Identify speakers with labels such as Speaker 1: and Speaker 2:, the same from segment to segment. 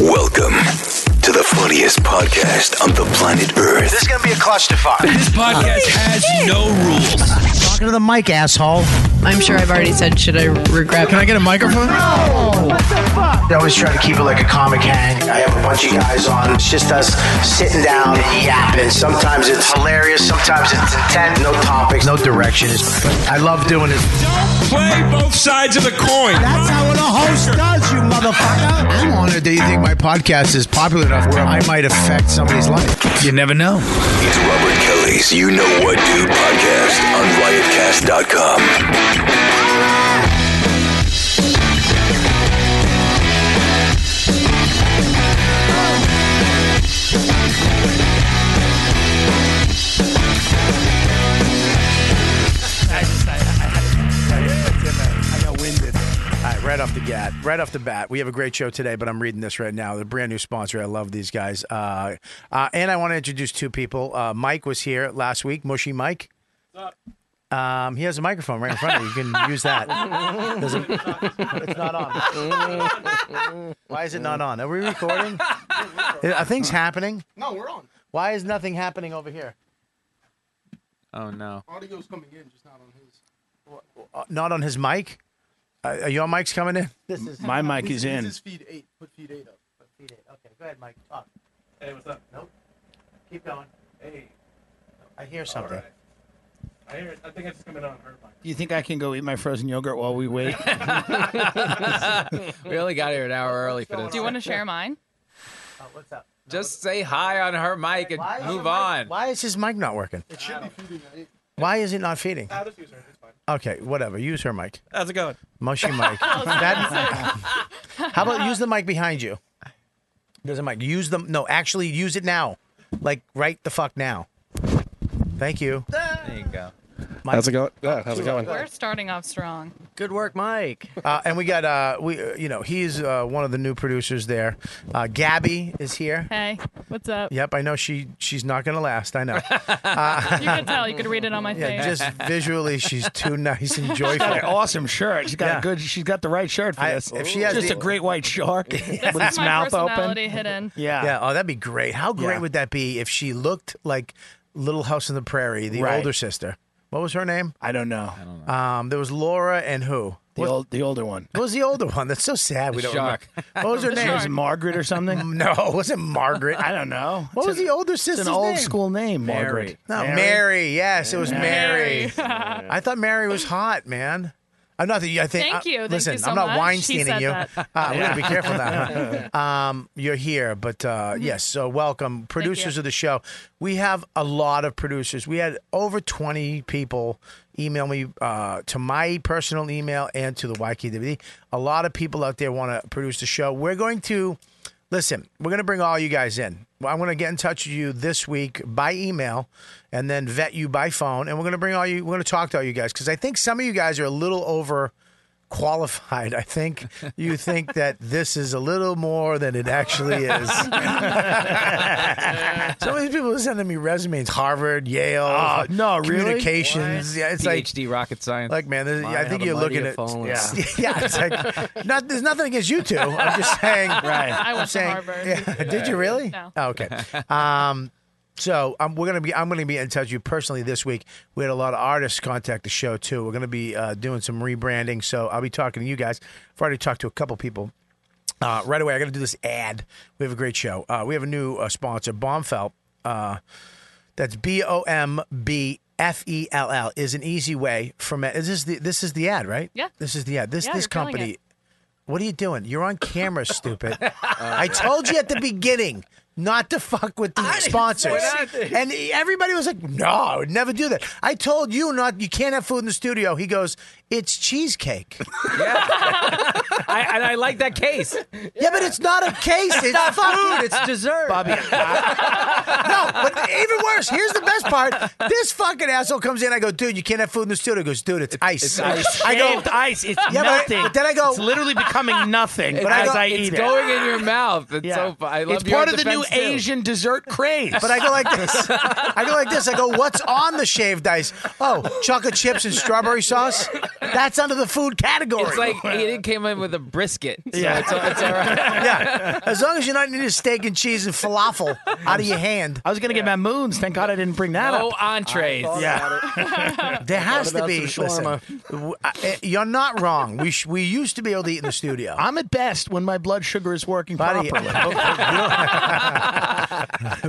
Speaker 1: Welcome to the funniest podcast on the planet Earth.
Speaker 2: This is going to be a clusterfuck.
Speaker 3: This podcast has no rules.
Speaker 4: Talking to the mic, asshole.
Speaker 5: I'm sure I've already said, should I regret?
Speaker 3: I get a microphone?
Speaker 2: I always try to keep it like a comic hang. I have a bunch of guys on. It's just us sitting down and yapping. Sometimes it's hilarious. Sometimes it's intent. No topics, no direction. It's- I love doing it.
Speaker 3: Play both sides of the coin.
Speaker 4: That's how a host does, you motherfucker.
Speaker 2: I'm honored that you think my podcast is popular enough where I might affect somebody's life.
Speaker 3: You never know.
Speaker 1: It's Robert Kelly's You Know What Dude podcast on riotcast.com.
Speaker 2: I just, I, I, I, I got winded. All right, right off the bat, right off the bat, we have a great show today. But I'm reading this right now. The brand new sponsor. I love these guys. Uh, uh, and I want to introduce two people. Uh, Mike was here last week. Mushy Mike. Um, he has a microphone right in front of you. You can use that. Does it- it's not on. Why is it not on? Are we recording? Are things happening? No, we're on. Why is nothing happening over here?
Speaker 6: Oh no.
Speaker 7: Audio's coming in, just not on his.
Speaker 2: Uh, not on his mic? Uh, are your mics coming in? This is
Speaker 7: My mic is in. This is feed eight. Put feed eight up.
Speaker 2: Feed it. Okay, go ahead, Mike. Talk. Hey, what's up? Nope. Keep going. Hey. I hear something.
Speaker 7: Do you think I can go eat my frozen yogurt while we wait?
Speaker 6: We only got here an hour early for this.
Speaker 8: Do you want to share mine?
Speaker 2: Oh, what's up?
Speaker 6: Just say hi on her mic and
Speaker 2: Why is
Speaker 6: move
Speaker 2: your mic-
Speaker 6: on.
Speaker 2: Why is his mic not working?
Speaker 7: it should be feeding eight.
Speaker 2: Why is it not feeding? I'll just use her. It's fine. Okay, whatever. Use her mic.
Speaker 6: How's it going?
Speaker 2: Mushy mic. That- how about use the mic behind you? There's a mic. Use them. No, actually, use it now. Like right the fuck now. Thank you.
Speaker 6: There you go.
Speaker 9: How's it going? Yeah, how's it going?
Speaker 8: We're starting off strong.
Speaker 4: Good work, Mike.
Speaker 2: Uh, and we got uh, we uh, you know he's uh, one of the new producers there. Uh, Gabby is here.
Speaker 8: Hey, what's up?
Speaker 2: Yep, I know she she's not gonna last. I know.
Speaker 8: You could tell. You could read it on my
Speaker 2: Yeah,
Speaker 8: face.
Speaker 2: just visually, she's too nice and joyful.
Speaker 7: Got an awesome shirt. She's got
Speaker 2: Yeah.
Speaker 7: a good. She's got the right shirt for
Speaker 2: I-
Speaker 7: this.
Speaker 2: if she has
Speaker 7: just
Speaker 2: the-
Speaker 7: a great white shark with
Speaker 8: This
Speaker 7: its
Speaker 8: is my
Speaker 7: mouth open.
Speaker 8: personality hidden.
Speaker 7: Yeah.
Speaker 2: Yeah. Oh, that'd be great. How great
Speaker 7: Yeah.
Speaker 2: would that be if she looked like Little House on the Prairie, the
Speaker 7: Right.
Speaker 2: older sister? What was her name?
Speaker 7: I don't know.
Speaker 2: Um, there was Laura and who?
Speaker 7: The old, the older one.
Speaker 2: What was the older one? That's so sad. we
Speaker 6: The
Speaker 2: don't
Speaker 6: shark.
Speaker 2: remember. What was her
Speaker 7: It
Speaker 2: name?
Speaker 7: was Margaret or something.
Speaker 2: No, it wasn't Margaret.
Speaker 7: I don't know.
Speaker 2: What
Speaker 7: It's
Speaker 2: was
Speaker 7: an-
Speaker 2: the older
Speaker 7: It's
Speaker 2: sister's
Speaker 7: an old
Speaker 2: name?
Speaker 7: school name, Margaret.
Speaker 2: No, Mary. Yes, it was Mary. I thought Mary was hot, man. I'm not. The, I think.
Speaker 8: Thank
Speaker 2: I-
Speaker 8: you. Thank
Speaker 2: listen,
Speaker 8: you so
Speaker 2: I'm not
Speaker 8: much. She
Speaker 2: Weinsteining
Speaker 8: said
Speaker 2: you.
Speaker 8: that.
Speaker 2: Uh, I'm gonna be careful now. um, you're here, but uh, yes. So welcome, producers
Speaker 8: you.
Speaker 2: of the show. We have a lot of producers. We had over 20 people email me uh, to my personal email and to the YKWd. A lot of people out there want to produce the show. We're going to. Listen, we're going to bring all you guys in. Well, I'm going to get in touch with you this week by email and then vet you by phone. And we're going to bring all you, we're going to talk to all you guys because I think some of you guys are a little over qualified. I think you think that this is a little more than it actually is. some of these people are sending me resumes Harvard, Yale,
Speaker 7: Oh, no, really?
Speaker 2: communications. Yeah, it's like,
Speaker 6: PhD rocket science.
Speaker 2: like, man, this- I think
Speaker 9: the
Speaker 2: you're
Speaker 9: mighty
Speaker 2: looking
Speaker 9: have
Speaker 2: at.
Speaker 9: fallen.
Speaker 2: Yeah. yeah, it's like, not, there's nothing against you two. I'm just saying.
Speaker 7: Right.
Speaker 8: I
Speaker 2: I'm
Speaker 8: went to
Speaker 2: saying,
Speaker 8: Harvard.
Speaker 2: Yeah. Did you really?
Speaker 8: No.
Speaker 2: Oh, okay. Um, so um, we're gonna be. I'm gonna be in touch with you personally this week. We had a lot of artists contact the show too. We're gonna be uh, doing some rebranding. So I'll be talking to you guys. I've already talked to a couple people. Uh, right away, I got to do this ad. We have a great show. Uh, we have a new uh, sponsor, Bombfelt. Uh, that's B O M B F E L L is an easy way from. Is this the this is the ad right?
Speaker 8: Yeah.
Speaker 2: This is the ad. This
Speaker 8: Yeah,
Speaker 2: this
Speaker 8: you're killing
Speaker 2: company
Speaker 8: it.
Speaker 2: what are you doing? You're on camera, stupid. I told you at the beginning not to fuck with the sponsors. And everybody was like, no, I would never do that. I told you not, you can't have food in the studio. He goes, it's cheesecake.
Speaker 6: I, and I like that case.
Speaker 2: yeah, but it's not a case. It's, fuck food. It's dessert.
Speaker 7: Bobby,
Speaker 2: No, but even worse, here's the best part. This fucking asshole comes in. I go, dude, you can't have food in the studio. He goes, dude, it's ice. I go,
Speaker 7: shaved ice. It's
Speaker 2: Yeah, but-
Speaker 7: nothing.
Speaker 2: but then I go-
Speaker 7: It's literally becoming nothing. But
Speaker 2: I
Speaker 7: as
Speaker 2: go-
Speaker 7: I
Speaker 6: it's
Speaker 7: eat it,
Speaker 6: going in your mouth. It's so. fu- I love
Speaker 7: it's
Speaker 6: your
Speaker 7: part of the new
Speaker 6: new
Speaker 2: kids do.
Speaker 6: Asian dessert craze.
Speaker 2: But I go like this. I go like this. I go, what's on the shaved ice? Oh, chocolate chips and strawberry sauce? That's under the food category.
Speaker 6: It's like he didn't came in with a brisket. So
Speaker 2: Yeah.
Speaker 6: yeah, it's, all- it's all right.
Speaker 2: yeah. As long as you're not eating steak and cheese and falafel out of your hand,
Speaker 7: I was gonna get mamoons. Thank God I didn't bring that
Speaker 6: No
Speaker 7: up.
Speaker 6: entrees.
Speaker 2: there has to
Speaker 9: about
Speaker 2: be.
Speaker 9: some
Speaker 2: Listen, w- I- you're not wrong. We sh- we used to be able to eat in the studio.
Speaker 7: I'm at best when my blood sugar is working
Speaker 2: Buddy,
Speaker 7: properly.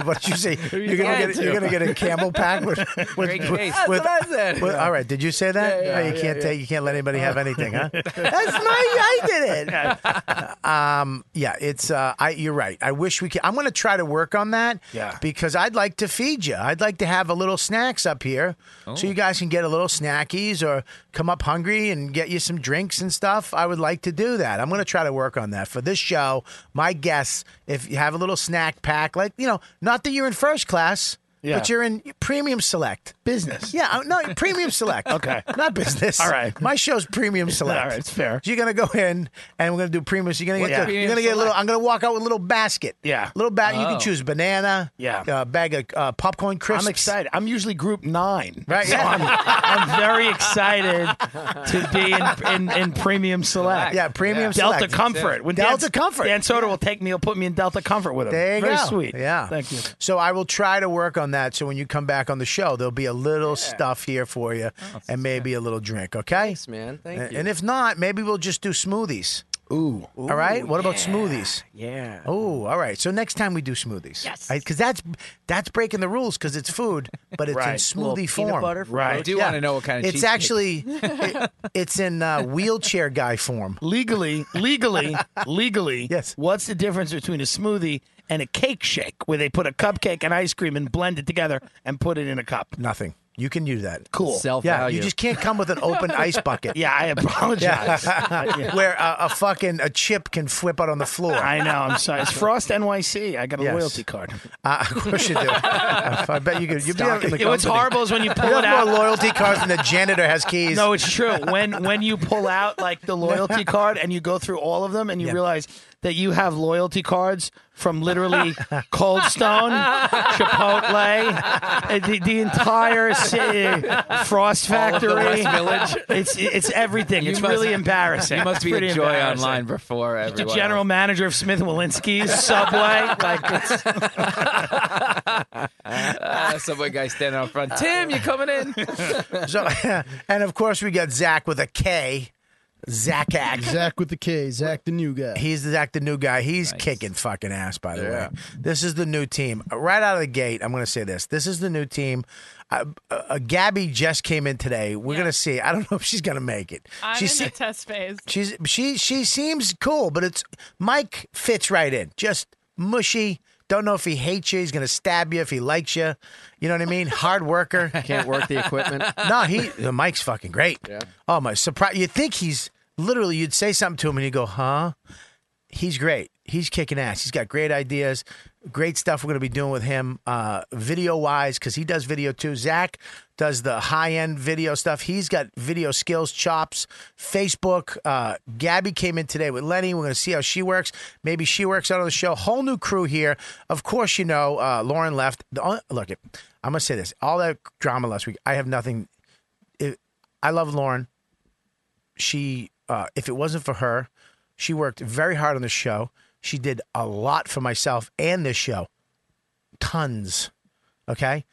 Speaker 2: what did you say? You're gonna
Speaker 6: lying
Speaker 2: get
Speaker 6: to?
Speaker 2: you're gonna get a camel pack with with,
Speaker 6: Great
Speaker 2: with-
Speaker 6: case.
Speaker 2: with-
Speaker 6: That's what I said.
Speaker 2: with- all right, did you say that?
Speaker 6: Yeah,
Speaker 2: Oh,
Speaker 6: yeah,
Speaker 2: you can't take you can't let anybody have anything, huh? That's my I did it. Um, yeah, it's uh, I you're right. I wish we could I'm gonna try to work on that.
Speaker 7: Yeah.
Speaker 2: Because I'd like to feed you. I'd like to have a little snacks up here
Speaker 7: Oh.
Speaker 2: so you guys can get a little snackies or come up hungry and get you some drinks and stuff. I would like to do that. I'm gonna try to work on that. For this show, my guess, if you have a little snack pack, like you know, not that you're in first class.
Speaker 7: Yeah.
Speaker 2: But you're in premium select.
Speaker 7: Business.
Speaker 2: Yeah, uh, no, premium select.
Speaker 7: Okay.
Speaker 2: Not business.
Speaker 7: All right.
Speaker 2: My show's premium select.
Speaker 7: All right, it's fair.
Speaker 2: So you're gonna go in and we're gonna do premium. So you're gonna get
Speaker 7: Yeah.
Speaker 2: the- you're gonna get a little I'm gonna walk out with a little basket.
Speaker 7: Yeah. Oh.
Speaker 2: Little basket you can choose banana,
Speaker 7: Yeah.
Speaker 2: uh, bag of uh, popcorn crisps.
Speaker 7: I'm excited. I'm usually group nine.
Speaker 2: Right,
Speaker 7: So
Speaker 2: yeah.
Speaker 7: I'm, I'm very excited to be in, in, in premium select.
Speaker 2: Yeah, premium
Speaker 7: Delta
Speaker 2: select.
Speaker 7: Comfort. When
Speaker 2: Delta
Speaker 7: Dan-
Speaker 2: Comfort.
Speaker 7: Dan Soder will take me. He'll put me in Delta Comfort with him.
Speaker 2: There you
Speaker 7: very
Speaker 2: go.
Speaker 7: sweet.
Speaker 2: Yeah.
Speaker 7: Thank you.
Speaker 2: So I will try to work on that. So when you come back on the show, there'll be a little stuff here for you
Speaker 7: Oh,
Speaker 2: and maybe a little drink, okay? Thanks,
Speaker 6: man. Thank
Speaker 2: and, and if not, maybe we'll just do smoothies.
Speaker 7: Ooh.
Speaker 2: all right. What about smoothies?
Speaker 6: Yeah.
Speaker 2: Oh, all right. So next time we do smoothies.
Speaker 8: Yes.
Speaker 2: Because that's that's breaking the rules because it's food, but it's in
Speaker 7: Right.
Speaker 2: smoothie form.
Speaker 6: I
Speaker 7: Right.
Speaker 6: do want to know what kind of
Speaker 2: It's
Speaker 6: cheesecake.
Speaker 2: actually it- it's in uh, wheelchair guy form.
Speaker 7: Legally, legally, legally.
Speaker 2: Yes.
Speaker 7: What's the difference between a smoothie and a cake shake, where they put a cupcake and ice cream and blend it together and put it in a cup?
Speaker 2: Nothing. You can use that.
Speaker 7: Cool.
Speaker 2: Yeah.
Speaker 6: self-value.
Speaker 2: You just can't come with an open ice bucket.
Speaker 7: yeah, I apologize.
Speaker 2: Where a, a fucking a chip can flip out on the floor.
Speaker 7: I know. I'm sorry. It's Frost NYC. I got a
Speaker 2: Yes.
Speaker 7: loyalty card.
Speaker 2: Uh, of course you do. I bet you could. You'd be
Speaker 7: Stock in the
Speaker 2: you
Speaker 7: What's horrible is when you pull
Speaker 2: have
Speaker 7: it out.
Speaker 2: more loyalty cards than the janitor has keys.
Speaker 7: no, it's true. When when you pull out like the loyalty card and you go through all of them and you realize that you have loyalty cards from literally Cold Stone, Chipotle, uh, the, the entire city, Frost Factory,
Speaker 6: West Village.
Speaker 7: It's it's everything. it's
Speaker 6: must-
Speaker 7: really embarrassing.
Speaker 6: You must
Speaker 7: It's
Speaker 6: be
Speaker 7: pretty
Speaker 6: a joy
Speaker 7: embarrassing.
Speaker 6: online before
Speaker 7: The
Speaker 6: everyone.
Speaker 7: general
Speaker 6: else.
Speaker 7: manager of Smith and Walensky's Subway, like it's
Speaker 6: Ah, subway guy standing out front. Tim, you coming in?
Speaker 2: So, and of course we got Zach with a K. Zach Act.
Speaker 10: Zach with the K, Zach the new guy.
Speaker 2: He's Zach, the new guy. He's kicking fucking ass, by the way. This is the new team. Uh, Right out of the gate, I'm going to say this. This is the new team. Uh, uh, Gabby just came in today. We're going to see. I don't know if she's going to make it.
Speaker 8: I'm
Speaker 2: She's
Speaker 8: in the test phase.
Speaker 2: she's she she seems cool, but it's Mike fits right in. Just mushy. Don't know if he hates you. He's going to stab you if he likes you. You know what I mean? Hard worker.
Speaker 10: Can't work the equipment.
Speaker 2: no, he the Mike's fucking great. Oh my surprise! You think he's literally? You'd say something to him and you go, "Huh?" He's great. He's kicking ass. He's got great ideas, great stuff we're going to be doing with him, uh, video wise, because he does video too. Zach does the high end video stuff. He's got video skills, chops, Facebook. Uh, Gabby came in today with Lenny. We're going to see how she works. Maybe she works out on the show. Whole new crew here. Of course, you know, uh, Lauren left. The, on- look, I'm going to say this all that drama last week, I have nothing it, I love Lauren. She, uh, if it wasn't for her, she worked very hard on the show. She did a lot for myself and this show, tons. Okay.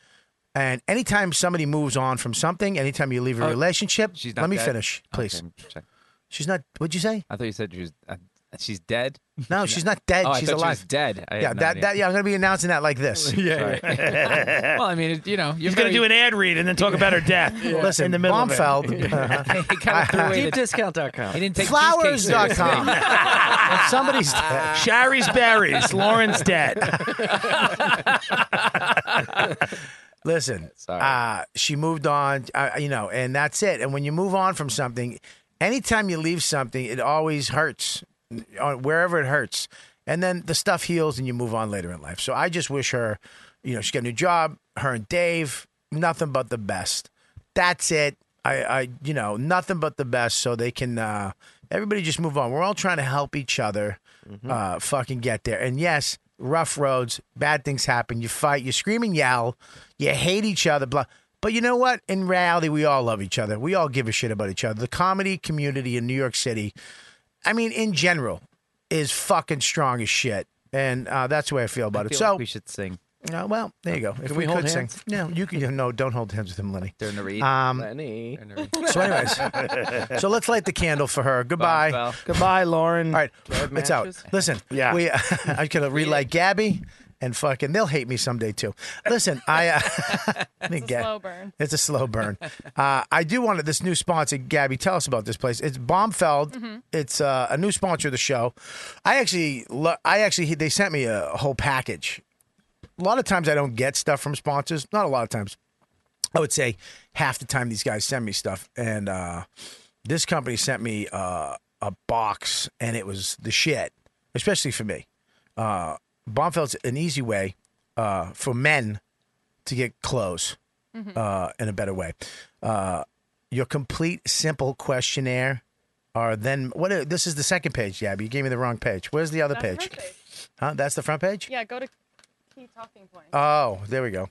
Speaker 2: And anytime somebody moves on from something, anytime you leave a relationship,
Speaker 6: Oh, she's not
Speaker 2: let me
Speaker 6: dead?
Speaker 2: finish, please.
Speaker 6: Okay, check.
Speaker 2: She's not. What'd you say?
Speaker 6: I thought you said she was, uh, she's dead.
Speaker 2: No, she's not dead.
Speaker 6: Oh, I
Speaker 2: she's
Speaker 6: thought she
Speaker 2: alive.
Speaker 6: was dead. I had
Speaker 2: yeah,
Speaker 6: no
Speaker 2: that,
Speaker 6: idea.
Speaker 2: that. Yeah, I'm gonna be announcing that like this.
Speaker 6: Well, I mean, it, you know, you're
Speaker 7: he's going to do an ad read and then talk about her death
Speaker 2: Listen, uh-huh.
Speaker 7: in the middle of it.
Speaker 2: Baumfeld,
Speaker 6: He kind of threw away the,
Speaker 10: Deepdiscount.com.
Speaker 6: he didn't take cheesecake seriously.
Speaker 2: flowers.com. If somebody's dead.
Speaker 7: Sherry's berries. Lauren's dead.
Speaker 2: Listen, uh, she moved on, uh, you know, and that's it. And when you move on from something, anytime you leave something, it always hurts, uh, wherever it hurts. And then the stuff heals and you move on later in life. So I just wish her, you know, she got a new job, her and Dave, nothing but the best. That's it. I, I you know, nothing but the best. So they can,
Speaker 11: Mm-hmm.
Speaker 2: uh, everybody just move on. We're all trying to help each other uh, fucking get there. And yes, rough roads, bad things happen. You fight, you scream and yell, you hate each other, blah. But you know what? In reality, we all love each other. We all give a shit about each other. The comedy community in New York City, I mean, in general, is fucking strong as shit. And uh, that's the way I feel about
Speaker 11: I
Speaker 2: it.
Speaker 11: feel
Speaker 2: so
Speaker 11: like we should sing.
Speaker 2: Uh, well, there you go. If
Speaker 11: Can we hold
Speaker 2: could sing,
Speaker 11: hands?
Speaker 2: no, you can. No, don't hold hands with him, Lenny.
Speaker 11: They're Nari. Lenny.
Speaker 2: So, anyways, so let's light the candle for her. Goodbye.
Speaker 7: Goodbye, Lauren. All
Speaker 2: right, it's out. Listen,
Speaker 7: Yeah.
Speaker 2: we. I could have relight Gabby. And fucking, they'll hate me someday too. Listen, I. Uh, it's a
Speaker 8: slow burn.
Speaker 2: It's a slow burn. Uh, I do want to, this new sponsor, Gabby. Tell us about this place. It's Bombfeld.
Speaker 8: Mhm.
Speaker 2: It's uh, a new sponsor of the show. I actually, lo- I actually, they sent me a whole package. A lot of times, I don't get stuff from sponsors. Not a lot of times. I would say half the time these guys send me stuff, and uh, this company sent me uh, a box, and it was the shit, especially for me. Uh, Bonfeld's an easy way uh, for men to get clothes
Speaker 8: Mm-hmm.
Speaker 4: Mhm.
Speaker 2: uh, in a better way. Uh, your complete simple questionnaire are then what? Are, this is the second page, Gabby. You gave me the wrong page. Where's the other
Speaker 8: That's
Speaker 2: page?
Speaker 8: her page.
Speaker 2: Huh? That's the front page.
Speaker 8: Yeah, go to key talking point.
Speaker 2: Oh, there we go.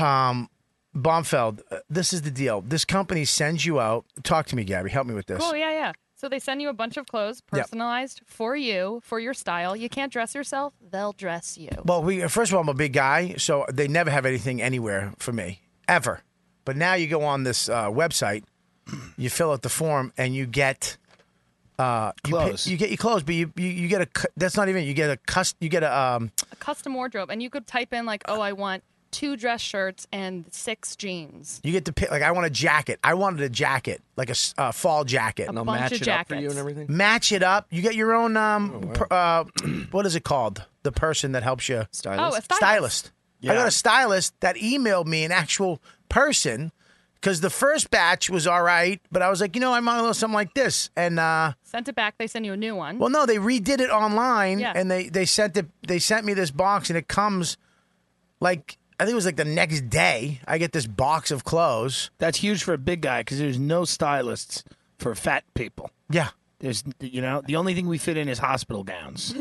Speaker 2: Um, Baumfeld, uh, this is the deal. This company sends you out. Talk to me, Gabby. Help me with this.
Speaker 8: Cool, yeah, yeah. So they send you a bunch of clothes
Speaker 2: Yeah.
Speaker 8: personalized for you, for your style. You can't dress yourself, they'll dress you.
Speaker 2: Well, we first of all, I'm a big guy, so they never have anything anywhere for me ever. But now you go on this uh, website, you fill out the form, and you get uh, you pay-
Speaker 8: Clothes.
Speaker 2: You, get your clothes, but you, you, you get a cu- that's not even you get a cust you get a um,
Speaker 8: A custom wardrobe. And you could type in, like, oh, I want two dress shirts and six jeans.
Speaker 2: you get to pick like I want a jacket. I wanted a jacket like a s- uh, fall jacket.
Speaker 8: A bunch of jackets.
Speaker 2: Match it up. You get your own um per- uh, what is it called? The person that helps you
Speaker 8: Stylist? Oh, a stylist.
Speaker 2: I got a stylist that emailed me an actual person cuz the first batch was all right, but I was like, you know, I might want something like this. And uh
Speaker 8: Sent it back, they send you a new one.
Speaker 2: well, no, they redid it online
Speaker 8: Yeah.
Speaker 2: and they they sent it they sent me this box and it comes like I think it was like the next day. I get this box of clothes.
Speaker 7: That's huge for a big guy because there's no stylists for fat people.
Speaker 2: Yeah.
Speaker 7: There's, you know, the only thing we fit in is hospital gowns.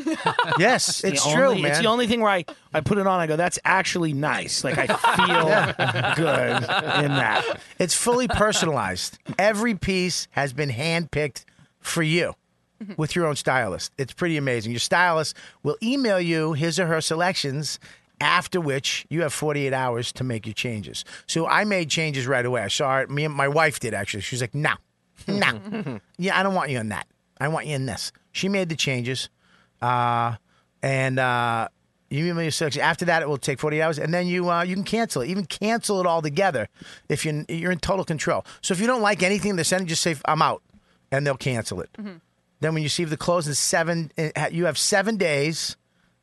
Speaker 2: Yes,
Speaker 7: the
Speaker 2: it's
Speaker 7: only-
Speaker 2: true,
Speaker 7: It's
Speaker 2: man.
Speaker 7: the only thing where I, I put it on. I go, that's actually nice. Like I
Speaker 2: Yeah.
Speaker 7: feel good in that.
Speaker 2: It's fully personalized. Every piece has been handpicked for you with your own stylist. It's pretty amazing. Your stylist will email you his or her selections. After which you have 48 hours to make your changes. So I made changes right away. I saw it. Me and my wife did actually. She was like, "No, no, yeah, I don't want you in that. I want you in this." She made the changes, uh, and uh, you email your selection. After that, it will take 48 hours, and then you uh, you can cancel it. Even cancel it altogether if you're you're in total control. So if you don't like anything they're sending, just say I'm out, and they'll cancel it. Then when you receive the clothes in seven, eh, you have seven days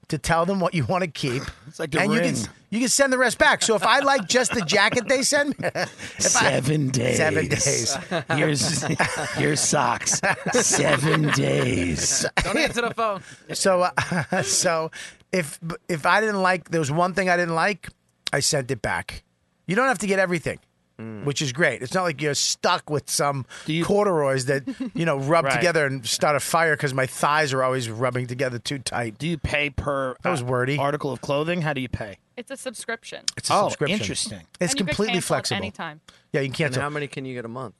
Speaker 2: to tell them what you want to keep. It's
Speaker 7: like the
Speaker 2: and you
Speaker 7: ring.
Speaker 2: can you can send the rest back. So if I like just the jacket they send me, if I-
Speaker 7: Seven days.
Speaker 2: seven days,
Speaker 7: Your, s- your socks. Seven days.
Speaker 2: Don't answer the phone. So, uh, so if if I didn't like, there was one thing I didn't like, I sent it back. You don't have to get everything,
Speaker 7: Mm.
Speaker 2: which is great. It's not like you're stuck with some corduroys that you know rub
Speaker 7: Right.
Speaker 2: together and start a fire because my thighs are always rubbing together too tight.
Speaker 7: Do you pay per uh,
Speaker 2: that was wordy
Speaker 7: article of clothing? How do you pay?
Speaker 8: It's a subscription.
Speaker 2: It's a
Speaker 7: Oh,
Speaker 2: subscription.
Speaker 7: interesting.
Speaker 2: It's
Speaker 8: And you could
Speaker 2: completely
Speaker 8: cancel it
Speaker 2: flexible.
Speaker 8: anytime.
Speaker 2: Yeah, you can
Speaker 11: And
Speaker 2: cancel.
Speaker 11: how many can you get a month?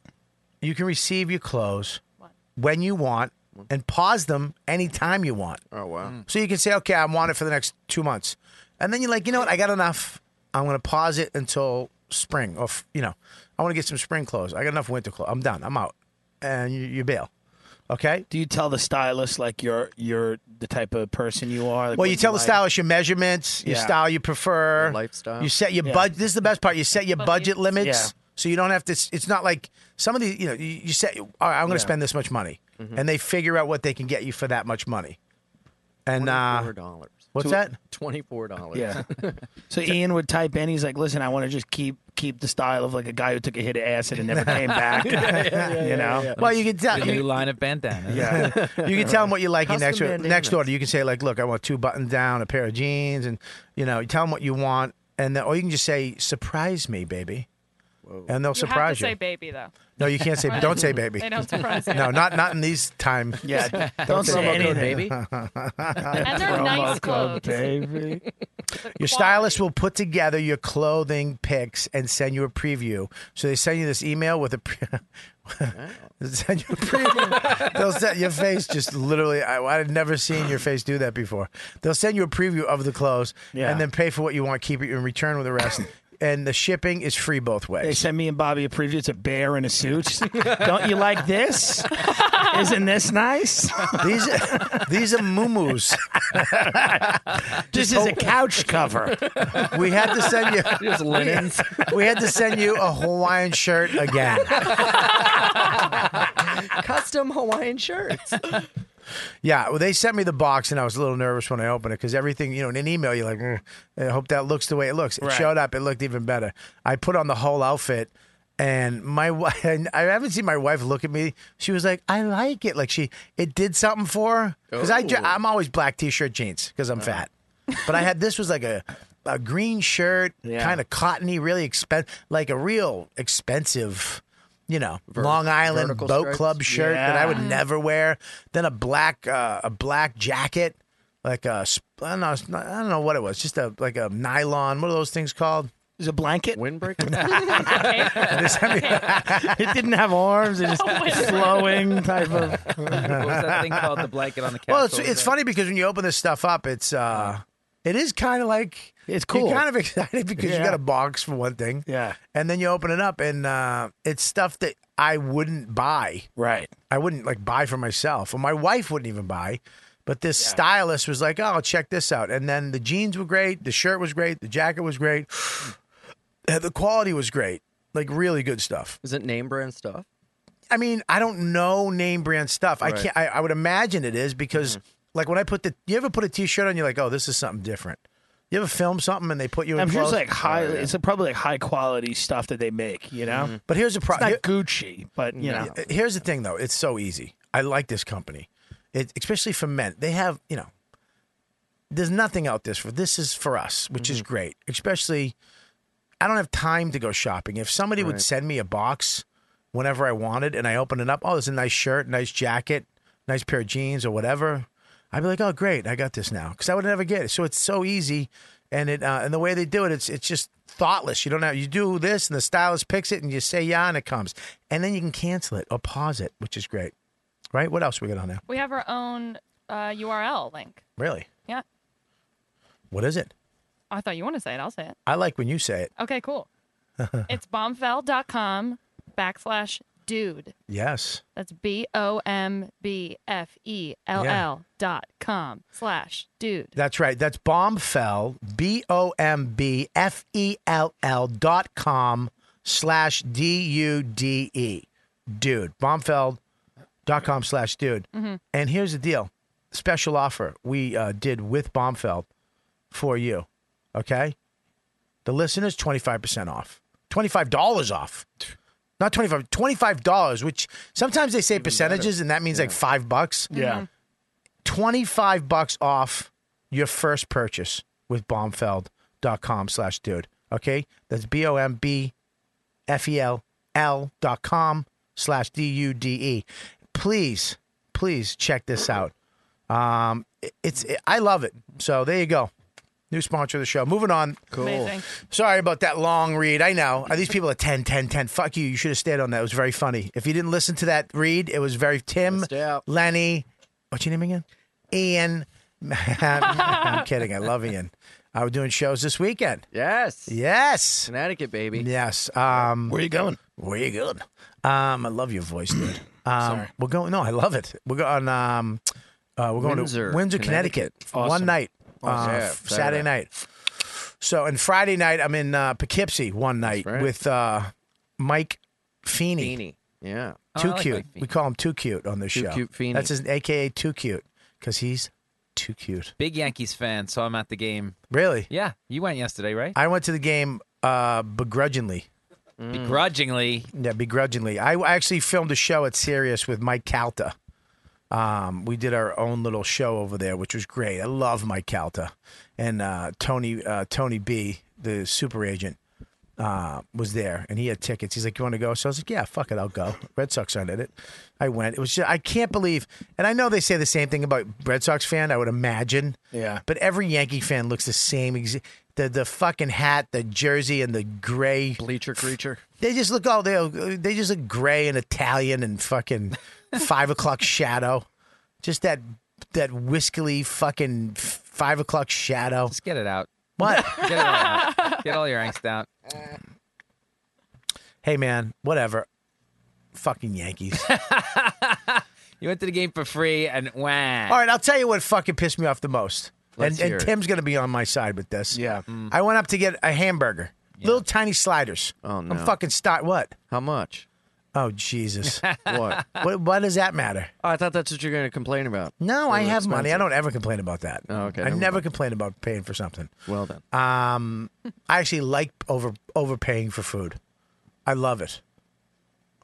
Speaker 2: You can receive your clothes when you want and pause them anytime you want.
Speaker 11: Oh wow.
Speaker 2: So you can say, okay, I want it for the next two months. And then you're like, you know what? I got enough. I'm going to pause it until spring. Or, f- you know, I want to get some spring clothes. I got enough winter clothes. I'm done. I'm out. And you, you bail. Okay?
Speaker 7: Do you tell the stylist like you're you're the type of person you are? Like,
Speaker 2: well,
Speaker 7: what
Speaker 2: you tell the
Speaker 7: like?
Speaker 2: stylist your measurements, your
Speaker 7: Yeah.
Speaker 2: style you prefer,
Speaker 7: lifestyle.
Speaker 2: You set your
Speaker 7: Yeah.
Speaker 2: budget. This is the best part. You set your budget limits,
Speaker 7: Yeah.
Speaker 2: so you don't have to. It's not like some of these. You know, you, you set. All right, I'm going to
Speaker 11: Yeah.
Speaker 2: spend this much money,
Speaker 7: Mm-hmm.
Speaker 11: Mhm.
Speaker 2: and they figure out what they can get you for that much money. And
Speaker 11: Four
Speaker 2: uh,
Speaker 11: dollars.
Speaker 2: what's that?
Speaker 11: Twenty-four dollars.
Speaker 7: Yeah. so Ian would type in. He's like, "Listen, I want to just keep keep the style of like a guy who took a hit of acid and never came back." you know.
Speaker 2: Well, you can tell.
Speaker 11: The new
Speaker 2: You,
Speaker 11: line of bandanas.
Speaker 2: yeah. you can tell them what you like in next
Speaker 11: Custom bandanas.
Speaker 2: next order. You can say like, look, I want two buttons down, a pair of jeans, and you know, you tell them what you want, and then, or you can just say, surprise me, baby. and they'll
Speaker 8: you have
Speaker 2: surprise
Speaker 8: to say
Speaker 2: you.
Speaker 8: baby though.
Speaker 2: No, you can't say.
Speaker 8: Right.
Speaker 2: Don't say baby.
Speaker 8: They don't surprise you.
Speaker 2: No, not not in these time.
Speaker 7: Yeah, don't Don't say say anything. baby.
Speaker 2: and
Speaker 8: they're nice clothes.
Speaker 7: baby.
Speaker 2: Your stylist will put together your clothing picks and send you a preview. So they send you this email with a. Pre- They'll send you a preview. They'll send your face just literally. I, I had never seen your face do that before. They'll send you a preview of the clothes
Speaker 7: Yeah.
Speaker 2: and then pay for what you want, keep it, and return with the rest. and the shipping is free both ways.
Speaker 7: They sent me and Bobby a preview. It's a bear in a suit. Don't you like this? Isn't this nice?
Speaker 2: These these are muumuus.
Speaker 7: this is a couch cover.
Speaker 2: We had to send you
Speaker 7: Just linens.
Speaker 2: We had to send you a Hawaiian shirt again.
Speaker 11: Custom Hawaiian shirts.
Speaker 2: Yeah, well, they sent me the box, and I was a little nervous when I opened it because everything, you know, in an email, you're like, "Mm, I hope that looks the way it looks. It
Speaker 4: Right.
Speaker 2: showed up; it looked even better. I put on the whole outfit, and my wife, and I haven't seen my wife look at me. She was like, "I like it." Like she, it did something for her because I, dr-
Speaker 4: Oh. Uh-huh.
Speaker 2: I'm always black t-shirt jeans because I'm fat, but I had this was like a. A green shirt,
Speaker 4: Yeah.
Speaker 2: kind of cottony, really expensive, like a real expensive, you know, Long Island
Speaker 4: vertical
Speaker 2: boat
Speaker 4: stripes?
Speaker 2: club shirt that I would
Speaker 4: Yeah.
Speaker 2: never ever wear. Then a black uh, a black jacket, like a sp- I don't know, it's not- I don't know what it was, just a like a nylon. What are those things called?
Speaker 7: Is a blanket
Speaker 11: windbreaker?
Speaker 7: it didn't have arms. It just flowing type of.
Speaker 6: What was that thing called? The blanket on the couch.
Speaker 2: well, it's
Speaker 6: What was
Speaker 2: it's
Speaker 6: that?
Speaker 2: funny because when you open this stuff up, it's uh, it is kind of like
Speaker 7: it's
Speaker 6: cool.
Speaker 2: You're kind of excited because you
Speaker 6: Yeah.
Speaker 2: got a box for one thing,
Speaker 7: yeah,
Speaker 2: and then you open it up and uh, it's stuff that I wouldn't buy.
Speaker 7: Right.
Speaker 2: I wouldn't like buy for myself, or my wife wouldn't even buy. But this stylist was like, "Oh, check this out," and then the jeans were great, the shirt was great, the jacket was great, Uh, the quality was great, like really good stuff.
Speaker 11: Is it name brand stuff?
Speaker 2: I mean, I don't know name brand stuff. I
Speaker 11: Right.
Speaker 2: can't. I, I would imagine it is because,
Speaker 7: Mm-hmm.
Speaker 2: like, when I put the, you ever put a T-shirt on, you're like, "Oh, this is something different." You ever film something and they put you in
Speaker 7: I'm sure it's
Speaker 2: clothes?
Speaker 7: like high. It's probably like high quality stuff that they make. You know.
Speaker 2: But here's the problem.
Speaker 7: It's not Gucci, but you know.
Speaker 2: uh, Here's the thing, though. It's so easy. I like this company, it, especially for men. They have, you know, there's nothing out this for. This is for us, which is great. Especially, I don't have time to go shopping. If somebody would
Speaker 4: Right.
Speaker 2: send me a box whenever I wanted, and I open it up, oh, there's a nice shirt, nice jacket, nice pair of jeans, or whatever. I'd be like, oh, great, I got this now, because I would never get it. So it's so easy, and it uh, and the way they do it, it's it's just thoughtless. You don't have you do this, and the stylist picks it, and you say yeah, and it comes, and then you can cancel it or pause it, which is great, right? What else we got on there?
Speaker 8: We have our own uh, URL link.
Speaker 2: Really,
Speaker 8: Yeah. Oh,
Speaker 2: what is it?
Speaker 8: I thought you want to say it. I'll say it.
Speaker 2: I like when you say it.
Speaker 8: Okay, cool. It's bombfell.com backslash dude.
Speaker 2: yes.
Speaker 8: That's B O M B F E L
Speaker 2: Yeah.
Speaker 8: L dot com slash dude.
Speaker 2: That's right. That's bombfell, B O M B F E L L dot com slash D U D E. Dude. Bombfell dot com slash dude.
Speaker 4: Mhm.
Speaker 2: And here's the deal special offer we uh, did with Bombfeld for you. Okay? The listeners, 25% off. $25 off. Not 25 $25, which sometimes they say percentages, and that means like five bucks.
Speaker 7: Yeah. Mhm.
Speaker 2: 25 bucks off your first purchase with bombfeld.com slash dude. Okay? That's B O M B F E L L dot com slash D U D E. Please, please check this out. Um, it- it's I love it. So there you go. New sponsor of the show. Moving on. Cool.
Speaker 4: Amazing.
Speaker 2: Sorry about that long read. I know. Are these people at 10, 10, 10? Fuck you. You should have stayed on that. It was very funny. If you didn't listen to that read, it was very Tim, Lenny. What's your name again? Ian. I'm kidding. I love Ian. I was doing shows this weekend.
Speaker 11: Yes.
Speaker 2: Yes.
Speaker 11: Connecticut, baby.
Speaker 2: Yes. Um,
Speaker 7: where you going?
Speaker 2: Where you going? Um, I love your voice, dude. Um, We're going. No, I love it. We're going. Um, uh, we're going
Speaker 4: Windsor,
Speaker 2: to Windsor, Connecticut.
Speaker 4: Connecticut. Awesome.
Speaker 2: One night.
Speaker 4: Awesome.
Speaker 2: Uh,
Speaker 4: Yeah,
Speaker 2: f-
Speaker 4: Saturday
Speaker 2: Saturday night. So and Friday night, I'm in uh, Poughkeepsie one night with uh, Mike Feeney. Feeney.
Speaker 11: Yeah.
Speaker 2: Too cute. we call him Too Cute on this
Speaker 11: Too
Speaker 2: show.
Speaker 11: Cute Feeney.
Speaker 2: That's his AKA Too Cute because he's too cute.
Speaker 6: Big Yankees fan, so I'm at the game.
Speaker 2: Really?
Speaker 6: Yeah, you went yesterday, right?
Speaker 2: I went to the game uh, begrudgingly.
Speaker 6: Mm. Begrudgingly.
Speaker 2: Yeah, begrudgingly. I I actually filmed a show at Sirius with Mike Calta. Um, we did our own little show over there, which was great. I love Mike Calta and uh, Tony uh, Tony B, the super agent. uh, was there, and he had tickets. He's like, "You want to go?" So I was like, "Yeah, fuck it, I'll go." Red Sox ended it. I went. It was just, I can't believe, and I know they say the same thing about Red Sox fan. I would imagine,
Speaker 7: Yeah.
Speaker 2: but every Yankee fan looks the same. Ex- the the fucking hat, the jersey, and the gray bleacher creature. They just look all they they just look gray and Italian and fucking five o'clock shadow. Just that that whiskily fucking five o'clock shadow. Just
Speaker 6: get it out.
Speaker 2: What?
Speaker 6: Get, it all out. Get all your angst out.
Speaker 2: Hey man, whatever. Fucking Yankees.
Speaker 6: You went to the game for free and wham.
Speaker 2: All right, I'll tell you what fucking pissed me off the most.
Speaker 6: Let's
Speaker 2: and and
Speaker 6: hear it.
Speaker 2: Tim's going to be on my side with this. Yeah. I went up to get a hamburger. Little tiny sliders. Oh,
Speaker 11: no.
Speaker 2: I'm fucking start what?
Speaker 11: How much?
Speaker 2: Oh, Jesus.
Speaker 11: What?
Speaker 2: what? Why does that matter?
Speaker 11: Oh, I thought that's what you're going to complain about.
Speaker 2: No,
Speaker 11: They
Speaker 2: I
Speaker 11: were
Speaker 2: have money. I
Speaker 11: expensive.
Speaker 2: don't ever complain about that.
Speaker 11: Oh, okay.
Speaker 2: I
Speaker 11: never
Speaker 2: never complain about paying for something.
Speaker 11: Well then.
Speaker 2: Um, I actually like over overpaying for food. I love it.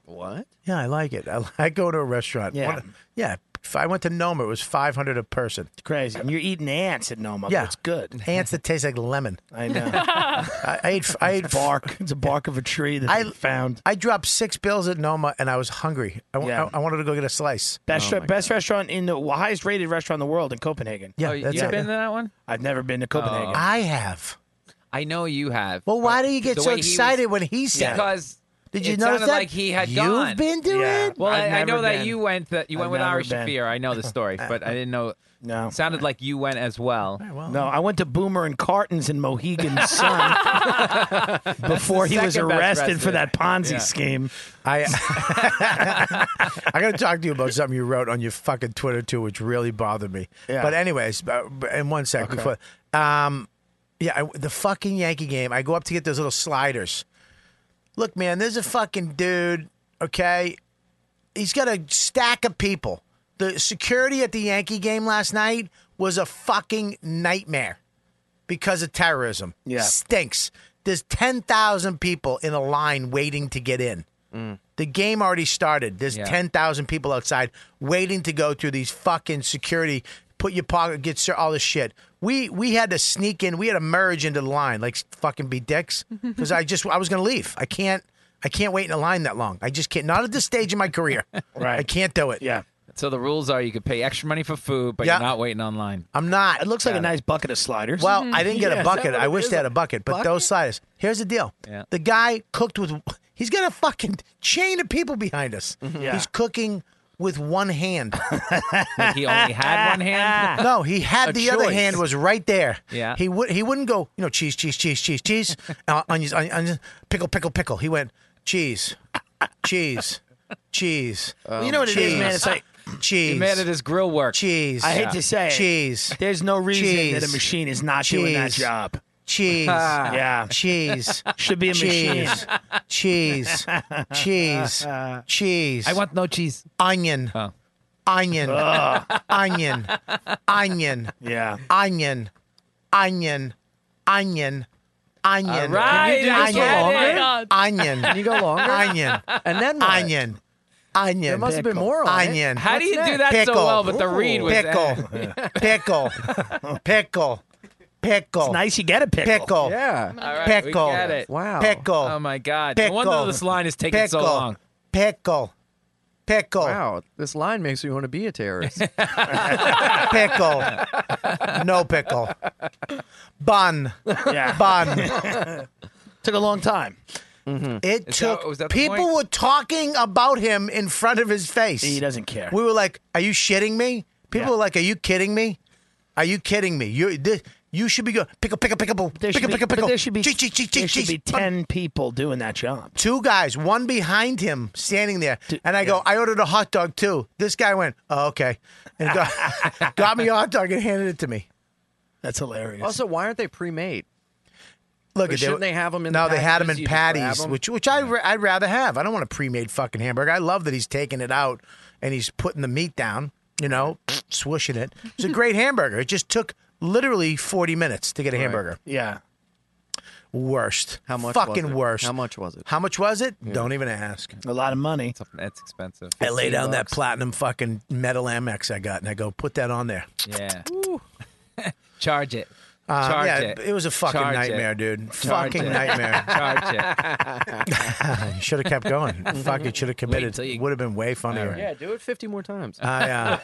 Speaker 11: What?
Speaker 2: Yeah, I like it. I, I go to a restaurant.
Speaker 7: Yeah.
Speaker 2: One- yeah. If I went to Noma, it was five hundred a person. It's
Speaker 7: crazy. And you're eating ants at
Speaker 6: Oh,
Speaker 7: Noma.
Speaker 2: Yeah,
Speaker 7: It's good.
Speaker 2: Ants that taste like lemon.
Speaker 7: I know.
Speaker 2: I, I ate. I ate
Speaker 7: bark. It's a bark of a tree that I found.
Speaker 2: I dropped six bills at Noma, and I was hungry. I, wa-
Speaker 7: Yeah.
Speaker 2: I, I wanted to go get a slice.
Speaker 7: Best best restaurant in the well, highest rated restaurant in the world in Copenhagen.
Speaker 2: Yeah, Oh, that's you've it. been to
Speaker 6: that one?
Speaker 7: I've never been to Copenhagen.
Speaker 2: I have.
Speaker 6: I know you have.
Speaker 2: Well, why do you get
Speaker 6: The
Speaker 2: so
Speaker 6: way he was-
Speaker 2: excited when he said? it?
Speaker 6: Because
Speaker 2: Did you
Speaker 6: it
Speaker 2: notice
Speaker 6: sounded
Speaker 2: that?
Speaker 6: like he had
Speaker 2: You've
Speaker 6: gone.
Speaker 2: been to
Speaker 6: Yeah.
Speaker 2: it?
Speaker 6: Well, I,
Speaker 2: I've
Speaker 6: I know
Speaker 2: never
Speaker 6: that
Speaker 2: been.
Speaker 6: you went. That you went
Speaker 7: I've
Speaker 6: with
Speaker 7: never
Speaker 6: Ari
Speaker 7: been.
Speaker 6: Shafir. I know the story, but I didn't know.
Speaker 7: No,
Speaker 6: sounded like you went as well.
Speaker 7: No, I went to Boomer and Cartons in Mohegan Sun before
Speaker 6: the
Speaker 7: he was
Speaker 6: second best
Speaker 7: arrested for that
Speaker 6: restaurant.
Speaker 7: Ponzi
Speaker 6: Yeah.
Speaker 7: scheme.
Speaker 2: I I got to talk to you about something you wrote on your fucking Twitter too, which really bothered me.
Speaker 7: Yeah.
Speaker 2: But anyways, uh, in one sec
Speaker 7: Okay.
Speaker 2: before, um, yeah, I, the fucking Yankee game. I go up to get those little sliders. Look, man, there's a fucking dude. Okay, he's got a stack of people. The security at the Yankee game last night was a fucking nightmare because of terrorism.
Speaker 7: Yeah.
Speaker 2: Stinks. There's 10,000 people in a line waiting to get in. The game already started. There's
Speaker 12: Yeah.
Speaker 2: 10,000 people outside waiting to go through these fucking security, put your pocket, get ser- all this shit. We we had to sneak in. We had to merge into the line like fucking be dicks because I just I was going to leave. I can't I can't wait in a line that long. I just can't. Not at this stage in my career. right. I can't do it.
Speaker 7: Yeah.
Speaker 6: So the rules are you could pay extra money for food, but you're not waiting online.
Speaker 2: I'm not. It
Speaker 7: looks like a nice bucket of sliders.
Speaker 2: Well, I didn't get
Speaker 7: Mm-hmm. Yeah.
Speaker 2: a bucket. I wish they had a bucket, but
Speaker 7: Bucket?
Speaker 2: those sliders. Here's the deal.
Speaker 6: Yeah.
Speaker 2: The guy cooked with. He's got a fucking chain of people behind us.
Speaker 7: Mm-hmm.
Speaker 6: Yeah.
Speaker 2: He's cooking with one hand.
Speaker 6: Like he only had one hand.
Speaker 2: No, he
Speaker 6: A
Speaker 2: had the other
Speaker 6: choice.
Speaker 2: hand was right there.
Speaker 6: Yeah.
Speaker 2: He would he wouldn't go, you know, cheese, cheese, cheese, cheese, cheese, uh, onions, onions, onions, pickle, pickle, pickle. He went cheese, cheese, cheese.
Speaker 7: you know what it is, man?
Speaker 2: cheese,
Speaker 7: It's like-
Speaker 2: cheese.
Speaker 6: He mad at his grill work.
Speaker 2: Cheese.
Speaker 7: I hate to say it.
Speaker 2: Cheese.
Speaker 7: There's no reason
Speaker 2: Cheese.
Speaker 7: that a machine is not doing that
Speaker 2: Cheese.
Speaker 7: job.
Speaker 2: Cheese.
Speaker 7: yeah.
Speaker 2: Cheese.
Speaker 7: Should be a machine.
Speaker 2: cheese. Cheese. Cheese. Cheese.
Speaker 6: I want no cheese.
Speaker 2: Onion. Onion.
Speaker 7: Ugh.
Speaker 2: Onion. Onion.
Speaker 7: Yeah.
Speaker 2: Onion. Onion. Onion. Onion.
Speaker 7: All right,
Speaker 2: Can you do
Speaker 7: I
Speaker 2: this
Speaker 7: get
Speaker 2: one
Speaker 7: it.
Speaker 2: longer?
Speaker 7: Oh, my God.
Speaker 2: Onion.
Speaker 7: Can you go longer?
Speaker 2: Onion.
Speaker 11: And then what?
Speaker 2: Onion. Onion.
Speaker 11: There must have been more on it.
Speaker 2: Onion.
Speaker 11: How do
Speaker 2: What's
Speaker 11: you
Speaker 2: next?
Speaker 11: do that so
Speaker 2: pickle.
Speaker 11: well, but the read was-
Speaker 2: pickle. pickle. Pickle. Pickle. It's
Speaker 7: nice you get a pickle.
Speaker 2: Pickle.
Speaker 11: Yeah.
Speaker 6: All right, we
Speaker 2: pickle.
Speaker 6: get it. Wow.
Speaker 2: Pickle.
Speaker 6: Oh my God. No wonder
Speaker 2: Pickle.
Speaker 6: this line is taking so
Speaker 2: Pickle.
Speaker 6: long.
Speaker 2: Pickle. Pickle.
Speaker 11: Wow, this line makes me want to be a terrorist.
Speaker 2: Pickle. No pickle. Bun.
Speaker 7: Yeah.
Speaker 2: Bun.
Speaker 7: Took a long time.
Speaker 2: It
Speaker 7: Is that-
Speaker 2: took.
Speaker 7: was that the
Speaker 2: people
Speaker 7: point?
Speaker 2: were talking about him in front of his face.
Speaker 7: He doesn't care.
Speaker 2: We were like, "Are you shitting me?" People were like, "Are you kidding me? Are you kidding me? You this, you should be go pickle pickle pickle
Speaker 7: There
Speaker 2: pickle
Speaker 7: should be,
Speaker 2: pickle
Speaker 7: but
Speaker 2: pickle."
Speaker 7: There should be,
Speaker 2: Chee, chee, chee,
Speaker 7: there
Speaker 2: chee,
Speaker 7: should
Speaker 2: chee.
Speaker 7: be 10 people doing that job.
Speaker 2: Two guys, one behind him, standing there, and I go, "I ordered a hot dog too." This guy went, "Oh, okay," and got, got me a hot dog and handed it to me.
Speaker 7: That's hilarious.
Speaker 11: also, why aren't they pre-made?
Speaker 2: Look,
Speaker 11: Or
Speaker 2: if
Speaker 11: shouldn't
Speaker 2: were-
Speaker 11: they have 'em in
Speaker 2: No,
Speaker 11: the
Speaker 2: they had them in
Speaker 11: packages? You just grab
Speaker 2: patties,
Speaker 11: 'em?
Speaker 2: which which I ra- I'd rather have. I don't want a pre-made fucking hamburger. I love that he's taking it out and he's putting the meat down. You know, swooshing it. It's a great hamburger. It just took literally forty minutes to get a hamburger.
Speaker 7: Yeah.
Speaker 2: Worst.
Speaker 11: How much? was
Speaker 2: Fucking
Speaker 11: it?
Speaker 2: worst.
Speaker 11: How much was it?
Speaker 2: How much was it? Don't even ask.
Speaker 7: A lot of money.
Speaker 6: That's expensive.
Speaker 2: I lay down that platinum fucking metal Amex I got, and I go put that on there.
Speaker 6: Yeah. Charge it.
Speaker 2: Uh,
Speaker 6: Charge
Speaker 2: yeah,
Speaker 6: it.
Speaker 2: was a fucking
Speaker 6: Charge it.
Speaker 2: nightmare, dude.
Speaker 6: Charge
Speaker 2: fucking
Speaker 6: it.
Speaker 2: nightmare.
Speaker 6: Charge
Speaker 2: should have kept going. Fuck, it should have committed. Would have been way funnier.
Speaker 11: Yeah, do it 50 more times.
Speaker 2: I,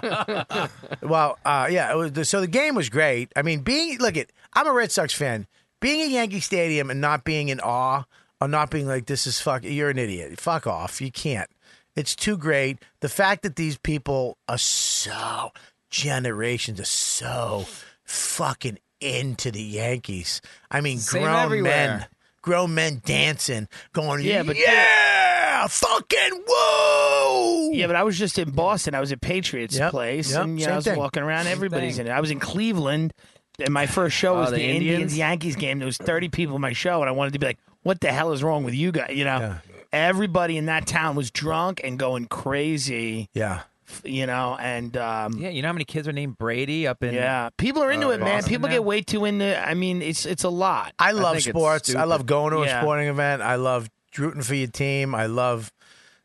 Speaker 2: Well, uh, yeah. It was the, so the game was great. I mean, being look at I'm a Red Sox fan. Being at Yankee Stadium and not being in awe or not being like this is fuck you're an idiot. Fuck off. You can't. It's too great. The fact that these people are so generations are so fucking into the Yankees. I mean,
Speaker 4: Same
Speaker 2: grown men,
Speaker 4: everywhere.
Speaker 2: grown men dancing, going
Speaker 7: Yeah, but they-
Speaker 2: yeah, fucking whoa.
Speaker 7: Yeah, but I was just in Boston. I was at Patriots place,
Speaker 2: yep,
Speaker 7: and you know,
Speaker 2: same
Speaker 7: I was
Speaker 2: thing.
Speaker 7: walking around.
Speaker 2: Same
Speaker 7: Everybody's
Speaker 2: thing.
Speaker 7: in it. I was in Cleveland, and my first show
Speaker 11: Oh,
Speaker 7: was
Speaker 11: the
Speaker 7: the, Indians?
Speaker 11: Indians?
Speaker 7: Yankees game. There was thirty people in my show, and I wanted to be like, "What the hell is wrong with you guys?" You know, everybody in that town was drunk and going crazy.
Speaker 2: Yeah.
Speaker 7: You know, and um,
Speaker 6: yeah, you know how many kids are named Brady up in
Speaker 7: yeah, people are
Speaker 2: Oh,
Speaker 7: into
Speaker 6: uh,
Speaker 7: it, man.
Speaker 6: Boston
Speaker 7: People
Speaker 6: now?
Speaker 7: get way too into. I mean, it's it's a lot.
Speaker 2: I love sports. I love going to a sporting event. I love rooting for your team. I love,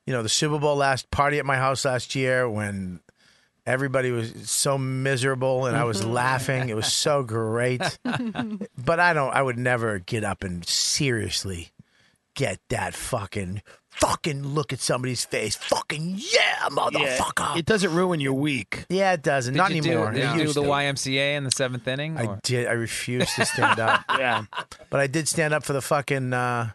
Speaker 2: you know, the Super Bowl last party at my house last year when everybody was so miserable and I
Speaker 7: Mm-hmm.
Speaker 2: was laughing. It was so great. but I don't. I would never get up and seriously get that fucking fucking look at somebody's face. Fucking yeah, motherfucker.
Speaker 7: it doesn't ruin your week.
Speaker 2: Yeah, it doesn't.
Speaker 6: Did
Speaker 2: Not
Speaker 6: you do-
Speaker 2: anymore.
Speaker 6: did
Speaker 2: It
Speaker 6: you do
Speaker 2: used
Speaker 6: the
Speaker 2: to.
Speaker 6: YMCA in the seventh inning?
Speaker 2: I did. I refused to stand up.
Speaker 7: yeah,
Speaker 2: but I did stand up for the fucking uh,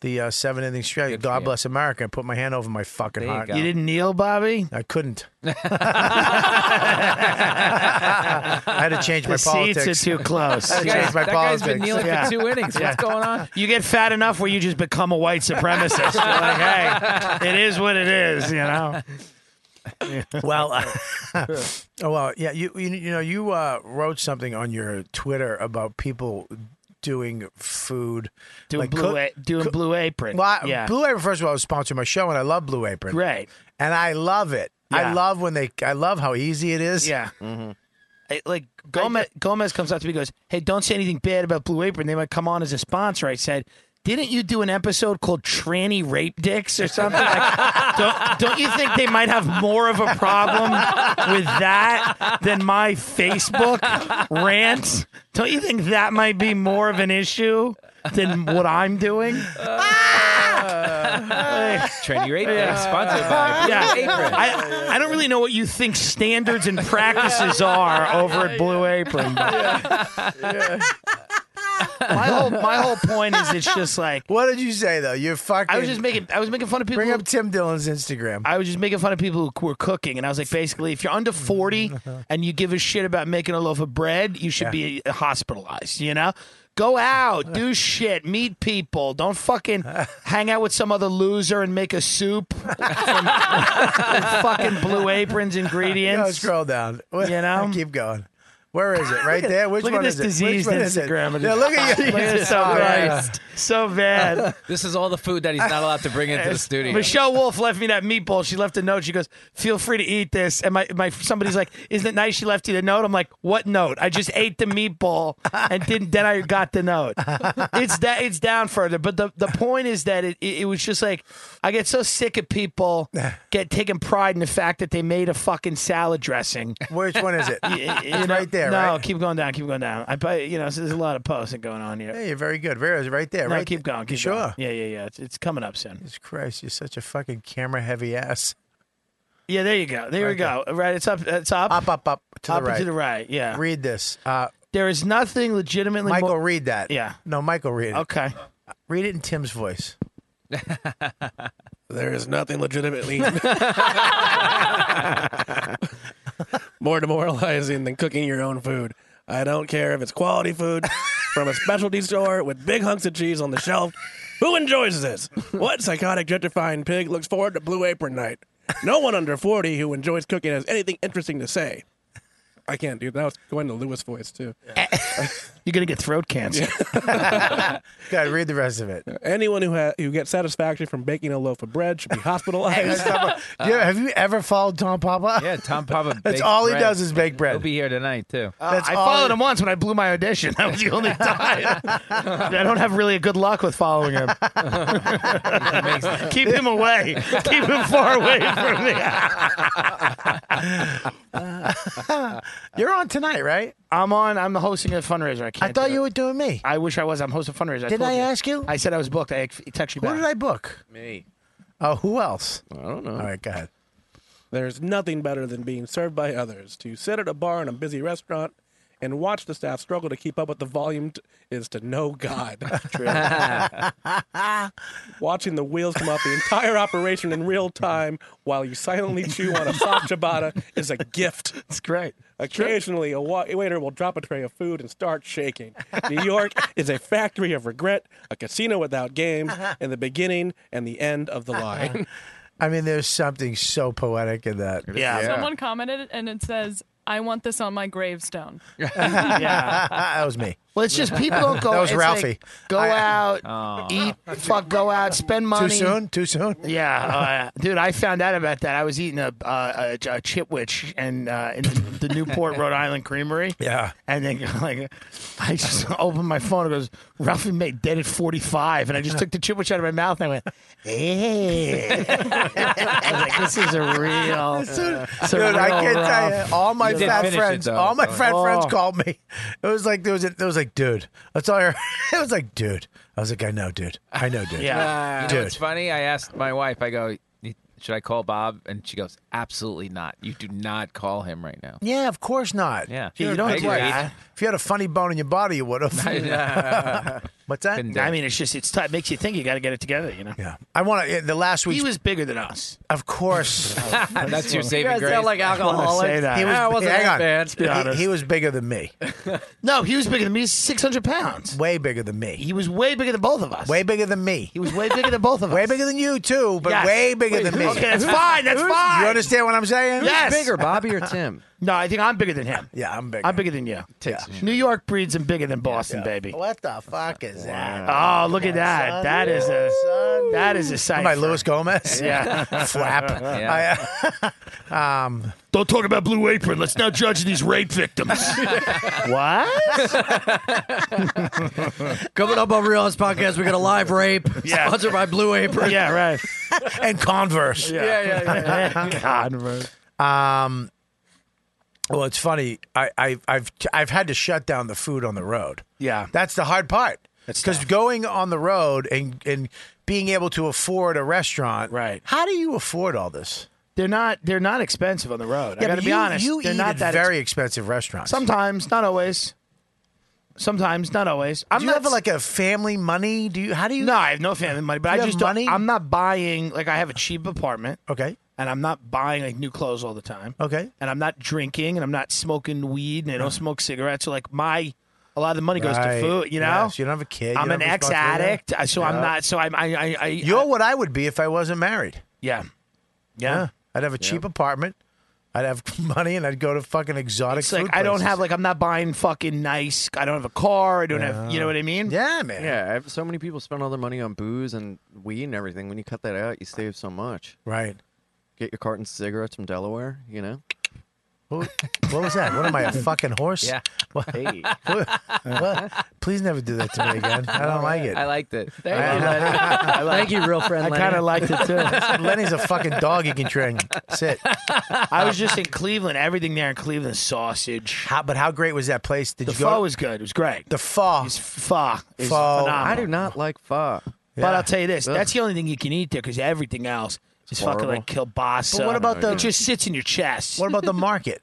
Speaker 2: the uh, seven inning stretch. God bless America. I put my hand over my fucking
Speaker 7: you,
Speaker 2: heart.
Speaker 7: didn't kneel, Bobby.
Speaker 2: I couldn't. I had to change
Speaker 7: the
Speaker 2: my politics.
Speaker 7: seats are too close.
Speaker 2: I had to change my politics.
Speaker 7: Yeah. Yeah. You get fat enough where you just become a white supremacist. You're like, hey, it is what it is, you know.
Speaker 2: well, uh, oh, well, yeah. You you, you know you uh, wrote something on your Twitter about people doing food,
Speaker 7: Doing
Speaker 2: like
Speaker 7: blue,
Speaker 2: cook-
Speaker 7: a- doing blue apron.
Speaker 2: Well, I-
Speaker 7: yeah.
Speaker 2: Blue Apron. First of all, is sponsoring my show, and I love Blue Apron.
Speaker 7: Right.
Speaker 2: And I love it. I
Speaker 7: Yeah.
Speaker 2: love when they. I love how easy it is.
Speaker 7: Yeah. I- like Gomez, Gomez comes up to me, and goes, "Hey, don't say anything bad about Blue Apron. They might come on as a sponsor." I said. Didn't you do an episode called "Tranny Rape Dicks" or something? Like, don't, don't you think they might have more of a problem with that than my Facebook rants? Don't you think that might be more of an issue than what I'm doing?
Speaker 6: Trendy Rape Dicks, sponsored by Blue
Speaker 7: yeah.
Speaker 6: Apron.
Speaker 7: I, I don't really know what you think standards and practices are over at Blue Apron. but- my whole my whole point is it's just like
Speaker 2: what did you say though? You're fucking.
Speaker 7: I was just making I was making fun of people.
Speaker 2: Bring up Tim Dillon's Instagram.
Speaker 7: I was just making fun of people who were cooking, and I was like, basically, if you're under 40 and you give a shit about making a loaf of bread, you should be uh, hospitalized, you know? Go out, do shit, meet people. Don't fucking hang out with some other loser and make a soup from, from fucking Blue Apron's ingredients.
Speaker 2: No, scroll down.
Speaker 7: You know?
Speaker 2: keep going. Where is it? Right
Speaker 7: Look at-
Speaker 2: there. Which
Speaker 7: look
Speaker 2: one
Speaker 7: at this
Speaker 2: is it? Which
Speaker 7: diseased
Speaker 2: one is it?
Speaker 7: Instagram. It
Speaker 2: Yeah,
Speaker 7: is-
Speaker 2: look at you.
Speaker 7: Look at this so
Speaker 2: Oh, yeah.
Speaker 7: bad. So bad.
Speaker 6: This is all the food that he's not allowed to bring into the studio.
Speaker 7: Michelle Wolf left me that meatball. She left a note. She goes, "Feel free to eat this." And my, my somebody's like, "Isn't it nice she left you the note?" I'm like, "What note? I just ate the meatball and didn't. Then I got the note. It's that it's down further. But the the point is that it, it it was just like I get so sick of people get taking pride in the fact that they made a fucking salad dressing.
Speaker 2: Which one is it?
Speaker 7: You- you
Speaker 2: It's
Speaker 7: know-
Speaker 2: right there.
Speaker 7: No,
Speaker 2: right?
Speaker 7: keep going down. Keep going down. I probably, you know, so there's a lot of posting going on here.
Speaker 2: Hey, you're very good. Where is it? Right there.
Speaker 7: no,
Speaker 2: right.
Speaker 7: keep
Speaker 2: there.
Speaker 7: going. Keep
Speaker 2: sure.
Speaker 7: Going. Yeah, yeah, yeah. It's, it's coming up soon.
Speaker 2: Jesus Christ, you're such a fucking camera heavy ass.
Speaker 7: Yeah, there you go. There we go. Right, it's up. It's up.
Speaker 2: Up, up, up to
Speaker 7: up
Speaker 2: the right.
Speaker 7: and to the right. Yeah.
Speaker 2: Read this. Uh,
Speaker 7: There is nothing legitimately.
Speaker 2: Michael,
Speaker 7: more-
Speaker 2: read that.
Speaker 7: Yeah.
Speaker 2: No, Michael, read it.
Speaker 7: Okay.
Speaker 2: Read it in Tim's voice.
Speaker 9: There is nothing legitimately more demoralizing than cooking your own food. I don't care if it's quality food from a specialty store with big hunks of cheese on the shelf. Who enjoys this? What psychotic gentrifying pig looks forward to Blue Apron night? No one under 40 who enjoys cooking has anything interesting to say. I can't do that. was going to Lewis voice, too.
Speaker 7: You're gonna get throat cancer.
Speaker 2: God, read the rest of it.
Speaker 9: Anyone who ha- who gets satisfaction from baking a loaf of bread should be hospitalized.
Speaker 7: Uh,
Speaker 2: yeah, have you ever followed Tom Papa?
Speaker 6: Yeah, Tom Papa.
Speaker 2: That's
Speaker 6: bakes
Speaker 2: all he
Speaker 6: bread.
Speaker 2: does is bake bread.
Speaker 6: He'll be here tonight too.
Speaker 7: Uh,
Speaker 2: That's
Speaker 7: I
Speaker 2: all-
Speaker 7: followed him once when I blew my audition. That was the only time. I don't have really a good luck with following him. Keep him away. Keep him far away from me. You're on tonight, right? I'm on. I'm hosting a fundraiser. I can't. I thought you were doing me. I wish I was. I'm hosting a fundraiser.
Speaker 2: Didn't
Speaker 7: told
Speaker 2: I ask you?
Speaker 7: I said I was booked. I ex- text you
Speaker 2: Who
Speaker 7: back.
Speaker 2: did I book?
Speaker 11: Me.
Speaker 2: Oh, who else?
Speaker 11: I don't know. All
Speaker 2: right, go ahead.
Speaker 9: There's nothing better than being served by others. To sit at a bar in a busy restaurant and watch the staff struggle to keep up with the volume t- is to know God. Watching the wheels come off the entire operation in real time while you silently chew on a soft ciabatta is a gift. It's
Speaker 7: great.
Speaker 9: Occasionally, a wa- waiter will drop a tray of food and start shaking. New York is a factory of regret, a casino without games, and the beginning and the end of the line.
Speaker 2: I mean, there's something so poetic in that.
Speaker 8: Someone commented and it says, I want this on my gravestone.
Speaker 2: that was me.
Speaker 7: Well, it's just people don't go.
Speaker 2: That was
Speaker 7: it's
Speaker 2: Ralphie.
Speaker 7: like, go
Speaker 2: I-
Speaker 7: out,
Speaker 2: Oh.
Speaker 7: eat, fuck, go out, spend money.
Speaker 2: Too soon? Too soon?
Speaker 7: Yeah, uh, dude, I found out about that. I was eating a uh, a, a chipwich and uh, in the Newport, Rhode Island Creamery.
Speaker 2: Yeah,
Speaker 7: and then like I just opened my phone and it goes Ralphie made dead at forty five, and I just took the chipwich out of my mouth and I went, hey, I was like, this is a real, it's a
Speaker 2: Dude, I
Speaker 7: real
Speaker 2: can't tell
Speaker 7: Ralph.
Speaker 2: you. All my
Speaker 7: Uh, You didn't
Speaker 2: fat
Speaker 7: finish it,
Speaker 2: friends,
Speaker 7: though,
Speaker 2: all my
Speaker 7: so-
Speaker 2: fat friends
Speaker 7: Oh.
Speaker 2: called me. It was like there was, a, it was like, dude, that's all. I heard. It was like, dude. I was like, I know, dude. I know, dude.
Speaker 10: you know,
Speaker 2: dude.
Speaker 10: it's funny. I asked my wife. I go, "Y- "Should I call Bob?" And she goes, "Absolutely not. You do not call him right now."
Speaker 2: Yeah, of course not.
Speaker 10: Yeah.
Speaker 2: You're
Speaker 10: You
Speaker 2: a
Speaker 10: don't
Speaker 2: big
Speaker 10: do
Speaker 2: wife.
Speaker 10: that.
Speaker 2: If you had a funny bone in your body, you would have. What's that?
Speaker 7: I mean, it's just it's t- it makes you think you got to get it together, you know.
Speaker 2: Yeah, I want to. The last week
Speaker 7: he was bigger than us.
Speaker 2: Of course,
Speaker 7: That's your saving
Speaker 11: You guys sound grace. like alcoholics.
Speaker 7: Say that.
Speaker 11: He was- Ah, it wasn't
Speaker 2: hang
Speaker 11: that
Speaker 2: on.
Speaker 11: bad. Let's be
Speaker 2: He-
Speaker 11: honest.
Speaker 2: He, was bigger than me.
Speaker 7: no, he was bigger than me. Six hundred pounds.
Speaker 2: Way bigger than me.
Speaker 7: He was way bigger than both of us.
Speaker 2: Way bigger than me.
Speaker 7: He was way bigger than both of us.
Speaker 2: Way bigger than you too, but
Speaker 7: Yes.
Speaker 2: way bigger
Speaker 7: Wait,
Speaker 2: than me.
Speaker 7: okay, that's fine, that's
Speaker 2: Who's-
Speaker 7: fine.
Speaker 2: You understand what I'm saying?
Speaker 7: Yes.
Speaker 11: Bobby or Tim?
Speaker 7: No, I think I'm bigger than him.
Speaker 2: Yeah, I'm bigger.
Speaker 7: I'm bigger than you.
Speaker 2: Takes
Speaker 7: Yeah. New York breeds and bigger than Boston,
Speaker 2: Yeah.
Speaker 7: baby.
Speaker 2: What the fuck is that?
Speaker 7: Oh, look at that. That is a that is a sight.
Speaker 2: Am I Luis Gomez?
Speaker 7: Yeah.
Speaker 2: Flap.
Speaker 7: Yeah.
Speaker 2: I, uh, um,
Speaker 7: Don't talk about Blue Apron. Let's now judge these rape victims. what?
Speaker 12: Coming up on Real House Podcast, we got a live rape
Speaker 7: Yeah.
Speaker 12: sponsored by Blue Apron.
Speaker 7: Yeah, right.
Speaker 2: and Converse.
Speaker 7: Converse.
Speaker 2: Um, well, it's funny. I, I, I've I've had to shut down the food on the road.
Speaker 7: Yeah,
Speaker 2: that's the hard part. Because going on the road and and being able to afford a restaurant. Right. How do you afford all this?
Speaker 7: They're not they're not expensive on the road.
Speaker 2: Yeah,
Speaker 7: I got
Speaker 2: but
Speaker 7: to be
Speaker 2: you-
Speaker 7: honest.
Speaker 2: you
Speaker 7: they're
Speaker 2: eat
Speaker 7: not
Speaker 2: at
Speaker 7: that
Speaker 2: very expensive restaurants.
Speaker 7: Sometimes, not always. Sometimes, not always. I'm
Speaker 2: do you
Speaker 7: not
Speaker 2: have like a family money? Do you? How do you?
Speaker 7: No, I have no family money, but
Speaker 2: Do
Speaker 7: I
Speaker 2: you have
Speaker 7: just
Speaker 2: money?
Speaker 7: don't. I'm not buying like I have a cheap apartment.
Speaker 2: Okay.
Speaker 7: And I'm not buying like new clothes all the time.
Speaker 2: Okay.
Speaker 7: And I'm not drinking and I'm not smoking weed and I don't smoke cigarettes. So like my a lot of the money goes
Speaker 2: Right.
Speaker 7: to food, you know?
Speaker 2: Yes, you don't have a kid.
Speaker 7: I'm
Speaker 2: you
Speaker 7: an
Speaker 2: don't have
Speaker 7: ex
Speaker 2: responsibility.
Speaker 7: addict, uh, so I'm
Speaker 2: Yeah.
Speaker 7: not so I'm I I, I
Speaker 2: You're what I would be if I wasn't married.
Speaker 7: Yeah.
Speaker 2: Yeah. I'd have a cheap apartment. I'd have money and I'd go to fucking exotic
Speaker 7: It's like I don't have like I'm not buying fucking nice I don't have a car, I don't have you know what I mean?
Speaker 2: Yeah, man.
Speaker 11: Yeah, I've- so many people spend all their money on booze and weed and everything. When you cut that out, you save so much.
Speaker 2: Right.
Speaker 11: Get your cartons of cigarettes from Delaware, you know?
Speaker 2: What, what was that? What am I, a fucking horse?
Speaker 11: Yeah.
Speaker 2: What,
Speaker 11: Hey.
Speaker 2: what, what- Please never do that to me again. I don't like it.
Speaker 10: I liked it.
Speaker 2: Thank you, Lenny. I like- Thank you, real friend
Speaker 7: I kind
Speaker 2: Lenny.
Speaker 7: of liked it too.
Speaker 2: Lenny's a fucking dog he can train. Sit.
Speaker 7: I was just in Cleveland. Everything there in Cleveland, is sausage.
Speaker 2: How, but how great was that place? Did
Speaker 7: the
Speaker 2: you go?
Speaker 7: pho was good. It was great.
Speaker 2: The pho.
Speaker 7: Pho. is
Speaker 2: Pho.
Speaker 7: phenomenal.
Speaker 2: I do
Speaker 11: not like pho.
Speaker 7: But I'll tell you this: that's the only thing you can eat there because everything else is fucking
Speaker 11: horrible.
Speaker 7: like kielbasa.
Speaker 2: But what about the-
Speaker 7: It just sits in your chest.
Speaker 2: What about the market?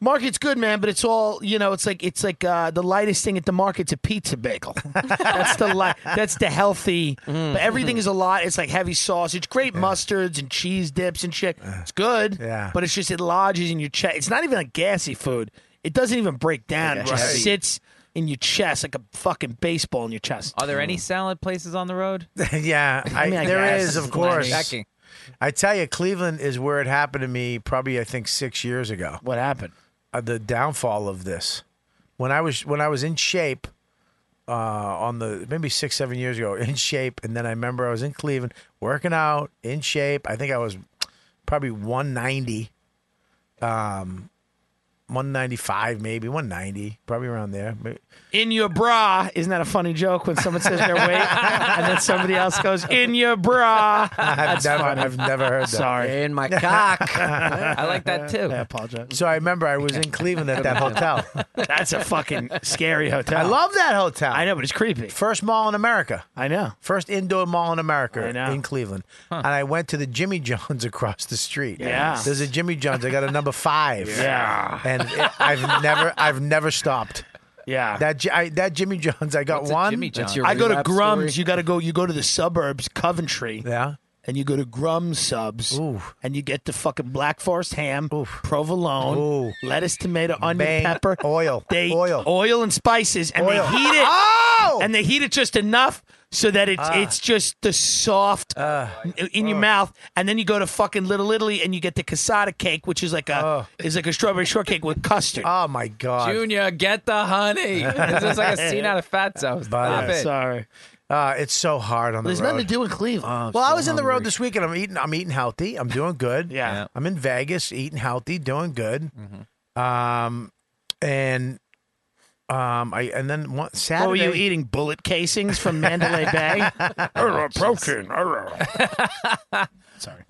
Speaker 7: Market's good, man, but it's all you know. It's like it's like uh, the lightest thing at the market's a pizza bagel. that's the light. That's the healthy. But everything is a lot. It's like heavy sausage, great mustards and cheese dips and shit. It's good.
Speaker 2: Yeah.
Speaker 7: But it's just it lodges in your chest. It's not even like gassy food. It doesn't even break down.
Speaker 10: Like
Speaker 7: it
Speaker 10: a
Speaker 7: just
Speaker 10: heavy-
Speaker 7: sits in your chest like a fucking baseball in your chest.
Speaker 10: Are there any salad places on the road?
Speaker 2: yeah, I,
Speaker 10: I mean, I
Speaker 2: there
Speaker 10: guess.
Speaker 2: is, of
Speaker 10: Lenny.
Speaker 2: course.
Speaker 10: Checking.
Speaker 2: I tell you, Cleveland is where it happened to me. Probably, I think six years ago.
Speaker 7: What happened?
Speaker 2: Uh, the downfall of this. When I was when I was in shape, uh, on the maybe six seven years ago, in shape, and then I remember I was in Cleveland working out in shape. I think I was probably one ninety. Um, 195 maybe 190 probably around there Maybe-
Speaker 7: in your bra. Isn't that a funny joke when someone says their weight and then somebody else goes, in your bra?
Speaker 2: I've
Speaker 7: That's
Speaker 2: never,
Speaker 7: funny.
Speaker 2: I've never heard that.
Speaker 7: Sorry.
Speaker 2: I
Speaker 7: like that too. I apologize.
Speaker 2: So I remember I was in Cleveland at that hotel.
Speaker 7: That's a fucking scary hotel.
Speaker 2: I love that hotel. I
Speaker 7: know, but it's creepy.
Speaker 2: First mall in America.
Speaker 7: I know.
Speaker 2: First indoor mall in America
Speaker 7: I know.
Speaker 2: in Cleveland. And I went to the Jimmy John's across the street.
Speaker 7: Yeah.
Speaker 2: There's a Jimmy John's. I got a number five.
Speaker 7: Yeah.
Speaker 2: And it- I've never I've never stopped.
Speaker 7: Yeah.
Speaker 2: That Ji- I, that Jimmy John's I got
Speaker 7: What's a
Speaker 2: one.
Speaker 7: Jimmy That's John's? your I go to relapse Grum's. story? You got to go. You go to the suburbs, Coventry.
Speaker 2: Yeah.
Speaker 7: And you go to Grum Subs, and you get the fucking Black Forest ham, provolone, lettuce, tomato, onion,
Speaker 2: Bang.
Speaker 7: pepper,
Speaker 2: oil,
Speaker 7: they,
Speaker 2: Oil.
Speaker 7: oil and spices, and
Speaker 2: Oil.
Speaker 7: they heat it.
Speaker 2: Oh!
Speaker 7: And they heat it just enough so that it's
Speaker 2: Ah. Oh.
Speaker 7: it's just the soft in- in your mouth. And then you go to fucking Little Italy, and you get the cassata cake, which is like a is like a strawberry shortcake with custard.
Speaker 2: Oh my god,
Speaker 10: Junior, get the honey. This is like a scene out of Fatso. Stop
Speaker 2: Butter.
Speaker 10: it.
Speaker 7: Sorry. Oh,
Speaker 2: Uh, it's so hard on
Speaker 7: There's
Speaker 2: the road.
Speaker 7: nothing to do in Cleveland.
Speaker 2: well, I was in the road this weekend. I'm eating. I'm eating healthy. I'm doing good.
Speaker 7: Yeah. Yeah.
Speaker 2: I'm in Vegas, eating healthy, doing good.
Speaker 10: Mm-hmm.
Speaker 2: Um, and um, I and then one Saturday.
Speaker 7: What were you eating? Bullet casings from Mandalay Bay? Protein. Sorry.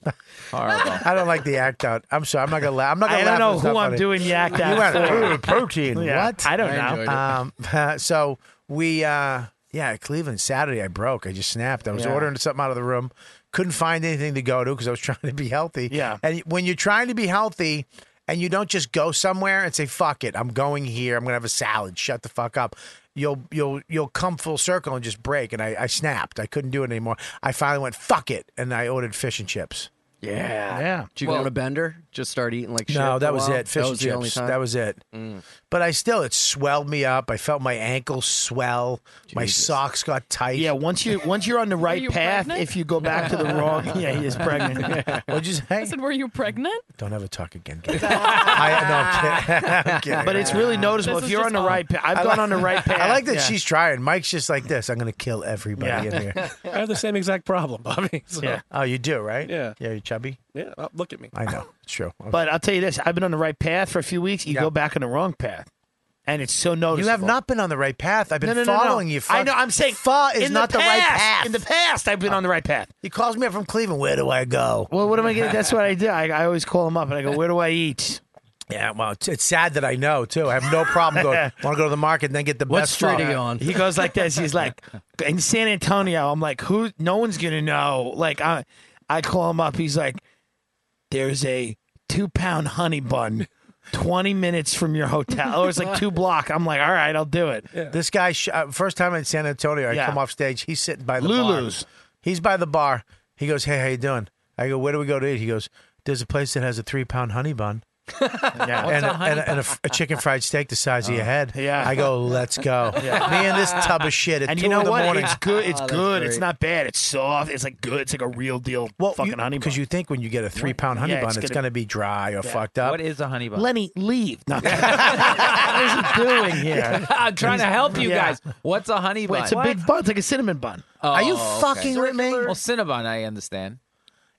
Speaker 2: I don't like the act out. I'm sorry. I'm not gonna laugh. I'm not gonna
Speaker 7: I don't
Speaker 2: laugh,
Speaker 7: know
Speaker 2: it's
Speaker 7: who
Speaker 2: not
Speaker 7: I'm
Speaker 2: funny.
Speaker 7: doing the act out
Speaker 2: You went,
Speaker 7: for.
Speaker 2: "Ooh, protein.
Speaker 7: Yeah,
Speaker 2: What?
Speaker 7: I don't I know. enjoyed it.
Speaker 2: Um, so we, uh, yeah, Cleveland Saturday. I broke. I just snapped. I was
Speaker 7: Yeah.
Speaker 2: ordering something out of the room. Couldn't find anything to go to because I was trying to be healthy. Yeah. And when you're trying to be healthy. And you don't just go somewhere and say "fuck it," I'm going here. I'm gonna have a salad. Shut the fuck up. You'll you'll you'll come full circle and just break. And I, I snapped. I couldn't do it anymore. I finally went "fuck it" and I ordered fish and chips.
Speaker 12: Yeah. Did you go
Speaker 2: Well-
Speaker 12: on a bender? Just start eating like shit.
Speaker 2: No,
Speaker 12: for
Speaker 2: that
Speaker 12: a
Speaker 2: was
Speaker 12: while?
Speaker 2: it. Fish
Speaker 12: that
Speaker 2: and
Speaker 12: was the only
Speaker 2: chips.
Speaker 12: time?
Speaker 2: That was it. But I still, it swelled me up. I felt my ankles swell. My socks got tight. Yeah,
Speaker 7: once you once you're on the right
Speaker 8: you path, pregnant? if
Speaker 7: you go back to the wrong- Yeah, he is pregnant.
Speaker 2: What'd you say?
Speaker 8: I said, were you pregnant?
Speaker 2: Don't ever talk again. kid. I, no, I'm kidding. I'm kidding.
Speaker 7: But it's really noticeable
Speaker 8: This
Speaker 7: if
Speaker 8: is
Speaker 7: you're on
Speaker 8: just
Speaker 7: the
Speaker 8: odd.
Speaker 7: right path. I've
Speaker 2: I
Speaker 7: gone
Speaker 2: like-
Speaker 7: on the right path.
Speaker 2: I like that
Speaker 7: Yeah.
Speaker 2: she's trying. Mike's just like this. I'm going to kill everybody
Speaker 9: Yeah.
Speaker 2: in here.
Speaker 9: I have the same exact problem, Bobby. So.
Speaker 2: Yeah. Oh, you do, right? Yeah. Yeah, you're chubby.
Speaker 9: Yeah, uh, look at me.
Speaker 2: I know. It's true.
Speaker 7: But I'll tell you this: I've been on the right path for a few weeks. You go back on the wrong path, and it's so noticeable.
Speaker 2: you have not been on the right path. I've been
Speaker 7: No, no, no, no.
Speaker 2: following you.
Speaker 7: I know. I'm saying
Speaker 2: far is
Speaker 7: in
Speaker 2: not the, right
Speaker 7: past-
Speaker 2: path.
Speaker 7: In the past, I've been on the right path.
Speaker 2: He calls me up from Cleveland. Where do I go?
Speaker 7: Well, what am I getting? That's what I do. I, I always call him up and I go, "Where do I eat?"
Speaker 2: Yeah, well, it's, it's sad that I know too. I have no problem going. Want to go to the market and then get the
Speaker 7: What
Speaker 2: best.
Speaker 7: street
Speaker 2: food.
Speaker 7: are you on? He goes like this. He's like, in San Antonio, I'm like, who? No one's gonna know. Like, I, I call him up. He's like, there's a two pound honey bun, twenty minutes from your hotel. Or it's like two block. I'm like, all right, I'll do it.
Speaker 2: This guy, sh- uh, first time in San Antonio, I
Speaker 7: Yeah.
Speaker 2: come off stage. He's sitting by the
Speaker 7: Lulu's.
Speaker 2: bar. He's by the bar. He goes, "Hey, how you doing?" I go, "Where do we go to eat?" He goes, "There's a place that has a three pound honey bun." and a, and, a, and a, f- a chicken fried steak the size of your head.
Speaker 7: Uh, Yeah.
Speaker 2: I go, let's go.
Speaker 7: Yeah.
Speaker 2: Me and this tub of shit at
Speaker 7: and
Speaker 2: two
Speaker 7: you know
Speaker 2: in the
Speaker 7: what?
Speaker 2: morning.
Speaker 7: It's good. It's good. It's not bad. It's soft. It's like good. It's like a real deal fucking honey bun.
Speaker 2: because you think when you get a three pound honey
Speaker 7: Yeah,
Speaker 2: bun,
Speaker 7: it's
Speaker 2: it's,
Speaker 7: gonna-
Speaker 2: going to be dry or
Speaker 7: Yeah.
Speaker 2: fucked up.
Speaker 7: What
Speaker 10: is a honey
Speaker 7: Lenny, leave. No. what is he doing here?
Speaker 10: I'm trying to help you
Speaker 7: Yeah.
Speaker 10: guys. What's a honey
Speaker 7: Wait,
Speaker 10: bun?
Speaker 7: it's a big bun. It's like a cinnamon bun.
Speaker 10: Oh,
Speaker 7: Are you
Speaker 10: okay.
Speaker 7: fucking with me?
Speaker 10: Well, Cinnabon, I understand.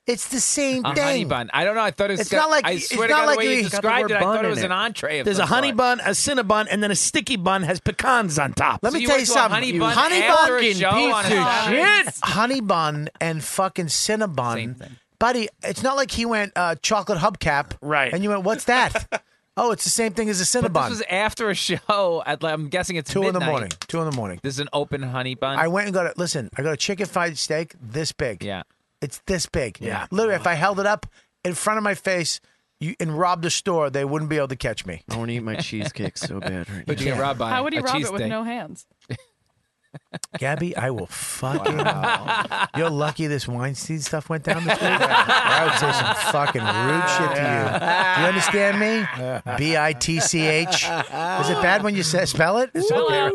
Speaker 2: It's the same
Speaker 10: A
Speaker 2: thing.
Speaker 10: honey bun. I don't know. I thought it was.
Speaker 2: It's not like-
Speaker 10: I
Speaker 2: it's
Speaker 10: swear to
Speaker 2: not
Speaker 10: God,
Speaker 2: like
Speaker 10: the way
Speaker 2: you-
Speaker 10: you
Speaker 2: got the
Speaker 10: described
Speaker 2: word
Speaker 10: it, I
Speaker 2: bun
Speaker 10: thought it
Speaker 2: in
Speaker 10: was
Speaker 2: it.
Speaker 10: an entree. Of
Speaker 7: There's a
Speaker 10: some
Speaker 7: honey
Speaker 10: sort.
Speaker 7: bun, a cinnabon, and then a sticky bun has pecans on top.
Speaker 2: Let
Speaker 10: So
Speaker 2: me
Speaker 10: you
Speaker 2: tell
Speaker 10: went
Speaker 2: you
Speaker 10: to a
Speaker 2: something.
Speaker 10: honey bun after a show on a Saturday?
Speaker 2: Honey bun and fucking Cinnabon. Buddy, it's not like he went uh, chocolate hubcap. Right. And you went, what's that? oh, it's the same thing as a
Speaker 10: But
Speaker 2: Cinnabon.
Speaker 10: This was after a show. At, like, I'm guessing it's
Speaker 2: Two in the
Speaker 10: midnight.
Speaker 2: morning. Two in the morning.
Speaker 10: This is an open honey bun.
Speaker 2: I went and got a listen. I got a chicken fried steak this big. Yeah, it's this big.
Speaker 10: Yeah.
Speaker 2: literally, if I held it up in front of my face you, and robbed a store, they wouldn't be able to catch me.
Speaker 11: I want to eat my cheesecake so bad right
Speaker 10: But
Speaker 11: now.
Speaker 10: you get robbed by
Speaker 8: How would he
Speaker 10: a
Speaker 8: rob it with
Speaker 10: cheesesteak.
Speaker 8: no hands?
Speaker 2: Gabby, I will fucking. You're lucky this Weinstein stuff went down this week. I would say some fucking rude shit to you. Do you understand me? B I T C H. Is it bad when you say, spell it? It's okay.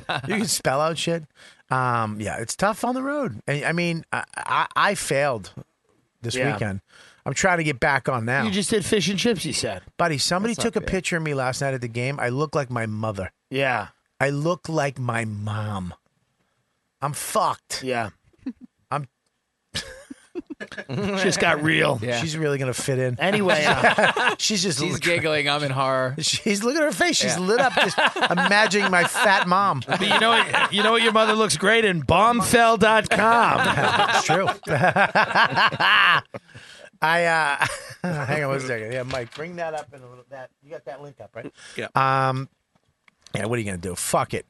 Speaker 2: you can spell out shit. Um, yeah, it's tough on the road. I, I mean, I, I, I failed this
Speaker 7: Yeah.
Speaker 2: weekend. I'm trying to get back on now.
Speaker 7: You just did fish and chips, you said.
Speaker 2: Buddy, somebody
Speaker 7: That's not
Speaker 2: took a
Speaker 7: fair.
Speaker 2: picture of me last night at the game. I look like my mother.
Speaker 7: Yeah.
Speaker 2: I look like my mom. I'm fucked.
Speaker 7: Yeah.
Speaker 2: I'm
Speaker 7: Just got real.
Speaker 10: Yeah. Eh?
Speaker 2: She's really gonna fit in.
Speaker 7: Anyway,
Speaker 2: she's just
Speaker 10: She's giggling. I'm in horror.
Speaker 2: She's look at her face. She's lit up just imagining my fat mom.
Speaker 7: But you know, what- you know what? Your mother looks great in bombfell.com.
Speaker 2: It's true. I uh, hang on one second. Yeah, Mike, bring that up in a little. That you got that link up, right?
Speaker 9: Yeah.
Speaker 2: Um, yeah. What are you gonna do? Fuck it.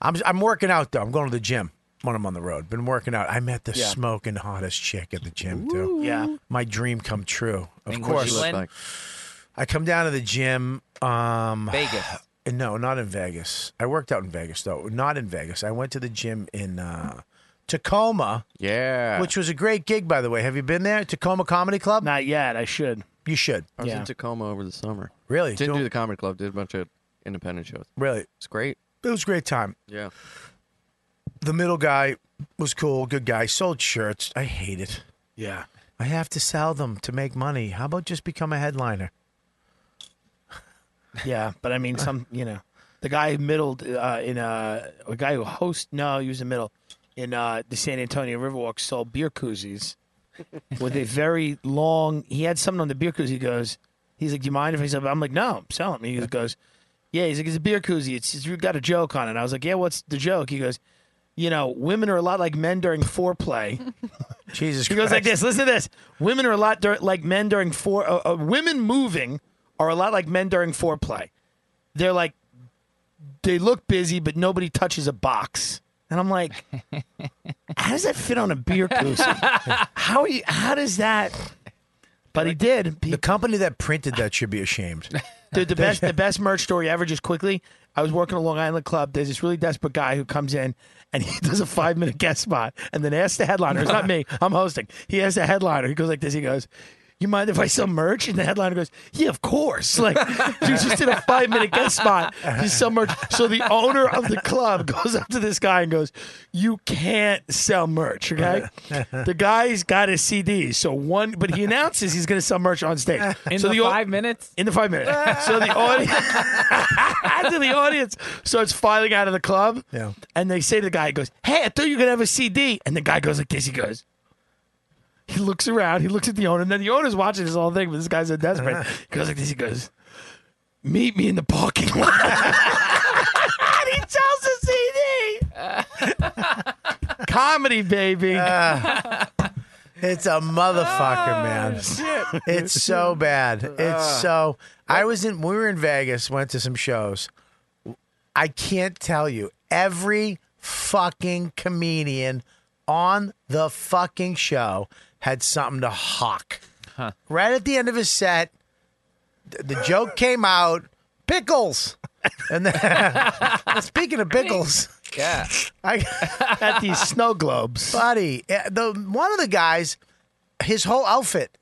Speaker 2: I'm I'm working out though. I'm going to the gym when I'm on the road. Been working out. I met the
Speaker 7: Yeah.
Speaker 2: smoking hottest chick at the gym too.
Speaker 7: Yeah.
Speaker 2: My dream come true. Of
Speaker 10: And what'd
Speaker 2: course.
Speaker 10: she look like?
Speaker 2: I come down to the gym. Um,
Speaker 10: Vegas.
Speaker 2: No, not in Vegas. I worked out in Vegas though. Not in Vegas. I went to the gym in uh, Tacoma.
Speaker 11: Yeah.
Speaker 2: Which was a great gig, by the way. Have you been there? Tacoma Comedy Club?
Speaker 7: Not yet. I should.
Speaker 2: You should.
Speaker 11: I was in Tacoma over the summer.
Speaker 2: Really?
Speaker 11: Didn't do the comedy club. Did a bunch of independent shows.
Speaker 2: Really?
Speaker 11: It's great.
Speaker 2: It was a great time.
Speaker 11: Yeah.
Speaker 2: The middle guy was cool, good guy. Sold shirts. I hate it.
Speaker 7: Yeah.
Speaker 2: I have to sell them to make money. How about just become a headliner?
Speaker 7: Yeah, but I mean, some you know, the guy who middled uh, in uh, a guy who host. No, he was a middle in uh, the San Antonio Riverwalk sold beer koozies with a very long. He had something on the beer koozie. He goes, he's like, "Do you mind if I sell?" it?" I'm like, "No, I'm selling." it." He goes, "Yeah." He's like, "It's a beer koozie. It's, it's got a joke on it." I was like, "Yeah, what's the joke?" He goes. You know, women are a lot like men during foreplay.
Speaker 2: Jesus
Speaker 7: He goes like
Speaker 2: Christ.
Speaker 7: this. Listen to this. Women are a lot dur- like men during fore. Uh, uh, women moving are a lot like men during foreplay. They're like, they look busy, but nobody touches a box. And I'm like, how does that fit on a beer koozie? how are you? How does that? But he did.
Speaker 2: The company that printed that should be ashamed.
Speaker 7: Dude, the best the best merch story ever. Just quickly, I was working at Long Island Club. There's this really desperate guy who comes in and he does a five minute guest spot, and then asks the headliner. It's not me. I'm hosting. He asks the headliner. He goes like this. He goes. You mind if I sell merch? And the headliner goes, "Yeah, of course!" Like you just did a five-minute guest spot. You sell merch. So the owner of the club goes up to this guy and goes, "You can't sell merch, okay?" the guy's got his CD. So one, but he announces he's going to sell merch on stage.
Speaker 6: In
Speaker 7: so
Speaker 6: the
Speaker 7: o-
Speaker 6: five minutes?
Speaker 7: In the five minutes. so the audience to the audience starts filing out of the club.
Speaker 2: Yeah.
Speaker 7: And they say to the guy, he goes, Hey, I thought you were gonna have a CD. And the guy goes like this, he goes. He looks around, he looks at the owner, and then the owner's watching this whole thing, but this guy's so desperate. He goes like this, he goes, Meet me in the parking lot. and he tells the CD. Comedy, baby.
Speaker 2: it's a motherfucker, man.
Speaker 7: shit.
Speaker 2: It's so bad. It's so. I was in. We were in Vegas. Went to some shows. I can't tell you every fucking comedian on the fucking show had something to hawk. Right at the end of his set, th- the joke came out. Pickles. And then, speaking of pickles.
Speaker 10: Yeah.
Speaker 2: I
Speaker 7: at these snow globes,
Speaker 2: buddy. eh, The one of the guys, his whole outfit.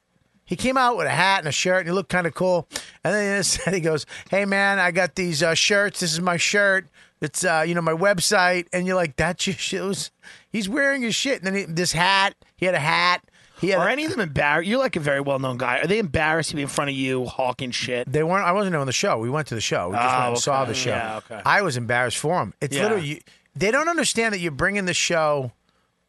Speaker 2: He came out with a hat and a shirt, and he looked kind of cool. And then he said, "He goes, hey man, I got these uh, shirts. This is my shirt. It's uh, you know my website." And you're like, "That's your shoes." He's wearing his shit, and then he, this hat. He had a hat. He had
Speaker 7: Are
Speaker 2: a-
Speaker 7: any of them embarrassed? You're like a very well known guy. Are they embarrassed to be in front of you hawking shit?
Speaker 2: They weren't. I wasn't on the show. We went to the show. We just
Speaker 7: Oh,
Speaker 2: went and
Speaker 7: okay.
Speaker 2: saw the show.
Speaker 7: Yeah, okay.
Speaker 2: I was embarrassed for them. It's
Speaker 7: Yeah.
Speaker 2: literally you, they don't understand that you're bringing the show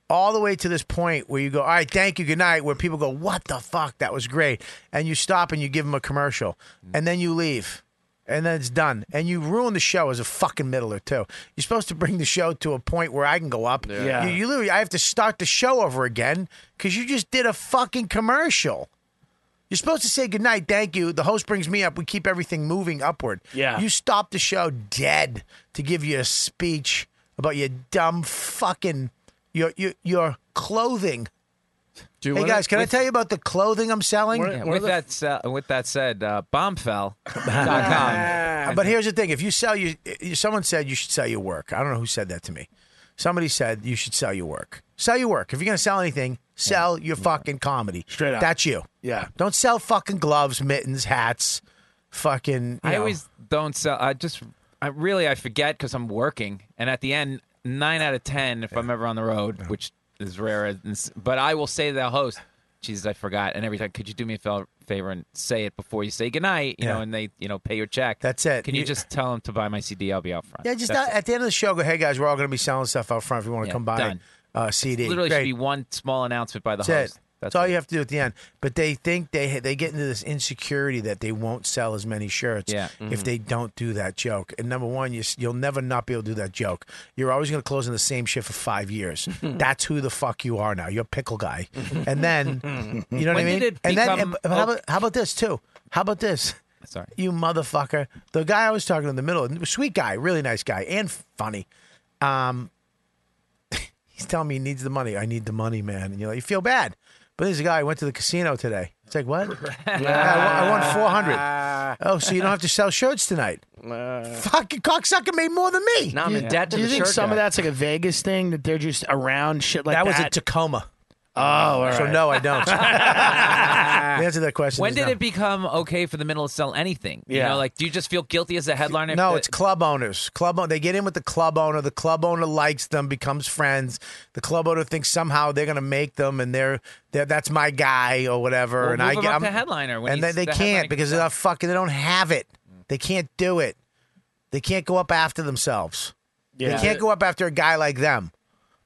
Speaker 2: all the way to this point where you go, all right, thank you, good night. Where people go, what the fuck, that was great, and you stop and you give them a commercial,
Speaker 7: Mm.
Speaker 2: and then you leave. And then it's done. And you ruin the show as a fucking middler too. You're supposed to bring the show to a point where I can go up.
Speaker 7: Yeah.
Speaker 2: You, you literally, I have to start the show over again because you just did a fucking commercial. You're supposed to say goodnight, thank you. The host brings me up. We keep everything moving upward.
Speaker 7: Yeah.
Speaker 2: You stop the show dead to give you a speech about your dumb fucking your your, your clothing.
Speaker 11: Do you
Speaker 2: hey
Speaker 11: wanna-
Speaker 2: guys, can I
Speaker 11: with-
Speaker 2: tell you about the clothing I'm selling?
Speaker 10: Yeah, with that sa- with that said, uh, bombfell.com.
Speaker 2: Uh, But here's the thing: if you sell your, you- someone said you should sell your work. I don't know who said that to me. Somebody said you should sell your work. Sell your work. If you're gonna sell anything, sell your fucking comedy.
Speaker 7: Straight up.
Speaker 2: That's you.
Speaker 7: Yeah.
Speaker 2: Don't sell fucking gloves, mittens, hats, fucking. you
Speaker 10: I
Speaker 2: know.
Speaker 10: always don't sell. I just, I really, I forget because I'm working, and at the end, nine out of ten, if I'm ever on the road, which is rare, and s- but I will say to the host, "Jesus, I forgot." And every time, could you do me a fel- favor and say it before you say goodnight? You know,
Speaker 2: Yeah.
Speaker 10: and they, you know, pay your check.
Speaker 2: That's it.
Speaker 10: Can you,
Speaker 2: You-
Speaker 10: just tell them to buy my CD? I'll be out front.
Speaker 2: Yeah, just
Speaker 10: That's
Speaker 2: out, at the end of the show, go, hey guys, we're all going to be selling stuff out front. If you want to
Speaker 10: Yeah,
Speaker 2: come by,
Speaker 10: done.
Speaker 2: uh, CD.
Speaker 10: it. literally
Speaker 2: Great.
Speaker 10: should be one small announcement by the
Speaker 2: That's
Speaker 10: host.
Speaker 2: it. That's all you have to do at the end. But they think they they get into this insecurity that they won't sell as many shirts
Speaker 10: Yeah.
Speaker 2: if
Speaker 10: Mhm.
Speaker 2: they don't do that joke. And number one, you, s- you'll never not be able to do that joke. You're always going to close in the same shit for five years. That's who the fuck you are now. You're pickle guy. And then, you know what I
Speaker 10: When
Speaker 2: mean?
Speaker 10: did it
Speaker 2: and then,
Speaker 10: become
Speaker 2: and- but how,
Speaker 10: okay?
Speaker 2: about, how about this too? How about this?
Speaker 10: Sorry.
Speaker 2: You motherfucker. The guy I was talking to in the middle, sweet guy, really nice guy, and funny. Um, he's telling me he needs the money. I need the money, man. And you're like, you feel bad. But there's a guy who went to the casino today. It's like, what? Yeah, I, won, I won 400. Oh, so you don't have to sell shirts tonight. Fucking cocksucker made more than me.
Speaker 7: Do you- Do you think some of that's like a Vegas thing that they're just around shit like that?
Speaker 2: That was a Tacoma.
Speaker 7: Oh, all right.
Speaker 2: So no, I don't. the answer to that question
Speaker 10: When
Speaker 2: is
Speaker 10: did
Speaker 2: no.
Speaker 10: it become okay for the middle to sell anything?
Speaker 2: Yeah.
Speaker 10: You know, like, do you just feel guilty as a headliner? if
Speaker 2: No,
Speaker 10: the-
Speaker 2: it's club owners. Club own. They get in with the club owner. The club owner likes them, becomes friends. The club owner thinks somehow they're gonna make them, and they're, they're that's my guy or whatever.
Speaker 10: Well,
Speaker 2: and
Speaker 10: move
Speaker 2: I
Speaker 10: him
Speaker 2: get
Speaker 10: up
Speaker 2: I'm-
Speaker 10: to headliner when
Speaker 2: and
Speaker 10: he's
Speaker 2: they, they
Speaker 10: the headliner
Speaker 2: can't because they're not fucking. They don't have it. They can't do it. They can't go up after themselves.
Speaker 10: Yeah.
Speaker 2: They can't go up after a guy like them.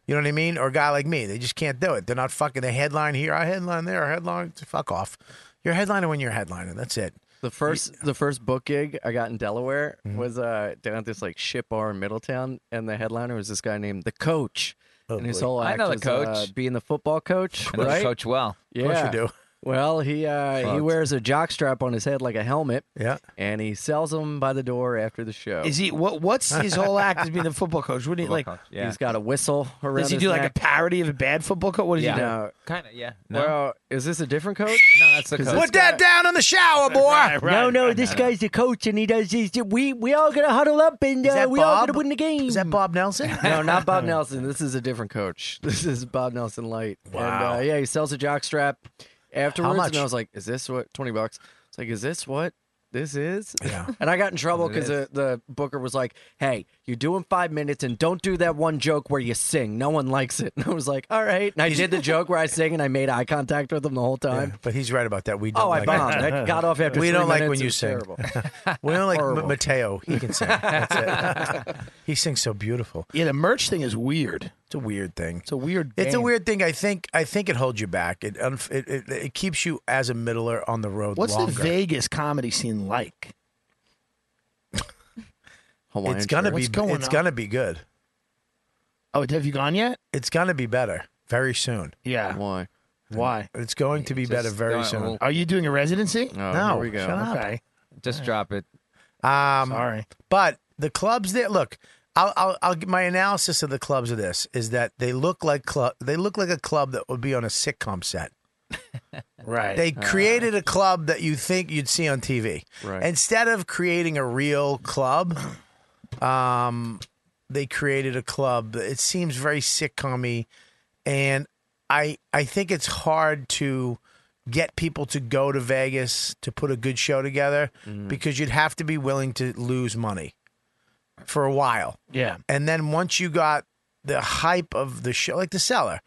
Speaker 2: You know what I mean? Or a guy like me. They just can't do it. They're not fucking. They headline here, I headline there, I headline. Fuck off. You're a headliner when you're a headliner. That's it.
Speaker 11: The first the first book gig I got in Delaware
Speaker 10: Mm-hmm.
Speaker 11: was uh, down at this like ship bar in Middletown, and the headliner was this guy named the Coach, and his
Speaker 10: Oh, boy.
Speaker 11: whole
Speaker 10: I
Speaker 11: act
Speaker 10: know the
Speaker 11: was uh,
Speaker 10: Coach.
Speaker 11: being the football coach.
Speaker 10: I know the
Speaker 11: right?
Speaker 10: Coach well.
Speaker 11: yeah.
Speaker 10: Of course you do.
Speaker 11: Well, he uh, he
Speaker 10: Fucked.
Speaker 11: wears a jock strap on his head like a helmet.
Speaker 2: Yeah,
Speaker 11: and he sells them by the door after the show.
Speaker 7: Is he what? What's his whole act as being the football coach? Wouldn't he like?
Speaker 11: He's got a whistle around.
Speaker 7: Does he
Speaker 11: his
Speaker 7: do like
Speaker 11: neck.
Speaker 7: a parody of a bad football coach? What does
Speaker 11: Yeah.
Speaker 7: he do?
Speaker 11: No.
Speaker 10: Kind of, yeah.
Speaker 11: Well, is this a different coach?
Speaker 10: No, that's the
Speaker 11: 'Cause
Speaker 10: coach.
Speaker 11: this
Speaker 2: Put that down in the shower, boy.
Speaker 13: no, no, this guy's the coach, and he does. He's, we we all gonna huddle up, and
Speaker 2: Is
Speaker 13: uh,
Speaker 2: that
Speaker 13: we all
Speaker 2: Bob?
Speaker 13: gonna win the game. Is
Speaker 2: that Bob Nelson?
Speaker 11: no, not Bob Nelson. This is a different coach. This is Bob Nelson Light.
Speaker 2: Wow.
Speaker 11: And, uh, yeah, he sells a jock strap afterwards.
Speaker 2: much?
Speaker 11: And I was like, is this what? 20 bucks. It's like, is this what this is?
Speaker 2: Yeah.
Speaker 11: And I got in trouble
Speaker 13: It is.
Speaker 11: because the, the booker was like, hey, you're doing five minutes and don't do that one joke where you sing. No one likes it. And I was like, all right. And I did the joke where I sing and I made eye contact with him the whole time.
Speaker 2: But he's right about that. We don't
Speaker 11: Oh, I
Speaker 2: like
Speaker 11: bombed. I got off after
Speaker 2: We
Speaker 11: three
Speaker 2: don't like
Speaker 11: minutes.
Speaker 2: when
Speaker 11: It
Speaker 2: you
Speaker 11: was
Speaker 2: sing.
Speaker 11: terrible.
Speaker 2: we don't like M-
Speaker 11: Horrible.
Speaker 2: Mateo. He can sing. That's it. he sings so beautiful.
Speaker 7: Yeah, the merch thing is weird.
Speaker 2: It's a weird thing.
Speaker 7: It's a weird.
Speaker 2: It's a
Speaker 7: game.
Speaker 2: weird thing. I think. I think it holds you back. It unf- it, it, it keeps you as a middler on the road.
Speaker 7: What's
Speaker 2: longer.
Speaker 7: the Vegas comedy scene like? Hawaiian
Speaker 2: it's gonna
Speaker 7: shirt.
Speaker 2: be.
Speaker 7: What's going
Speaker 2: it's
Speaker 7: on?
Speaker 2: gonna be good.
Speaker 7: Oh, have you gone yet?
Speaker 2: It's gonna be better very soon.
Speaker 7: Yeah.
Speaker 11: Why?
Speaker 7: Why?
Speaker 2: It's going to be better very
Speaker 10: don't-
Speaker 2: soon.
Speaker 10: we'll-
Speaker 7: Are you doing a residency?
Speaker 2: no, shut up.
Speaker 7: Okay.
Speaker 10: Just drop it.
Speaker 2: Um,
Speaker 7: Sorry,
Speaker 2: but the clubs that look, I'll, I'll, I'll my analysis of the clubs of this is that they look like club. They look like a club that would be on a sitcom set.
Speaker 7: Right.
Speaker 2: They created a club that you think you'd see on TV.
Speaker 11: Right.
Speaker 2: Instead of creating a real club, um, they created a club. It seems very sitcom-y, and I I think it's hard to get people to go to Vegas to put a good show together because you'd have to be willing to lose money for a while.
Speaker 7: Yeah.
Speaker 2: And then once you got the hype of the show, like the seller,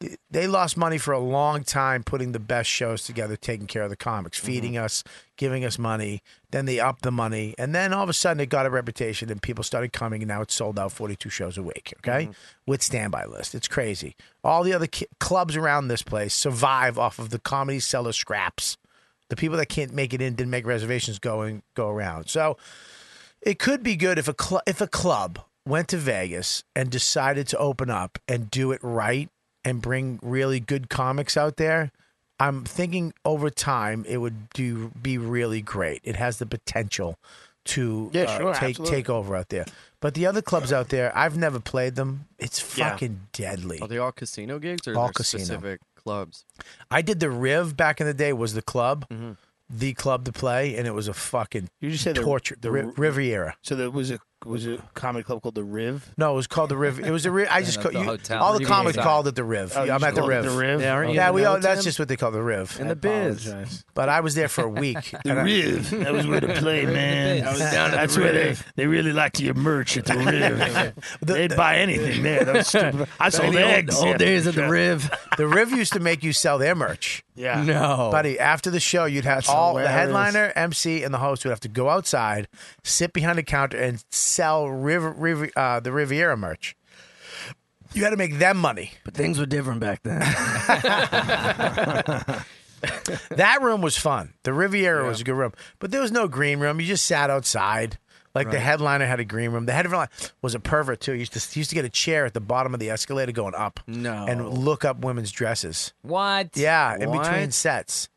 Speaker 2: th- they lost money for a long time putting the best shows together, taking care of the comics, feeding us, giving us money. Then they upped the money. And then all of a sudden it got a reputation and people started coming. And now it's sold out 42 shows a week, okay? With standby list. It's crazy. All the other ki- clubs around this place survive off of the comedy seller scraps. The people that can't make it in didn't make reservations go and go around. So, it could be good if a cl- if a club went to Vegas and decided to open up and do it right and bring really good comics out there. I'm thinking over time it would do be really great. It has the potential to
Speaker 7: Yeah,
Speaker 2: uh,
Speaker 7: sure,
Speaker 2: take
Speaker 7: absolutely.
Speaker 2: take over out there. But the other clubs out there, I've never played them. It's fucking deadly.
Speaker 7: Oh,
Speaker 11: Are they all casino gigs or
Speaker 2: All
Speaker 11: they're
Speaker 2: casino.
Speaker 11: specific clubs?
Speaker 2: I did the Riv back in the day was the club, the club to play, and it was a fucking
Speaker 7: Mm-hmm. You just said the-
Speaker 2: torture.
Speaker 7: the
Speaker 2: Ri-
Speaker 7: Ri-
Speaker 2: Riviera.
Speaker 7: So there was a was a comedy club called the Riv.
Speaker 2: No, it was called the Riv. It was the Riv. I just
Speaker 7: Yeah,
Speaker 2: call,
Speaker 7: the
Speaker 2: you,
Speaker 7: hotel.
Speaker 2: all the
Speaker 7: Riviera.
Speaker 2: comics called it the Riv.
Speaker 7: Oh, you
Speaker 2: I'm
Speaker 7: just
Speaker 2: at the
Speaker 7: called it
Speaker 2: Riv.
Speaker 7: the Riv? Yeah,
Speaker 2: Yeah,
Speaker 7: aren't you in
Speaker 2: we
Speaker 7: the
Speaker 2: all,
Speaker 7: know,
Speaker 2: that's
Speaker 7: Tim?
Speaker 2: just what they call the Riv.
Speaker 7: In the I biz. apologize.
Speaker 2: But I was there for a week.
Speaker 7: The
Speaker 2: and I-
Speaker 7: Riv. That was where to play, man.
Speaker 2: I was down at
Speaker 7: That's
Speaker 2: the
Speaker 7: where they,
Speaker 2: Riv.
Speaker 7: they really liked your merch at the Riv. They'd buy anything there. That was stupid. I
Speaker 2: Back
Speaker 7: sold
Speaker 2: in the old-
Speaker 7: eggs.
Speaker 2: old
Speaker 7: after
Speaker 2: days
Speaker 7: the
Speaker 2: at the
Speaker 7: show.
Speaker 2: Riv. The Riv used to make you sell their merch.
Speaker 7: Yeah. No.
Speaker 2: buddy. After the show, you'd have all the
Speaker 7: hilarious.
Speaker 2: headliner, MC, and the host would have to go outside, sit behind a counter, and sell Riv, Riv, uh, the Riviera merch. You had to make them money.
Speaker 11: But things were different back then.
Speaker 2: that room was fun. The Riviera was a good room, but there was no green room. You just sat outside. Like the
Speaker 14: Right.
Speaker 2: headliner had a green room. The headliner was a pervert too. He used to he used to get a chair at the bottom of the escalator going up. No. And look up women's dresses.
Speaker 10: What?
Speaker 2: Yeah, in between
Speaker 10: What?
Speaker 2: sets.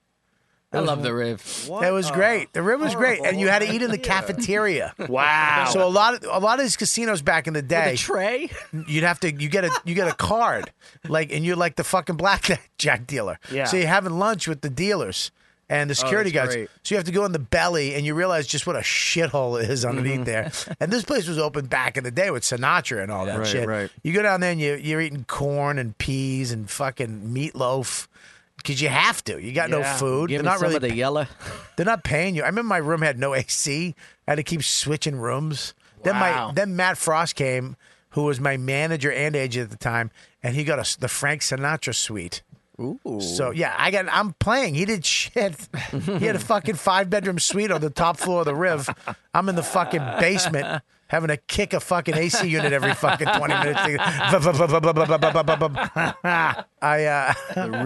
Speaker 10: I
Speaker 2: It
Speaker 10: love the Riv.
Speaker 2: It was great. The Riv was great, and you had to eat in the cafeteria. wow! So a lot of a lot of these casinos back in the day,
Speaker 11: tray.
Speaker 2: You'd have to you get a you get a card, like, and you're like the fucking blackjack dealer.
Speaker 11: Yeah.
Speaker 2: So you're having lunch with the dealers and the
Speaker 11: Oh,
Speaker 2: security
Speaker 11: that's
Speaker 2: guards.
Speaker 11: great.
Speaker 2: So you have to go in the belly, and you realize just what a shithole it is underneath
Speaker 11: Mhm.
Speaker 2: there. And this place was open back in the day with Sinatra and all that
Speaker 11: Right,
Speaker 2: shit.
Speaker 11: right.
Speaker 2: You go down there and you, you're eating corn and peas and fucking meatloaf because you have to. You got no
Speaker 11: Yeah.
Speaker 2: food.
Speaker 11: Give
Speaker 2: They're
Speaker 11: me
Speaker 2: not
Speaker 11: some
Speaker 2: really
Speaker 11: of the yellow.
Speaker 2: They're not paying you. I remember my room had no AC. I had to keep switching rooms. Then
Speaker 11: Wow.
Speaker 2: my then Matt Frost came, who was my manager and agent at the time, and he got us the Frank Sinatra suite. Ooh. So yeah, I got. I'm playing. He did shit. he had a fucking five bedroom suite on the top floor of the Riv. I'm in the fucking basement having to kick a fucking AC unit every fucking 20 minutes. I uh,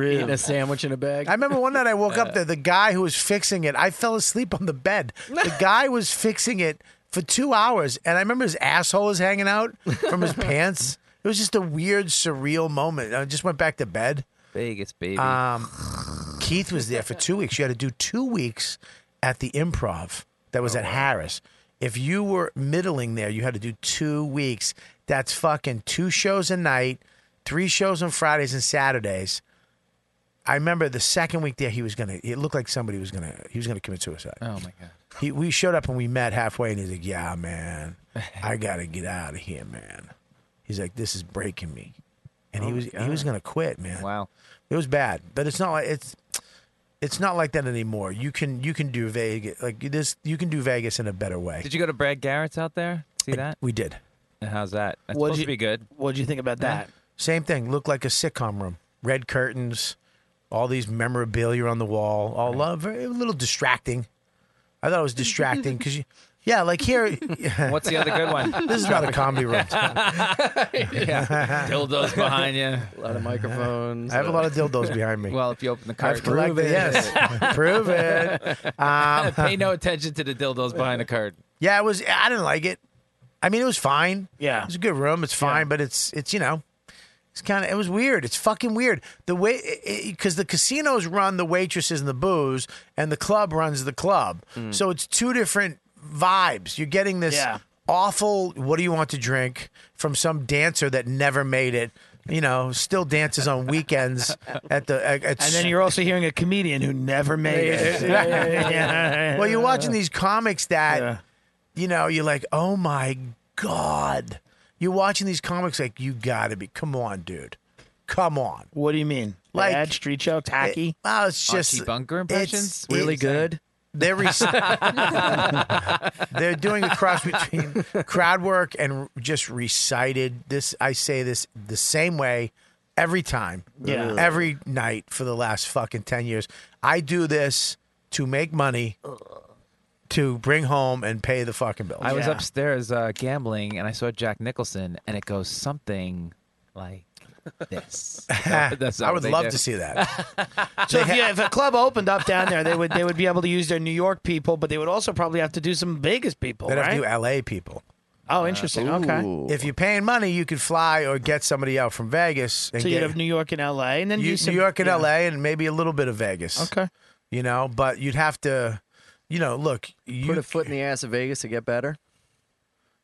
Speaker 11: Eating a sandwich in a bag.
Speaker 2: I remember one night I woke up there. The guy who was fixing it, I fell asleep on the bed. The guy was fixing it for two hours, and I remember his asshole was hanging out from his pants. It was just a weird, surreal moment. I just went back to bed.
Speaker 10: Vegas,
Speaker 11: Uh,
Speaker 10: baby.
Speaker 2: Um, Keith was there for two weeks. You had to do two weeks at the improv that was at Harris. If you were middling there, you had to do two weeks. That's fucking two shows a night, three shows on Fridays and Saturdays. I remember the second week there, he was gonna. It looked like somebody was gonna. He was gonna commit suicide. Oh
Speaker 10: my god!
Speaker 2: He, we showed up and we met halfway, and he's like, "Yeah, man, I gotta get out of here, man." He's like, "This is breaking me," and he was he was gonna quit, man.
Speaker 10: Oh, Wow,
Speaker 2: it was bad, but it's not like it's it's not like that anymore. You can you can do Vegas like this. You can do Vegas in a better way.
Speaker 10: Did you go to Brad Garrett's out there? See that?
Speaker 2: We did.
Speaker 10: And how's that? That's
Speaker 2: What'd
Speaker 10: supposed
Speaker 2: you-
Speaker 10: to be good.
Speaker 7: What'd you think about that?
Speaker 2: Same thing. Looked like a sitcom room. Red curtains, all these memorabilia on the wall. All love. A little distracting. I thought it was distracting because you. Yeah, like here.
Speaker 10: What's the other good one?
Speaker 2: This is not a comedy room.
Speaker 10: yeah. Dildos behind you.
Speaker 11: A lot of microphones.
Speaker 2: I have a lot of dildos behind me.
Speaker 10: Well, if you open the curtain,
Speaker 2: I've collected. Yes, prove it. Um,
Speaker 10: Pay no attention to the dildos behind the curtain.
Speaker 2: Yeah, it was. I didn't like it. I mean, it was fine.
Speaker 10: Yeah.
Speaker 2: it was a good room. It's fine, but it's it's you know, it's kind of it was weird. It's fucking weird the way because the casinos run the waitresses and the booze, and the club runs the club. So it's two different vibes. You're getting this
Speaker 7: Mm. Yeah.
Speaker 2: awful. What do you want to drink from some dancer that never made it? You know, still dances on weekends at the at, at
Speaker 7: And then you're also hearing a comedian who never made it.
Speaker 2: well, you're
Speaker 10: Uh,
Speaker 2: watching these comics that, you know, you're like, oh my god. You're watching these comics like you gotta be. Come on, dude. Come on.
Speaker 7: What do you mean?
Speaker 2: Like
Speaker 7: Bad street show, tacky.
Speaker 2: Oh, it's just
Speaker 7: Archie
Speaker 10: Bunker
Speaker 2: it's-
Speaker 10: impressions?
Speaker 2: it's-
Speaker 10: Really good?
Speaker 2: They're re- they're doing a cross between crowd work and just recited this. I say this the same way every time,
Speaker 7: Yeah.
Speaker 2: every night for the last fucking ten years. I do this to make money, to bring home and pay the fucking bills.
Speaker 10: I was upstairs uh, gambling and I saw Jack Nicholson, and it goes something like this. That's not
Speaker 2: I
Speaker 10: what
Speaker 2: would
Speaker 10: they
Speaker 2: love
Speaker 10: do.
Speaker 2: to see that.
Speaker 7: So if, you, if a club opened up down there, they would they would be able to use their New York people, but they would also probably have to do some Vegas people,
Speaker 2: They'd
Speaker 7: right?
Speaker 2: have to do LA people.
Speaker 7: Oh, interesting. Okay.
Speaker 2: If you're paying money, you could fly or get somebody out from Vegas. And
Speaker 7: so you'd
Speaker 2: get-
Speaker 7: have New York and L.A. and then
Speaker 2: You-
Speaker 7: do some,
Speaker 2: New York and
Speaker 7: yeah.
Speaker 2: LA and maybe a little bit of Vegas.
Speaker 7: Okay.
Speaker 2: You know, but you'd have to, you know, look, you,
Speaker 11: Put a foot in the ass of Vegas to get better.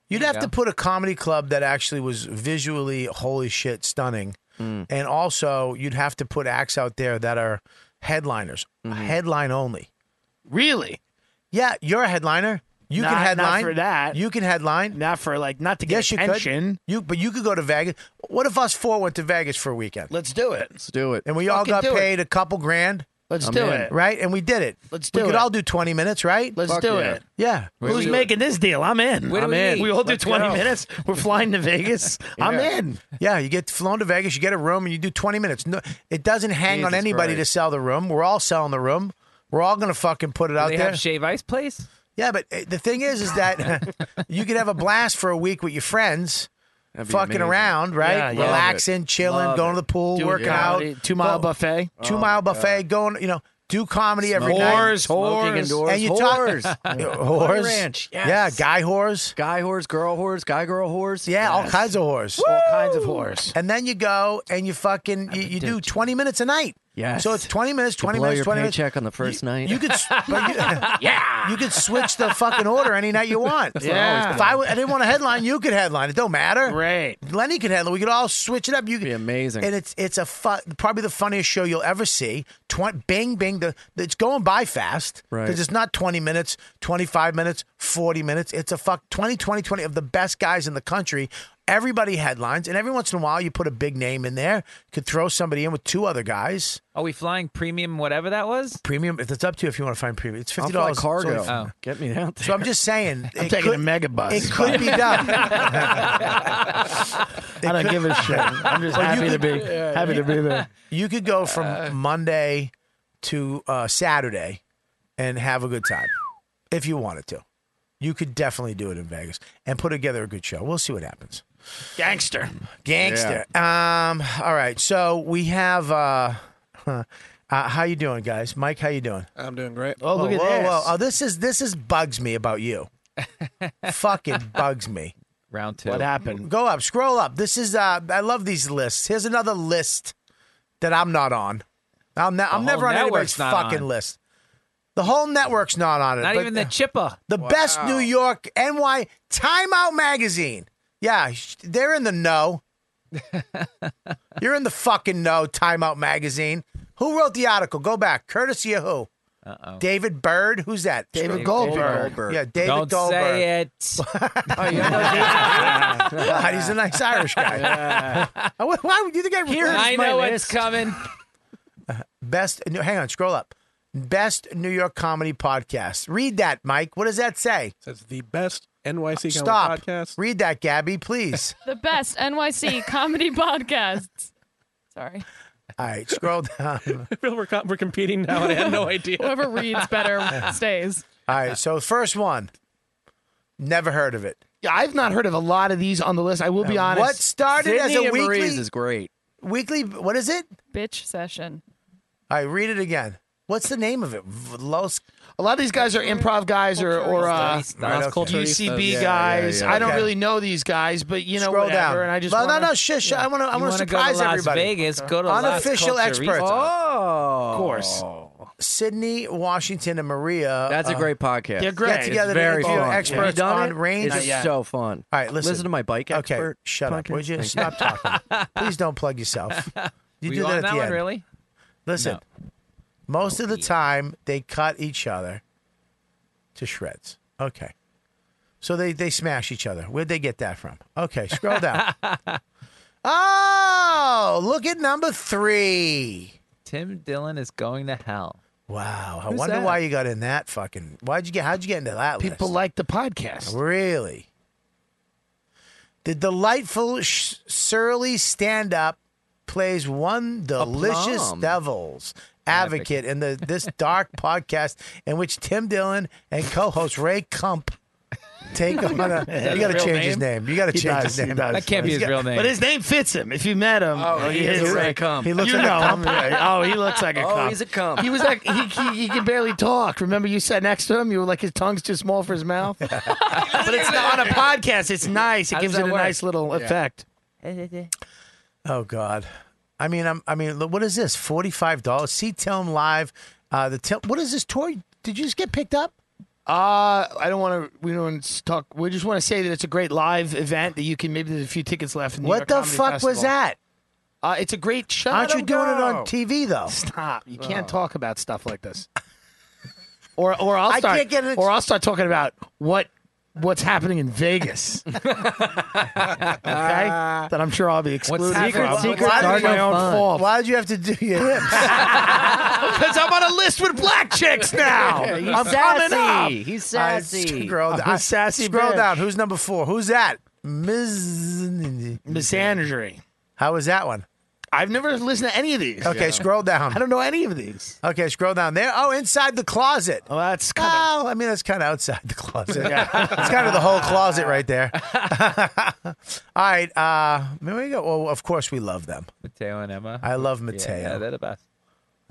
Speaker 2: you'd have to put a comedy club that actually was visually holy shit stunning.
Speaker 7: Mm.
Speaker 2: And also, you'd have to put acts out there that are headliners,
Speaker 7: Mm-hmm.
Speaker 2: headline only.
Speaker 7: Really?
Speaker 2: Yeah, you're a headliner. You
Speaker 7: Not-
Speaker 2: can
Speaker 7: not
Speaker 2: headline
Speaker 7: for that.
Speaker 2: You can headline.
Speaker 7: Not for like not to get
Speaker 2: yes, you
Speaker 7: attention.
Speaker 2: Could. You but you could go to Vegas. What if us four went to Vegas for a weekend?
Speaker 7: Let's do it.
Speaker 11: Let's do it.
Speaker 2: And we all
Speaker 7: Fucking
Speaker 2: got
Speaker 7: do it.
Speaker 2: paid a couple grand.
Speaker 7: Let's I'm do in. it.
Speaker 2: Right? And we did it.
Speaker 7: Let's
Speaker 2: we
Speaker 7: do
Speaker 2: could
Speaker 7: it.
Speaker 2: all do 20 minutes, right?
Speaker 7: Let's Fuck do yeah. it.
Speaker 2: Yeah.
Speaker 7: Who's making this deal? I'm in.
Speaker 2: Where do
Speaker 7: I'm
Speaker 2: we
Speaker 7: in.
Speaker 2: eat?
Speaker 7: We all do
Speaker 2: Let's
Speaker 7: 20
Speaker 2: go.
Speaker 7: minutes. We're flying to Vegas. I'm
Speaker 2: Yeah.
Speaker 7: in.
Speaker 2: Yeah, you get flown to Vegas, you get a room, and you do 20 minutes. No, it doesn't hang on
Speaker 10: Jesus
Speaker 2: anybody to
Speaker 10: Christ.
Speaker 2: sell the room. We're all selling the room. We're all going to fucking put it
Speaker 10: Do
Speaker 2: out
Speaker 10: they
Speaker 2: there. eh,
Speaker 10: have Shave Ice Place?
Speaker 2: yeah, but uh, the thing is, is that you could have a blast for a week with your friends,
Speaker 10: That'd be
Speaker 2: fucking
Speaker 10: amazing.
Speaker 2: around, right?
Speaker 7: Yeah, yeah.
Speaker 2: Relaxing,
Speaker 7: Love it.
Speaker 2: chilling,
Speaker 7: Love
Speaker 2: going
Speaker 7: it.
Speaker 2: to the pool,
Speaker 7: Doing
Speaker 2: working
Speaker 7: comedy.
Speaker 2: out.
Speaker 7: Two mile buffet.
Speaker 2: Two
Speaker 7: Oh,
Speaker 2: mile
Speaker 7: God.
Speaker 2: buffet, going, you know, do comedy every night.
Speaker 7: Whores, Smoking whores. indoors,
Speaker 2: And you talk
Speaker 7: whores.
Speaker 11: Pony
Speaker 2: whores.
Speaker 11: Ranch, yes.
Speaker 2: Yeah, guy whores.
Speaker 11: Guy whores, girl whores, guy girl whores.
Speaker 2: Yeah, all kinds of whores.
Speaker 11: All kinds
Speaker 7: of whores.
Speaker 2: And then you go and you fucking you, you do 20 minutes a night.
Speaker 11: Yes.
Speaker 2: So it's 20 minutes, 20
Speaker 11: blow
Speaker 2: minutes,
Speaker 11: your
Speaker 2: 20 minutes.
Speaker 11: paycheck on the first night.
Speaker 2: You could, s- but you, yeah. You could switch the fucking order any night you want.
Speaker 11: That's what I always
Speaker 2: If
Speaker 11: do.
Speaker 2: I, w- I didn't want to headline, you could headline. It don't matter. Right. Lenny could headline. We could all switch it up. You could be
Speaker 11: amazing.
Speaker 2: And it's it's a fu- probably the funniest show you'll ever see. Tw- bing, bing. The it's going by fast.
Speaker 11: Right.
Speaker 2: 'Cause it's not twenty minutes, twenty five minutes, forty minutes. It's a fuck 20, 20, 20 of the best guys in the country. Everybody headlines, and every once in a while you put a big name in there. Could throw somebody in with two other guys.
Speaker 10: Are we flying premium, whatever that was?
Speaker 2: Premium, if it's up to you if you want to find premium. It's
Speaker 10: I'll
Speaker 2: fifty
Speaker 10: fly
Speaker 2: dollars
Speaker 10: cargo. Oh.
Speaker 11: Get me out
Speaker 2: So I'm just saying,
Speaker 7: I'm
Speaker 2: it
Speaker 7: taking
Speaker 2: could-
Speaker 7: a mega bus.
Speaker 2: It could be done.
Speaker 7: I don't give a shit. I'm just
Speaker 2: But Oh, you
Speaker 7: happy to be
Speaker 2: could-
Speaker 7: happy to be there.
Speaker 2: You could go from Monday to uh, Saturday and have a good time if you wanted to. You could definitely do it in Vegas and put together a good show. We'll see what happens.
Speaker 7: Gangster.
Speaker 2: Gangster. Um. All right. So we have. Uh, uh, how you doing, guys? Mike, how you doing?
Speaker 9: I'm doing great.
Speaker 2: Oh, whoa, whoa. Oh, this is this is bugs me about you. Fucking bugs me.
Speaker 10: Round two.
Speaker 2: Go up, scroll up. This is uh I love these lists. Here's another list that I'm not on. I'm, ne- I'm
Speaker 10: whole
Speaker 2: never on anybody's
Speaker 10: network's not
Speaker 2: fucking
Speaker 10: on.
Speaker 2: list. The whole network's not on it.
Speaker 10: Not
Speaker 2: but
Speaker 10: even
Speaker 11: uh,
Speaker 10: the Chippa.
Speaker 2: The best New York NY Timeout magazine. Yeah, sh- they're in the know. You're in the fucking know, Timeout magazine. Who wrote the article? Go back. Courtesy of who?
Speaker 10: Uh-oh.
Speaker 2: David Bird. Who's that?
Speaker 10: David David Goldberg. Goldberg.
Speaker 2: Yeah, David
Speaker 10: Don't
Speaker 2: Goldberg.
Speaker 10: say it.
Speaker 2: God, he's a nice Irish guy. I would- Why would you think I
Speaker 10: Here
Speaker 2: rehearsed
Speaker 10: I
Speaker 2: my
Speaker 10: know
Speaker 2: list?
Speaker 10: it's coming.
Speaker 2: Best. No, hang on, scroll up. Best New York comedy podcast. Read that, Mike. What does that say?
Speaker 9: It says the best NYC comedy
Speaker 2: Stop.
Speaker 9: podcast.
Speaker 2: Read that, Gabby, please.
Speaker 8: The best NYC comedy podcasts. Sorry.
Speaker 2: All right, scroll down.
Speaker 9: I feel we're, co- we're competing now, and I had no idea.
Speaker 8: Whoever reads better stays.
Speaker 2: All right, so first one. Never heard of it.
Speaker 7: Yeah, I've not heard of a lot of these on the list. I will be
Speaker 2: Now,
Speaker 7: honest.
Speaker 2: what started Sydney as a and weekly- Marie's
Speaker 11: is great.
Speaker 2: Weekly. What is it?
Speaker 8: Bitch session.
Speaker 2: All right, read it again. What's the name of it? V- Los.
Speaker 7: A lot of these guys are improv guys or, or uh,
Speaker 2: Right, okay.
Speaker 7: UCB guys. I don't really know these guys, but you know
Speaker 2: Scroll
Speaker 7: whatever.
Speaker 2: down.
Speaker 7: And I just
Speaker 2: no,
Speaker 7: wanna,
Speaker 2: no, no, shush. I want to. I
Speaker 10: You
Speaker 2: want to
Speaker 10: wanna go to
Speaker 2: surprise
Speaker 10: Las
Speaker 2: everybody.
Speaker 10: Vegas, go to Las
Speaker 2: unofficial
Speaker 10: Culturistas.
Speaker 2: experts.
Speaker 11: Oh,
Speaker 7: of course.
Speaker 2: Sydney, Washington, and Maria.
Speaker 11: That's a
Speaker 2: uh,
Speaker 11: great podcast.
Speaker 2: they're great. Get together
Speaker 11: It's
Speaker 2: to
Speaker 11: very
Speaker 2: interview
Speaker 11: fun.
Speaker 2: experts
Speaker 11: Have you done
Speaker 2: on
Speaker 11: it?
Speaker 2: range. Not
Speaker 11: It's
Speaker 2: yet.
Speaker 11: so fun.
Speaker 2: All right, listen.
Speaker 11: to my bike
Speaker 2: Okay,
Speaker 11: expert.
Speaker 2: shut up, would you?
Speaker 11: podcast.
Speaker 2: Stop talking. Please don't plug yourself. You
Speaker 10: we
Speaker 2: do
Speaker 10: on
Speaker 2: that at
Speaker 10: that
Speaker 2: the
Speaker 10: one,
Speaker 2: end.
Speaker 10: really?
Speaker 2: Listen, most of the time they cut each other to shreds. Okay. So they, they smash each other. Where'd they get that from? Okay, scroll down. oh, look at number three.
Speaker 10: Tim Dillon is going to hell.
Speaker 2: Wow. I
Speaker 10: Who's
Speaker 2: wonder
Speaker 10: that?
Speaker 2: why you got in that fucking. Why'd you get? How'd you get into that?
Speaker 7: People
Speaker 2: list?
Speaker 7: like the podcast.
Speaker 2: Really? The delightful sh- surly stand up plays one delicious
Speaker 11: Aplomb.
Speaker 2: devil's advocate in the this dark podcast in which Tim Dillon and co host Ray Kump take on a.
Speaker 7: that
Speaker 2: You got
Speaker 7: his
Speaker 2: to
Speaker 7: real
Speaker 2: change his
Speaker 7: name?
Speaker 2: name. You got to
Speaker 7: He does,
Speaker 2: change his name.
Speaker 7: he does. That can't be
Speaker 2: He's
Speaker 7: his
Speaker 2: got-
Speaker 10: real name.
Speaker 7: But his name fits him. If you met him,
Speaker 11: Oh, he is a right cum.
Speaker 7: He looks
Speaker 11: You
Speaker 7: like
Speaker 11: know
Speaker 7: a
Speaker 11: him.
Speaker 7: cum. Yeah, Oh, he looks like a
Speaker 11: Oh,
Speaker 7: cum.
Speaker 11: he's a cum.
Speaker 7: He was like he, he he can barely talk. Remember, you sat next to him. You were like his tongue's too small for his mouth. but it's not on a podcast. It's nice. It
Speaker 10: How does
Speaker 7: gives
Speaker 10: that
Speaker 7: it a
Speaker 10: work?
Speaker 7: nice little
Speaker 10: Yeah.
Speaker 7: effect.
Speaker 2: Oh God, I mean, I'm, I mean, look, what is this? Forty five dollars. See Tim live. Uh, the Tim, what is this tour? Did you just get picked up?
Speaker 7: Uh, I don't want to. We don't wanna s- talk. We just want to say that it's a great live event that you can. Maybe there's a few tickets left. In New
Speaker 2: What
Speaker 7: York
Speaker 2: the
Speaker 7: Comedy
Speaker 2: fuck was
Speaker 7: Festival.
Speaker 2: that?
Speaker 7: Uh, it's a great show.
Speaker 2: Aren't you
Speaker 7: Let 'em
Speaker 2: doing it
Speaker 7: go.
Speaker 2: on TV though?
Speaker 7: Stop! You can't
Speaker 2: Oh.
Speaker 7: talk about stuff like this. Or or I'll
Speaker 2: I
Speaker 7: start
Speaker 2: can't get it-
Speaker 7: or I'll start talking about what what's happening in Vegas. okay, that I'm sure I'll be excluded.
Speaker 2: happening-
Speaker 7: from.
Speaker 2: Secret-
Speaker 7: Why
Speaker 2: secrets
Speaker 7: is it my
Speaker 2: are no
Speaker 7: own
Speaker 2: fun.
Speaker 7: fault?
Speaker 2: Why did you have to do your hips?
Speaker 7: Because I'm on a list with black chicks now.
Speaker 11: He's
Speaker 7: I'm coming up.
Speaker 11: sassy. He's
Speaker 2: I
Speaker 11: sassy.
Speaker 2: scroll
Speaker 7: I'm
Speaker 2: down.
Speaker 7: a sassy
Speaker 2: Scroll
Speaker 7: bitch.
Speaker 2: down. Who's number four? Who's that? Ms.
Speaker 7: Misandry.
Speaker 2: How was that one?
Speaker 7: I've never listened to any of these.
Speaker 2: Okay, scroll down.
Speaker 7: I don't know any of these.
Speaker 2: Okay, scroll down there. Oh, inside the closet.
Speaker 7: Oh, that's
Speaker 2: kind of. I mean, that's kind of outside the closet.
Speaker 7: Yeah.
Speaker 2: it's kind of the whole closet right there. All right. Uh, there we go. Well, of course we love them.
Speaker 10: Mateo and Emma.
Speaker 2: I love Mateo.
Speaker 10: Yeah, they're the best.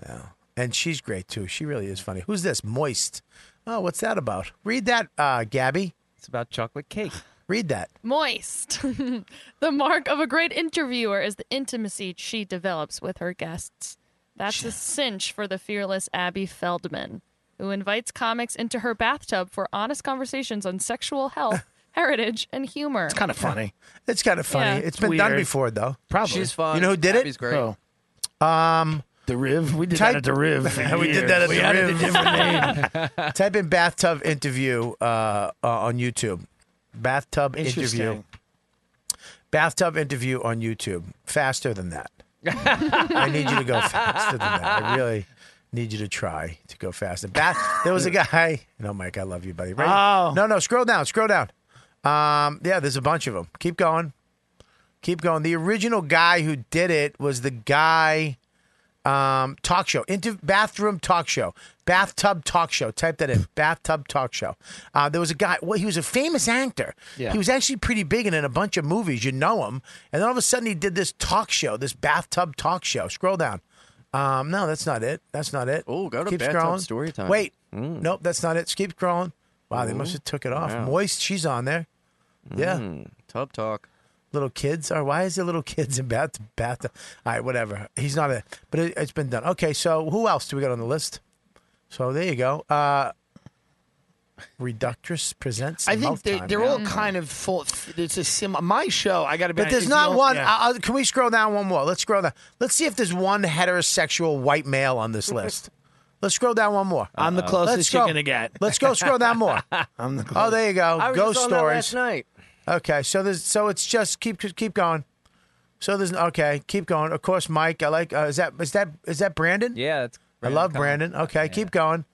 Speaker 2: Yeah. And she's great too. She really is funny. Who's this? Moist. Oh, what's that about? Read that, uh, Gabby.
Speaker 10: It's about chocolate cake.
Speaker 2: Read that.
Speaker 8: Moist. the mark of a great interviewer is the intimacy she develops with her guests. That's a cinch for the fearless Abby Feldman, who invites comics into her bathtub for honest conversations on sexual health, heritage, and humor. It's
Speaker 7: kind of funny.
Speaker 2: It's kind of funny.
Speaker 8: Yeah.
Speaker 2: It's been done before though.
Speaker 7: Probably. She's fun.
Speaker 2: You know who did
Speaker 7: Abby's
Speaker 2: it?
Speaker 7: great. Who?
Speaker 2: Um,
Speaker 7: the Riv. We did that at the Riv for
Speaker 2: we did that
Speaker 7: years.
Speaker 2: at
Speaker 7: We
Speaker 2: the
Speaker 7: added
Speaker 2: Riv.
Speaker 7: a different
Speaker 2: Type in bathtub interview uh, uh, on YouTube. Bathtub interview.
Speaker 7: Interesting.
Speaker 2: Bathtub interview on YouTube. Faster than that. I need you to go faster than that. I really need you to try to go faster. Bath. There was a guy. No, Mike, I love you, buddy.
Speaker 7: Oh.
Speaker 2: No, no. Scroll down. Scroll down. Um, yeah, there's a bunch of them. Keep going. Keep going. The original guy who did it was the guy. Um, talk show, inter- bathroom talk show, bathtub talk show. Type that in, bathtub talk show. Uh, there was a guy. Well, he was a famous actor.
Speaker 12: Yeah.
Speaker 2: He was actually pretty big and in a bunch of movies. You know him. And then all of a sudden, he did this talk show, this bathtub talk show. Scroll down. Um, no, that's not it. That's not it. Oh,
Speaker 11: go to
Speaker 2: Keep
Speaker 11: Bathtub
Speaker 2: scrolling.
Speaker 11: Storytime.
Speaker 2: Wait,
Speaker 11: Mm.
Speaker 2: nope, that's not it. Keep scrolling. Wow, they
Speaker 11: Ooh.
Speaker 2: must have took it off.
Speaker 11: Wow. Mm.
Speaker 2: Moist, she's on there. Yeah.
Speaker 11: Tub talk.
Speaker 2: Little kids are. Why is there little kids in bath bathtub? All right, whatever. He's not a. But it, it's been done. Okay, so who else do we got on the list? So there you go. Uh Reductress presents.
Speaker 7: I think
Speaker 2: Mouth
Speaker 7: they,
Speaker 2: Time. Mm-hmm.
Speaker 7: they're all kind of full. It's a sim. My show. I got to be.
Speaker 2: But there's
Speaker 7: honest,
Speaker 2: not
Speaker 7: it's
Speaker 2: one.
Speaker 7: yeah.
Speaker 2: Uh, uh, can we scroll down one more? Let's scroll down. Let's see if there's one heterosexual white male on this list. Let's scroll down one more.
Speaker 7: I'm the
Speaker 2: Let's
Speaker 7: closest you're
Speaker 2: go.
Speaker 7: gonna get.
Speaker 2: Let's go scroll down more.
Speaker 7: I'm the
Speaker 2: Oh, there you go.
Speaker 11: I was
Speaker 2: Ghost
Speaker 11: just on that
Speaker 2: stories.
Speaker 11: last night.
Speaker 2: Okay, so there's so it's just keep keep going. So there's okay, keep going. Of course, Mike. I like. Uh, is that is that is that Brandon?
Speaker 10: Yeah, that's
Speaker 2: I love Brandon. Okay, keep going.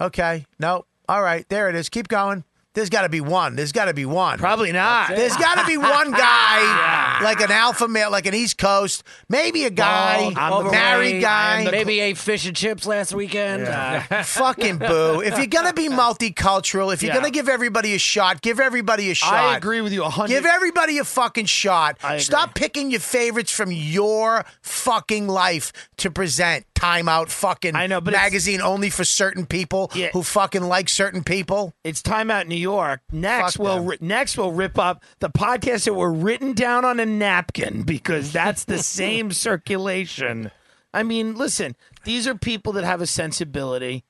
Speaker 2: Okay, no. All right, there it is. Keep going. There's got to be one. There's got to be one.
Speaker 7: Probably not. That's it.
Speaker 2: There's got to be one guy, like an alpha male, like an East Coast, maybe a guy,
Speaker 11: Bald, Oh, I'm the
Speaker 2: married
Speaker 11: way,
Speaker 2: guy,
Speaker 11: I'm the Maybe ate fish and chips last weekend.
Speaker 2: Nah. Fucking boo. If you're going to be multicultural, if you're
Speaker 11: Yeah.
Speaker 2: going to give everybody a shot, give everybody a shot.
Speaker 7: agree with you 100.
Speaker 2: Give everybody a fucking shot.
Speaker 7: agree.
Speaker 2: Stop picking your favorites from your fucking life to present. Time out fucking I know,
Speaker 7: but it's-
Speaker 2: magazine only for certain people
Speaker 7: Yeah.
Speaker 2: who fucking like certain people.
Speaker 7: It's Time Out New York. Next, we'll ri- next we'll rip up the podcasts that were written down on a napkin because that's the same circulation. I mean, listen, these are people that have a sensibility,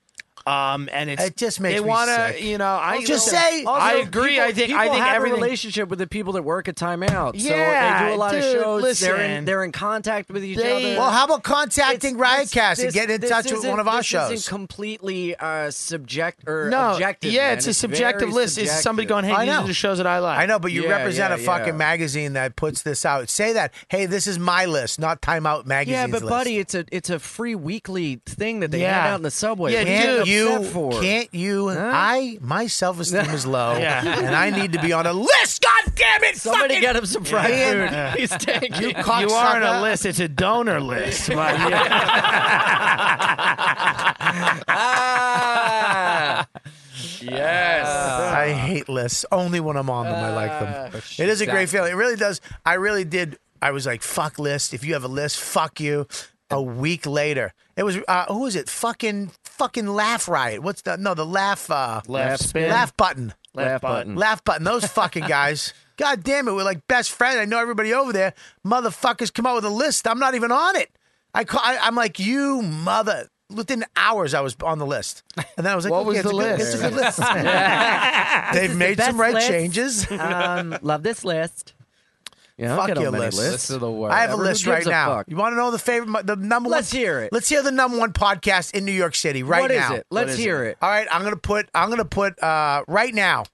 Speaker 7: um, and it's
Speaker 2: It just makes
Speaker 7: they
Speaker 2: me
Speaker 7: wanna,
Speaker 2: sick.
Speaker 7: you know. I
Speaker 2: Just
Speaker 7: listen,
Speaker 2: say-
Speaker 7: I agree.
Speaker 11: people-
Speaker 7: I think
Speaker 11: people
Speaker 7: I think
Speaker 11: have
Speaker 7: everything.
Speaker 11: a relationship with the people that work at Time Out. so
Speaker 7: Yeah,
Speaker 11: they do a lot
Speaker 7: dude,
Speaker 11: of shows. They're in,
Speaker 7: listen.
Speaker 11: they're in contact with each
Speaker 7: They-
Speaker 11: other.
Speaker 2: Well, how about contacting
Speaker 11: It's-
Speaker 2: Riotcast and
Speaker 11: this-
Speaker 2: getting in
Speaker 11: this
Speaker 2: touch with
Speaker 11: isn't-
Speaker 2: one of our
Speaker 11: this
Speaker 2: shows?
Speaker 11: Isn't completely uh, subject or
Speaker 7: No,
Speaker 11: objective.
Speaker 7: yeah,
Speaker 11: man.
Speaker 7: it's a subjective
Speaker 11: very
Speaker 7: list. It's somebody going, "Hey,
Speaker 11: I
Speaker 7: these
Speaker 11: know.
Speaker 7: are the shows that I like."
Speaker 2: I know, but you
Speaker 7: Yeah,
Speaker 2: represent
Speaker 7: yeah,
Speaker 2: a
Speaker 7: yeah.
Speaker 2: fucking magazine that puts this out. Say that. Hey, this is my list, not Time Out magazine's
Speaker 11: Yeah, but
Speaker 2: list.
Speaker 11: buddy, it's a it's a free weekly thing that they
Speaker 2: Yeah.
Speaker 11: hand out in the subway. What are
Speaker 2: can't
Speaker 11: you
Speaker 2: you?
Speaker 11: upset for?
Speaker 2: Can't you? I my self esteem is low,
Speaker 11: Yeah.
Speaker 2: and I need to be on a list. God damn it!
Speaker 11: Somebody
Speaker 2: fucking-
Speaker 11: get him some fried
Speaker 2: Ian,
Speaker 11: food. He's tanking.
Speaker 2: You,
Speaker 7: you are on a
Speaker 2: cocksucker. Uh,
Speaker 7: list. It's a donor list. My-
Speaker 11: Yes.
Speaker 2: I hate lists. Only when I'm on them, I like them.
Speaker 7: Uh,
Speaker 2: it is a great feeling. It really does. I really did. I was like, fuck list. If you have a list, fuck you. A week later, it was uh, who was it? Fucking fucking laugh riot. What's the no the laugh uh,
Speaker 7: Laugh spin.
Speaker 2: laugh button
Speaker 7: Laugh button.
Speaker 2: laugh button. Those fucking guys. God damn it, we're like best friends. I know everybody over there. Motherfuckers come out with a list. I'm not even on it. I call. I, I'm like you, mother. Within hours, I was on the list, and then I was like,
Speaker 7: What
Speaker 2: okay,
Speaker 7: was
Speaker 2: it's
Speaker 7: the
Speaker 2: a good-
Speaker 7: list?
Speaker 2: it's a good list.
Speaker 11: This
Speaker 2: They've
Speaker 11: is the
Speaker 2: made some
Speaker 11: best
Speaker 2: right
Speaker 11: list.
Speaker 2: changes.
Speaker 11: Um, love this list. Yeah, I don't
Speaker 2: fuck
Speaker 11: get on
Speaker 2: your
Speaker 11: many
Speaker 2: list.
Speaker 11: lists.
Speaker 2: I have a
Speaker 11: Whatever. Who
Speaker 2: list
Speaker 11: gives
Speaker 2: right
Speaker 11: a
Speaker 2: now.
Speaker 11: fuck?
Speaker 2: You want to know the favorite, my- the number one?
Speaker 11: Let's hear it.
Speaker 2: Let's hear the number one podcast in New York City right
Speaker 11: What is
Speaker 2: now.
Speaker 11: it? Let's What is hear it? it.
Speaker 2: All right, I'm gonna put. I'm gonna put uh, right now.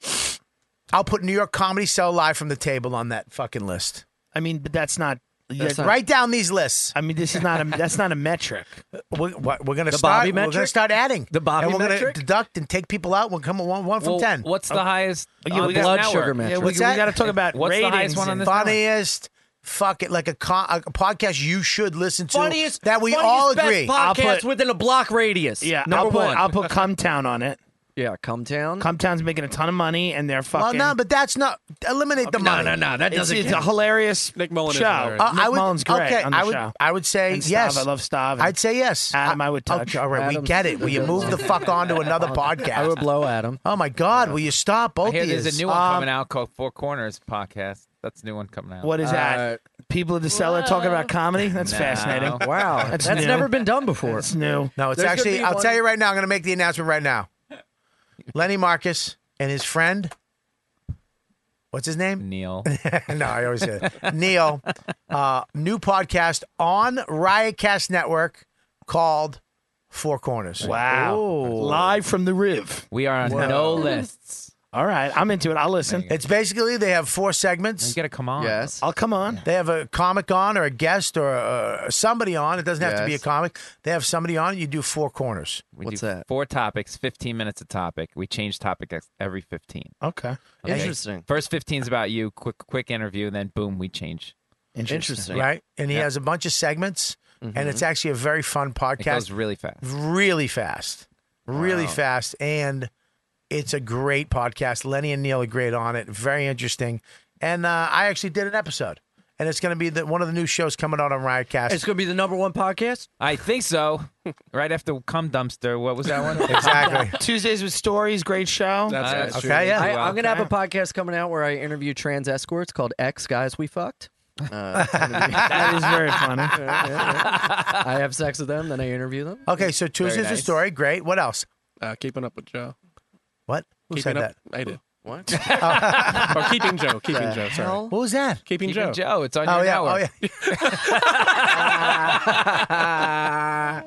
Speaker 2: I'll put New York Comedy Cell live from the table on that fucking list.
Speaker 7: I mean, but that's not.
Speaker 2: That's
Speaker 7: that-
Speaker 2: not- Write down these lists.
Speaker 7: I mean, this is not a. That's not a metric.
Speaker 2: We're, what- we're gonna
Speaker 7: The
Speaker 2: start.
Speaker 7: Bobby
Speaker 2: we're gonna
Speaker 7: metric?
Speaker 2: start adding
Speaker 7: The Bobby
Speaker 2: and we're
Speaker 7: metric?
Speaker 2: gonna deduct and take people out. We'll come at one, one from
Speaker 10: Well,
Speaker 2: ten.
Speaker 10: What's the highest?
Speaker 2: Yeah,
Speaker 10: on
Speaker 2: we
Speaker 10: this
Speaker 2: got blood
Speaker 10: network?
Speaker 2: sugar metric. What's that?
Speaker 10: What's the highest one on this? network?
Speaker 2: funniest, fuck it, like a, co- a podcast you should listen to
Speaker 11: Funniest-
Speaker 2: that we
Speaker 11: funniest
Speaker 2: all
Speaker 11: best
Speaker 2: agree.
Speaker 11: podcast I'll put- within a block radius.
Speaker 7: Yeah,
Speaker 11: Number
Speaker 7: I'll put,
Speaker 11: one.
Speaker 7: I'll put Cumtown on it.
Speaker 11: Yeah, Cumtown.
Speaker 7: Cumtown's making a ton of money, and they're
Speaker 2: well,
Speaker 7: fucking.
Speaker 2: no, but that's not eliminate the
Speaker 7: No,
Speaker 2: money.
Speaker 7: no, no, that It's- doesn't it's count. a hilarious Nick Mullen is show. hilarious.
Speaker 2: Uh,
Speaker 7: Nick
Speaker 2: I would,
Speaker 7: Mullen's great
Speaker 2: okay,
Speaker 7: on the
Speaker 2: I would,
Speaker 7: show.
Speaker 2: I would say
Speaker 7: And Stav,
Speaker 2: yes.
Speaker 7: I love Stav.
Speaker 2: I'd say yes.
Speaker 7: Adam, I, would touch.
Speaker 2: Okay, all right, we
Speaker 7: Adam's-
Speaker 2: get it. Will you move the fuck on to another podcast?
Speaker 11: I would blow Adam.
Speaker 2: Oh my God! Will you stop both
Speaker 10: I hear
Speaker 2: of
Speaker 10: there's
Speaker 2: yous?
Speaker 10: a new one
Speaker 2: Um,
Speaker 10: coming out called Four Corners Podcast. That's a new one coming out.
Speaker 7: What is
Speaker 2: uh,
Speaker 7: that? People at the cellar talking about comedy? That's
Speaker 10: No.
Speaker 7: fascinating.
Speaker 10: Wow.
Speaker 7: That's,
Speaker 10: That's
Speaker 7: new.
Speaker 10: never
Speaker 11: been done before.
Speaker 7: That's new.
Speaker 2: No, it's actually. I'll tell you right now. I'm going to make the announcement right now. Lenny Marcus and his friend. What's his name?
Speaker 10: Neil.
Speaker 2: no, I always say that. Neil. Uh, new podcast on Riotcast Network called Four Corners.
Speaker 7: Wow. Live from the Riv.
Speaker 10: We are on
Speaker 2: Whoa.
Speaker 10: no lists.
Speaker 7: All right, I'm into it. I'll listen.
Speaker 2: It's basically they have four segments.
Speaker 10: You got to come on.
Speaker 2: Yes,
Speaker 7: I'll come on.
Speaker 2: They have a comic on or a guest or uh, somebody on. It doesn't have to be a
Speaker 10: Yes.
Speaker 2: comic. They have somebody on. You do four corners.
Speaker 10: We do Four topics, 15 minutes a topic. We change topic ex- every 15.
Speaker 7: Okay.
Speaker 10: Okay? First 15 is about you. Quick, quick interview, and then boom, we change.
Speaker 2: Right? And he
Speaker 10: Yeah.
Speaker 2: has a bunch of segments,
Speaker 10: Mhm.
Speaker 2: and it's actually a very fun podcast.
Speaker 10: It goes really fast.
Speaker 2: Really fast. Really
Speaker 10: Wow.
Speaker 2: fast. And it's a great podcast. Lenny and Neil are great on it. Very interesting. And uh, I actually did an episode. And it's going to be the, one of the new shows coming out on Riotcast.
Speaker 11: It's going to be the number one podcast.
Speaker 10: I think so. right after Cum Dumpster. What was that one?
Speaker 2: Exactly.
Speaker 7: Tuesdays with Stories, great show.
Speaker 10: That's right.
Speaker 11: Okay,
Speaker 10: Sure,
Speaker 11: yeah.
Speaker 10: we do.
Speaker 11: I, am going
Speaker 10: Okay.
Speaker 11: to have a podcast coming out where I interview trans escorts called X Guys We Fucked. Uh, it's gonna be-
Speaker 7: That is very funny.
Speaker 11: Yeah, yeah, yeah. I have sex with them, then I interview them.
Speaker 2: Okay, so Tuesdays with Story. Great. What else?
Speaker 9: Uh, keeping up with Joe.
Speaker 2: What? Who
Speaker 9: keeping
Speaker 2: said
Speaker 9: up,
Speaker 2: that?
Speaker 9: I did. What?
Speaker 2: Oh.
Speaker 9: or keeping Joe. Keeping
Speaker 2: The
Speaker 9: Joe.
Speaker 2: hell?
Speaker 9: Sorry.
Speaker 2: What was that?
Speaker 9: Keeping,
Speaker 10: Keeping
Speaker 9: Joe.
Speaker 10: Joe, it's on
Speaker 2: Oh,
Speaker 10: your
Speaker 2: yeah,
Speaker 10: network.
Speaker 2: oh, yeah. Oh,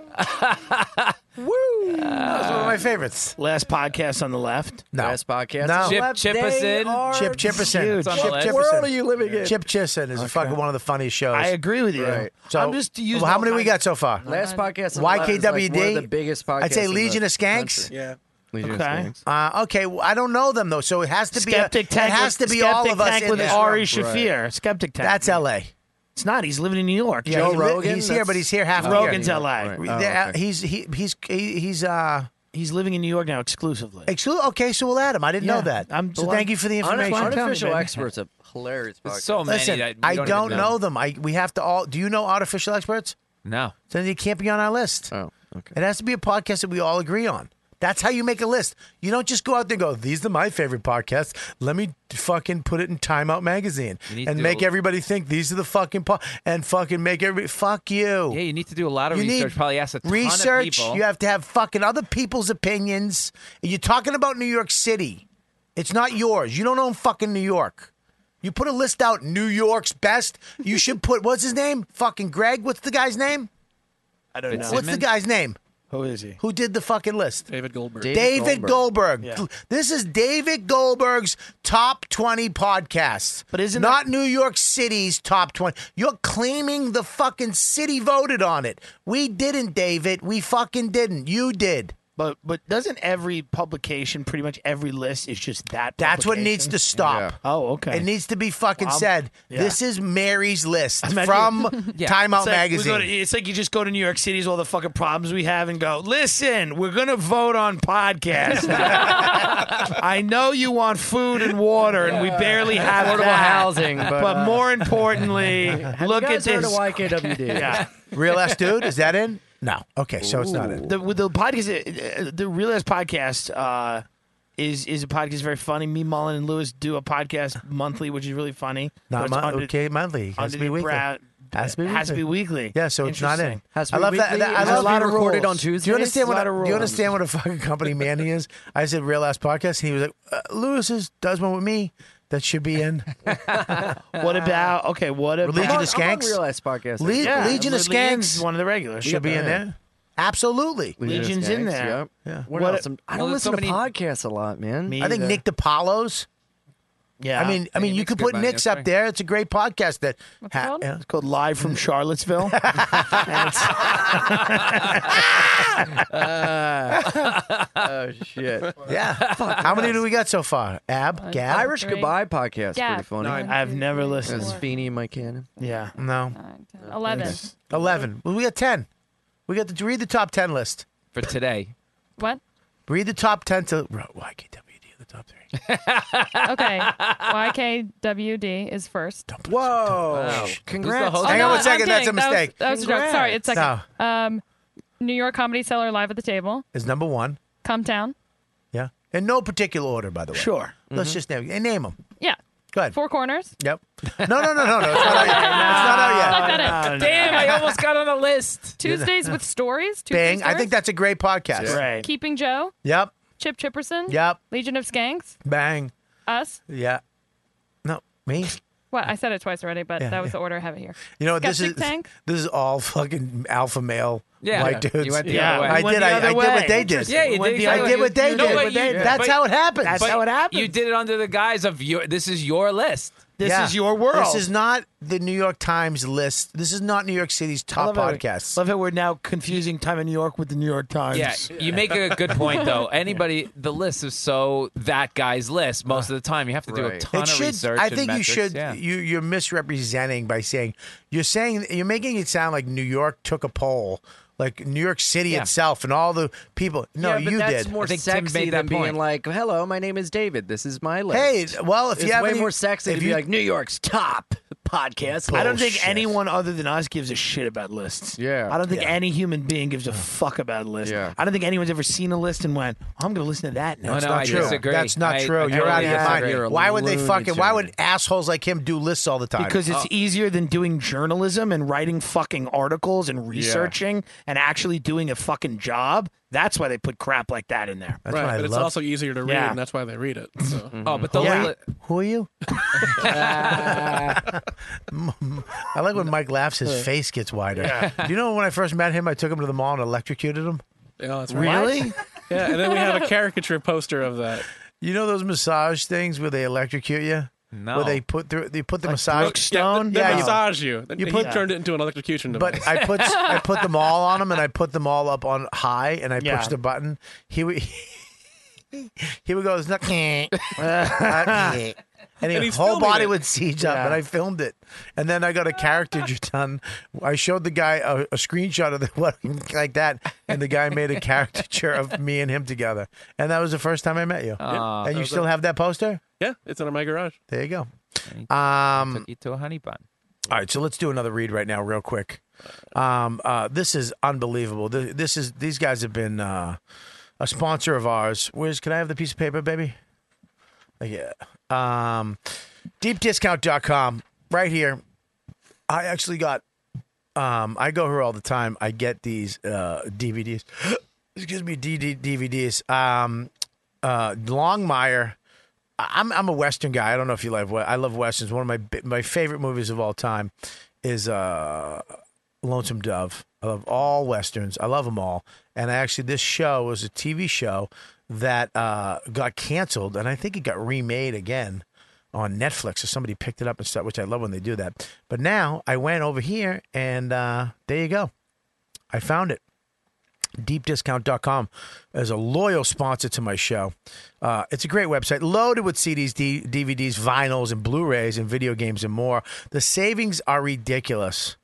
Speaker 11: Woo!
Speaker 2: That was one of my favorites.
Speaker 7: Last podcast on the left.
Speaker 2: No.
Speaker 11: Last podcast.
Speaker 2: No.
Speaker 11: Chip
Speaker 10: Chipperson.
Speaker 2: Chip Chipperson.
Speaker 7: It's on the
Speaker 2: Chip
Speaker 7: list.
Speaker 2: Chipperson.
Speaker 7: What world
Speaker 11: are you living in?
Speaker 2: Chip Chipperson is fucking one of the funniest shows.
Speaker 7: I agree with you.
Speaker 2: Right. So,
Speaker 7: I'm just using
Speaker 2: well, how
Speaker 7: all
Speaker 2: many
Speaker 7: my-
Speaker 2: we got so far?
Speaker 11: Last podcast. on the left is, like,
Speaker 2: YKWd.
Speaker 11: one of the biggest podcasts.
Speaker 2: I'd say
Speaker 11: in the
Speaker 2: Legion of Skanks.
Speaker 11: country. Yeah.
Speaker 2: okay. Uh, okay. Well, I don't know them though, so it has to be
Speaker 7: Skeptic
Speaker 2: a,
Speaker 7: Tank
Speaker 2: It has
Speaker 7: with-
Speaker 2: to be
Speaker 7: Skeptic
Speaker 2: all of us
Speaker 7: Tank
Speaker 2: in
Speaker 7: with
Speaker 2: this
Speaker 7: Ari
Speaker 2: room.
Speaker 7: Shafir. Skeptic Tank.
Speaker 2: That's L.A.
Speaker 7: It's not. He's living in New York.
Speaker 2: Yeah, he li- He's here, but he's here half. the year.
Speaker 7: Rogan's L.A.
Speaker 11: Oh,
Speaker 2: Yeah, He's he, he's he, he's uh
Speaker 7: he's living in New York now exclusively.
Speaker 2: Exclu- okay, so we'll add him. I didn't
Speaker 7: Yeah,
Speaker 2: know that.
Speaker 7: I'm-
Speaker 2: so thank you for the
Speaker 11: Honest-
Speaker 2: information.
Speaker 11: Unofficial experts. A hilarious podcast.
Speaker 2: Listen, I don't, know. them. I we have to all. Do you know artificial experts?
Speaker 10: No.
Speaker 2: So then you can't be on our list. Oh, okay. It has to be a podcast that we all agree on. That's how you make a list. You don't just go out there and go, these are my favorite podcasts. Let me fucking put it in Time Out magazine
Speaker 10: You need
Speaker 2: and
Speaker 10: to-
Speaker 2: make everybody think these are the fucking po- and fucking make everybody fuck you.
Speaker 10: Yeah, you need to do a lot of
Speaker 2: You need
Speaker 10: research. Probably ask a ton
Speaker 2: research.
Speaker 10: of people.
Speaker 2: You have to have fucking other people's opinions. And You're talking about New York City. It's not yours. You don't own fucking New York. You put a list out, New York's best. You should put what's his name? Fucking Greg. What's the guy's name?
Speaker 7: I don't know.
Speaker 2: What's the guy's name?
Speaker 7: Who is he?
Speaker 2: Who did the fucking list?
Speaker 9: David Goldberg.
Speaker 2: David, Goldberg.
Speaker 7: Yeah.
Speaker 2: This is David Goldberg's top 20 podcasts. But
Speaker 7: isn't
Speaker 2: not New York City's top 20. You're claiming the fucking city voted on it. We didn't, David. We fucking didn't. You did.
Speaker 7: But but doesn't every publication, pretty much every list, is just that?
Speaker 2: That's what needs
Speaker 7: publication?
Speaker 2: to stop.
Speaker 7: Oh, okay.
Speaker 2: It needs to be fucking
Speaker 7: Well, I'm-
Speaker 2: said.
Speaker 7: yeah.
Speaker 2: This is Mary's list
Speaker 7: Imagine-
Speaker 2: from Time
Speaker 7: It's like we
Speaker 2: Out Magazine.
Speaker 7: go to- it's like you just go to New York City's all the fucking problems we have and go, listen, we're gonna vote on podcast. I know you want food and water, and we barely have
Speaker 11: Affordable
Speaker 7: that.
Speaker 11: housing, but, uh,
Speaker 7: more importantly, look
Speaker 11: you guys
Speaker 7: at
Speaker 11: heard
Speaker 7: this.
Speaker 11: of YKWd?
Speaker 7: yeah.
Speaker 2: Real ass dude? Is that in? No. Okay, so it's not in.
Speaker 7: The, with the podcast, uh, the Real Ass Podcast uh, is is a podcast very funny. Me, Mullen, and Lewis do a podcast monthly, which is really funny. But
Speaker 2: Not
Speaker 7: it's
Speaker 2: mon-
Speaker 7: under-
Speaker 2: okay, monthly. Has
Speaker 7: under
Speaker 2: to be
Speaker 7: the
Speaker 2: weekly.
Speaker 7: brow-
Speaker 2: Has to be
Speaker 7: has to
Speaker 2: weekly.
Speaker 7: be weekly.
Speaker 2: Yeah, so it's not in.
Speaker 7: Interesting. Has to
Speaker 2: I
Speaker 7: be
Speaker 2: love that.
Speaker 7: weekly.
Speaker 2: that- I
Speaker 7: Has to
Speaker 2: love
Speaker 7: be
Speaker 2: that
Speaker 7: recorded
Speaker 2: rules.
Speaker 7: on
Speaker 2: Do
Speaker 7: Tuesdays?
Speaker 2: you understand
Speaker 7: Lot of
Speaker 2: what a,
Speaker 7: rules.
Speaker 2: do you understand what a fucking company man he is? I said real ass podcast, and he was like, uh, "Lewis is, does one with me that should be in."
Speaker 7: What about okay? What about
Speaker 2: Legion of Skanks? Le-
Speaker 7: Yeah,
Speaker 2: Legion of
Speaker 7: Legions,
Speaker 2: Skanks.
Speaker 7: one of the regulars
Speaker 2: Should be in there. Absolutely.
Speaker 7: Legion's in there.
Speaker 11: Yeah.
Speaker 2: Yeah.
Speaker 11: What,
Speaker 2: What-
Speaker 11: else? I'm- I don't
Speaker 2: Well, there's
Speaker 11: listen
Speaker 2: so many-
Speaker 11: to podcasts a lot, man.
Speaker 2: I think Nick DiPaolo's
Speaker 7: Yeah.
Speaker 2: I mean, I
Speaker 7: Yeah,
Speaker 2: mean,
Speaker 7: he
Speaker 2: you
Speaker 7: makes
Speaker 2: could
Speaker 7: good
Speaker 2: put
Speaker 7: money,
Speaker 2: Nick's
Speaker 7: that's
Speaker 2: up there. It's a great podcast that ha- yeah,
Speaker 7: it's called Live from Charlottesville.
Speaker 11: oh shit!
Speaker 2: Yeah. How many do we got so far?
Speaker 7: Uh,
Speaker 2: Ab, Gab,
Speaker 11: Irish Goodbye podcast.
Speaker 2: Gab.
Speaker 11: Pretty funny.
Speaker 2: Nine. I've never listened.
Speaker 11: That's Feeney and Mike Cannon.
Speaker 7: Yeah.
Speaker 2: No.
Speaker 8: Eleven.
Speaker 2: Eleven. Well, we got ten. We got to read the top ten list
Speaker 10: for today.
Speaker 8: What?
Speaker 2: Read the top ten to. Bro,
Speaker 7: Oh,
Speaker 2: why can't that
Speaker 8: Okay. YKWd is first.
Speaker 2: Whoa!
Speaker 11: Oh.
Speaker 8: Congrats.
Speaker 2: Hang on one second. That's a mistake.
Speaker 8: That was, a joke. Sorry, it's second.
Speaker 2: No,
Speaker 8: Um, New York Comedy Cellar live at the table.
Speaker 7: uh,
Speaker 2: is number one.
Speaker 8: Come town.
Speaker 2: Yeah. In no particular order, by the way. Sure.
Speaker 10: Mm-hmm.
Speaker 2: Let's just name. eh, Name them.
Speaker 8: Yeah.
Speaker 2: Go ahead.
Speaker 8: Four corners.
Speaker 2: Yep. No, no, no, no, no. It's not out yet. It's not out yet.
Speaker 8: Suck that
Speaker 2: Uh,
Speaker 8: in.
Speaker 10: Damn, I almost got on the list.
Speaker 8: Tuesdays with stories. Tuesday
Speaker 2: Bing. I think that's a great podcast.
Speaker 8: Stories. Keeping Joe.
Speaker 2: Yep.
Speaker 8: Chip Chipperson.
Speaker 2: Yep.
Speaker 8: Legion of Skanks.
Speaker 2: Bang.
Speaker 8: Us.
Speaker 2: Yeah. No, me.
Speaker 8: What? I said it twice already, but
Speaker 2: Yeah,
Speaker 8: that was
Speaker 2: yeah.
Speaker 8: the order I have it here.
Speaker 2: You know what this
Speaker 8: Skeptic
Speaker 2: is?
Speaker 8: Tank.
Speaker 2: This is all fucking alpha male
Speaker 10: Yeah.
Speaker 2: white
Speaker 10: Yeah.
Speaker 2: dudes.
Speaker 10: You went the Yeah. other way.
Speaker 2: I
Speaker 10: You went
Speaker 2: did.
Speaker 10: the
Speaker 2: I,
Speaker 10: other
Speaker 2: I did what
Speaker 10: way.
Speaker 2: they did.
Speaker 10: Yeah, you did.
Speaker 2: I did what they
Speaker 10: You-
Speaker 2: did.
Speaker 10: no, but you-
Speaker 2: That's
Speaker 10: but-
Speaker 2: how it happens.
Speaker 10: but You did it under the guise of your. This is your list.
Speaker 2: Yeah. This is not the New York Times list. This is not New York City's top
Speaker 7: love it.
Speaker 2: podcast.
Speaker 7: Love it. We're now confusing time in New York with the New York Times.
Speaker 10: Yeah, you make a good point though. Anybody, the list is so that guy's list most of the time. You have to do a ton
Speaker 2: it
Speaker 10: of
Speaker 2: should,
Speaker 10: research.
Speaker 2: I
Speaker 10: and
Speaker 2: think you
Speaker 10: metrics,
Speaker 2: should.
Speaker 10: yeah.
Speaker 2: You you're misrepresenting by saying you're saying you're making it sound like New York took a poll, like New York City
Speaker 11: Yeah.
Speaker 2: itself and all the people. No,
Speaker 11: yeah, but
Speaker 2: you
Speaker 11: that's
Speaker 2: did.
Speaker 11: more sexy than being like, "Hello, my name is David. This is my
Speaker 2: Hey,
Speaker 11: list."
Speaker 2: well, if
Speaker 11: it's
Speaker 2: you have
Speaker 11: way
Speaker 2: any-
Speaker 11: more sexy
Speaker 2: if
Speaker 11: to be
Speaker 2: you-
Speaker 11: like New York's top podcast.
Speaker 7: I don't think
Speaker 11: Bullshit.
Speaker 7: anyone other than us gives a shit about lists.
Speaker 11: Yeah.
Speaker 7: I don't think
Speaker 11: Yeah.
Speaker 7: any human being gives a fuck about lists.
Speaker 11: Yeah.
Speaker 7: I don't think anyone's ever seen a list and went, I'm going to listen to that now.
Speaker 10: Oh,
Speaker 2: That's not true. That's not true. You're out of your mind. why would they fucking? Why would assholes like him do lists all the time?
Speaker 7: Because
Speaker 10: Oh.
Speaker 7: it's easier than doing journalism and writing fucking articles and researching and actually doing a fucking job. That's why they put crap like that in there.
Speaker 9: right, but it's also easier to read,
Speaker 7: Yeah.
Speaker 9: and that's why they read it. So.
Speaker 10: Oh, but the
Speaker 7: Yeah.
Speaker 2: Who are you? I like when Mike laughs; his face gets wider.
Speaker 9: Yeah.
Speaker 2: Do you know when I first met him, I took him to the mall and electrocuted him.
Speaker 9: Yeah, that's right.
Speaker 2: Really?
Speaker 9: yeah, and then we have a caricature poster of that.
Speaker 2: You know those massage things where they electrocute you?
Speaker 9: No.
Speaker 2: Where they put through they put the massage
Speaker 9: Yeah, they, they massage you. Then
Speaker 2: You
Speaker 9: he
Speaker 2: put-
Speaker 9: turned it into an electrocution device.
Speaker 2: But I put I put them all on him and I put them all up on high and I
Speaker 9: Yeah.
Speaker 2: pushed a button. He would he would go. It's not. Uh, And
Speaker 9: And
Speaker 2: his
Speaker 9: he's
Speaker 2: whole
Speaker 9: filming
Speaker 2: body
Speaker 9: it.
Speaker 2: would siege up,
Speaker 9: Yeah.
Speaker 2: and I filmed it. And then I got a character done. I showed the guy a, a screenshot of the, what like that, and the guy made a caricature of me and him together. And that was the first time I met you.
Speaker 10: Yeah.
Speaker 2: and
Speaker 10: That
Speaker 2: you
Speaker 10: was
Speaker 2: still
Speaker 10: a-
Speaker 2: have that poster?
Speaker 9: yeah, it's under my garage.
Speaker 2: There you go. Um,
Speaker 10: Took you to a honey bun.
Speaker 2: all right, so let's do another read right now, real quick. Um, uh, this is unbelievable. Th- This is these guys have been uh, a sponsor of ours. Where's can I have the piece of paper, baby? Uh, Yeah. Um, deepdiscount.com, right here. I actually got. Um, I go here all the time. I get these uh, DVDs. Excuse me, DD DVDs. Um, uh, Longmire. I- I'm I'm a Western guy. I don't know if you like. we- I love westerns. One of my bi- my favorite movies of all time is uh, Lonesome Dove. I love all westerns. I love them all. And I actually, this show was a TV show that uh, got canceled, and I think it got remade again on Netflix. So somebody picked it up and stuff, which I love when they do that. But now I went over here, and uh, there you go. I found it deepdiscount.com as a loyal sponsor to my show. Uh, it's a great website loaded with CDs, D- DVDs, vinyls, and Blu rays, and video games, and more. The savings are ridiculous.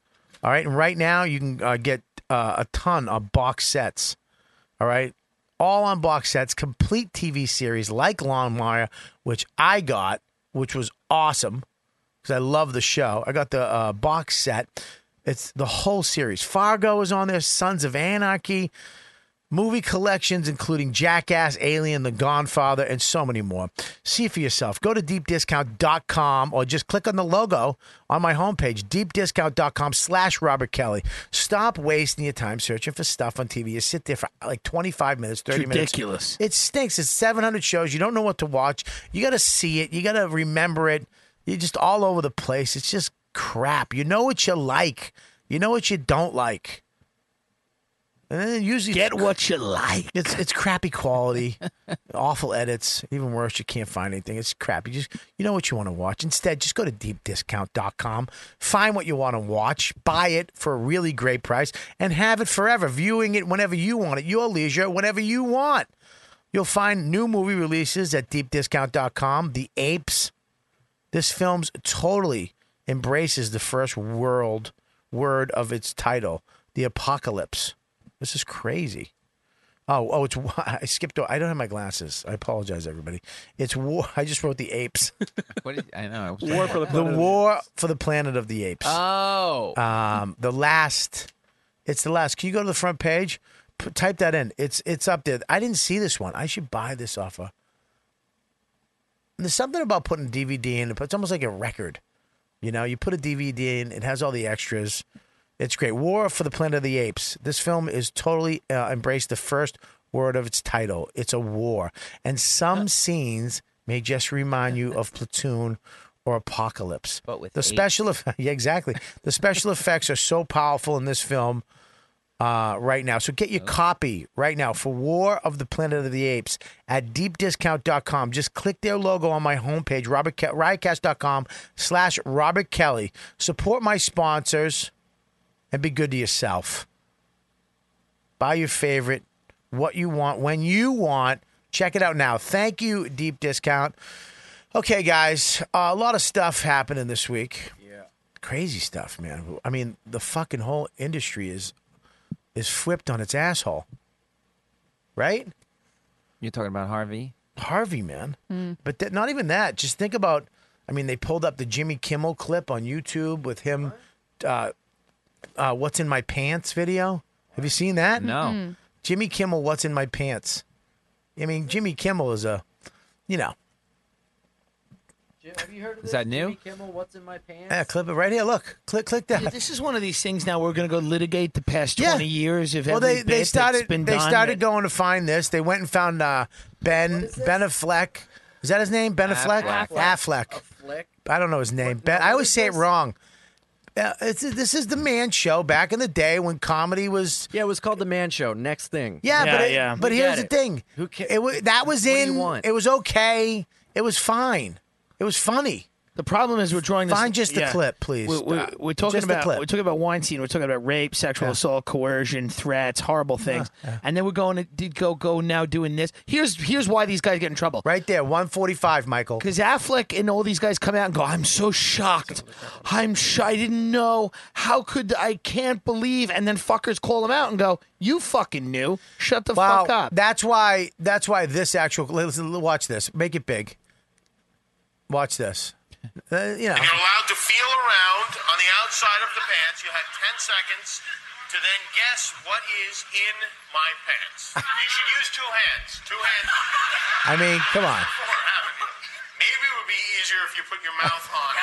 Speaker 2: All right. And right now, you can uh, get uh, a ton of box sets. All right. All on box sets, complete TV series like Longmire, which I got, which was awesome because I love the show. I got the uh, box set. It's the whole series. Fargo is on there, Sons of Anarchy, movie collections including Jackass, Alien, The Godfather, and so many more. See for yourself. Go to deepdiscount.com or just click on the logo on my homepage, deepdiscount.com slash Robert Kelly. Stop wasting your time searching for stuff on TV. You sit there for like 25 minutes, 30 minutes.
Speaker 7: ridiculous.
Speaker 2: It stinks. It's 700 shows. You don't know what to watch. You got to see it. You got to remember it. You're just all over the place. It's just crap. You know what you like. You know what you don't like. And then usually get what you like. It's it's crappy quality, awful edits. Even worse, you can't find anything. It's crappy. Just you know what you want to watch. Instead, just go to deepdiscount.com, find what you want to watch, buy it for a really great price, and have it forever. Viewing it whenever you want at your leisure, whenever you want. You'll find new movie releases at deepdiscount.com. The Apes. This film's totally embraces the first world word of its title, the apocalypse. This is crazy. Oh, oh, it's I skipped. o- I don't have my glasses. I apologize, everybody. It's war. I just wrote the apes.
Speaker 10: What did, I know. I was
Speaker 2: war
Speaker 10: trying to-
Speaker 2: the war for the planet of the apes.
Speaker 10: Oh.
Speaker 2: Um, the last. It's the last. Can you go to the front page? P- type that in. It's it's up there. I didn't see this one. I should buy this off of. There's something about putting DVD in. It's almost like a record. You know, you put a DVD in. It has all the extras. It's great. War for the Planet of the Apes. This film is totally uh, embraced the first word of its title. It's a war, and some scenes may just remind you of Platoon or Apocalypse. But with the special effects, yeah, exactly. The special effects are so powerful in this film uh, right now. So get your copy right now for War of the Planet of the Apes at deepdiscount.com. Just click their logo on my homepage, Robert Ke- riotcast.com slash Robert Kelly. Support my sponsors and be good to yourself. Buy your favorite, what you want, when you want. Check it out now. Thank you, Deep Discount. Okay, guys, uh, a lot of stuff happening this week. Yeah, crazy stuff, man. I mean, the fucking whole industry is is flipped on its asshole, right?
Speaker 10: You're talking about Harvey.
Speaker 2: Harvey, man. But that, not even that. Just think about. I mean, they pulled up the Jimmy Kimmel clip on YouTube with him. Uh, uh, "What's in My Pants" video. Have you seen that?
Speaker 10: No.
Speaker 7: Hmm.
Speaker 10: Mm-mm.
Speaker 2: Jimmy Kimmel, "What's in My Pants." I mean, Jimmy Kimmel is a, you know,
Speaker 11: Have you heard of
Speaker 2: Is that new?
Speaker 11: Jimmy Kimmel, what's in my pants?
Speaker 2: yeah, eh, clip it right here. Look, click, click that.
Speaker 7: Yeah, this is one of these things now we're going to go litigate the past 20 years of
Speaker 2: well,
Speaker 7: every
Speaker 2: they, they
Speaker 7: bit
Speaker 2: started
Speaker 7: that's been
Speaker 2: they
Speaker 7: done.
Speaker 2: started going to find this. They went and found uh, Ben Ben Affleck. Is that his name? Ben Affleck.
Speaker 12: Affleck.
Speaker 2: Affleck. I don't know his name. ben. I always say it wrong. Uh, it's, this is the Man Show back in the day when comedy was.
Speaker 11: Yeah, it was called the Man Show. Next thing.
Speaker 2: Yeah, but it, but
Speaker 11: We
Speaker 2: here's
Speaker 11: get
Speaker 2: the
Speaker 11: it.
Speaker 2: thing.
Speaker 11: Who ca-
Speaker 2: It wa- that was
Speaker 11: What do you
Speaker 2: in.
Speaker 11: want?
Speaker 2: It was okay. It was fine. It was funny.
Speaker 7: The problem is we're drawing.
Speaker 2: Find just the clip, please.
Speaker 7: We're, we're,
Speaker 2: Uh,
Speaker 7: we're talking
Speaker 2: just the
Speaker 7: about
Speaker 2: clip.
Speaker 7: we're talking about Weinstein. We're talking about rape, sexual assault, coercion, threats, horrible
Speaker 2: Uh-huh.
Speaker 7: things, and then we're going to did go go now doing this. Here's here's why these guys get in trouble.
Speaker 2: Right there, one forty five, Michael.
Speaker 7: Because Affleck and all these guys come out and go, "I'm so shocked. I'm sh- I didn't know. How could I can't believe?" And then fuckers call him out and go, "You fucking knew. Shut the
Speaker 2: Wow,
Speaker 7: fuck up."
Speaker 2: That's why. That's why this actual. Listen, watch this. Make it big. Watch this. Uh, you know.
Speaker 14: And you're allowed to feel around on the outside of the pants. You have 10 seconds to then guess what is in my pants. You should use two hands. Two hands.
Speaker 2: I mean, come on.
Speaker 14: Four, haven't you? Maybe it would be easier if you put your mouth on.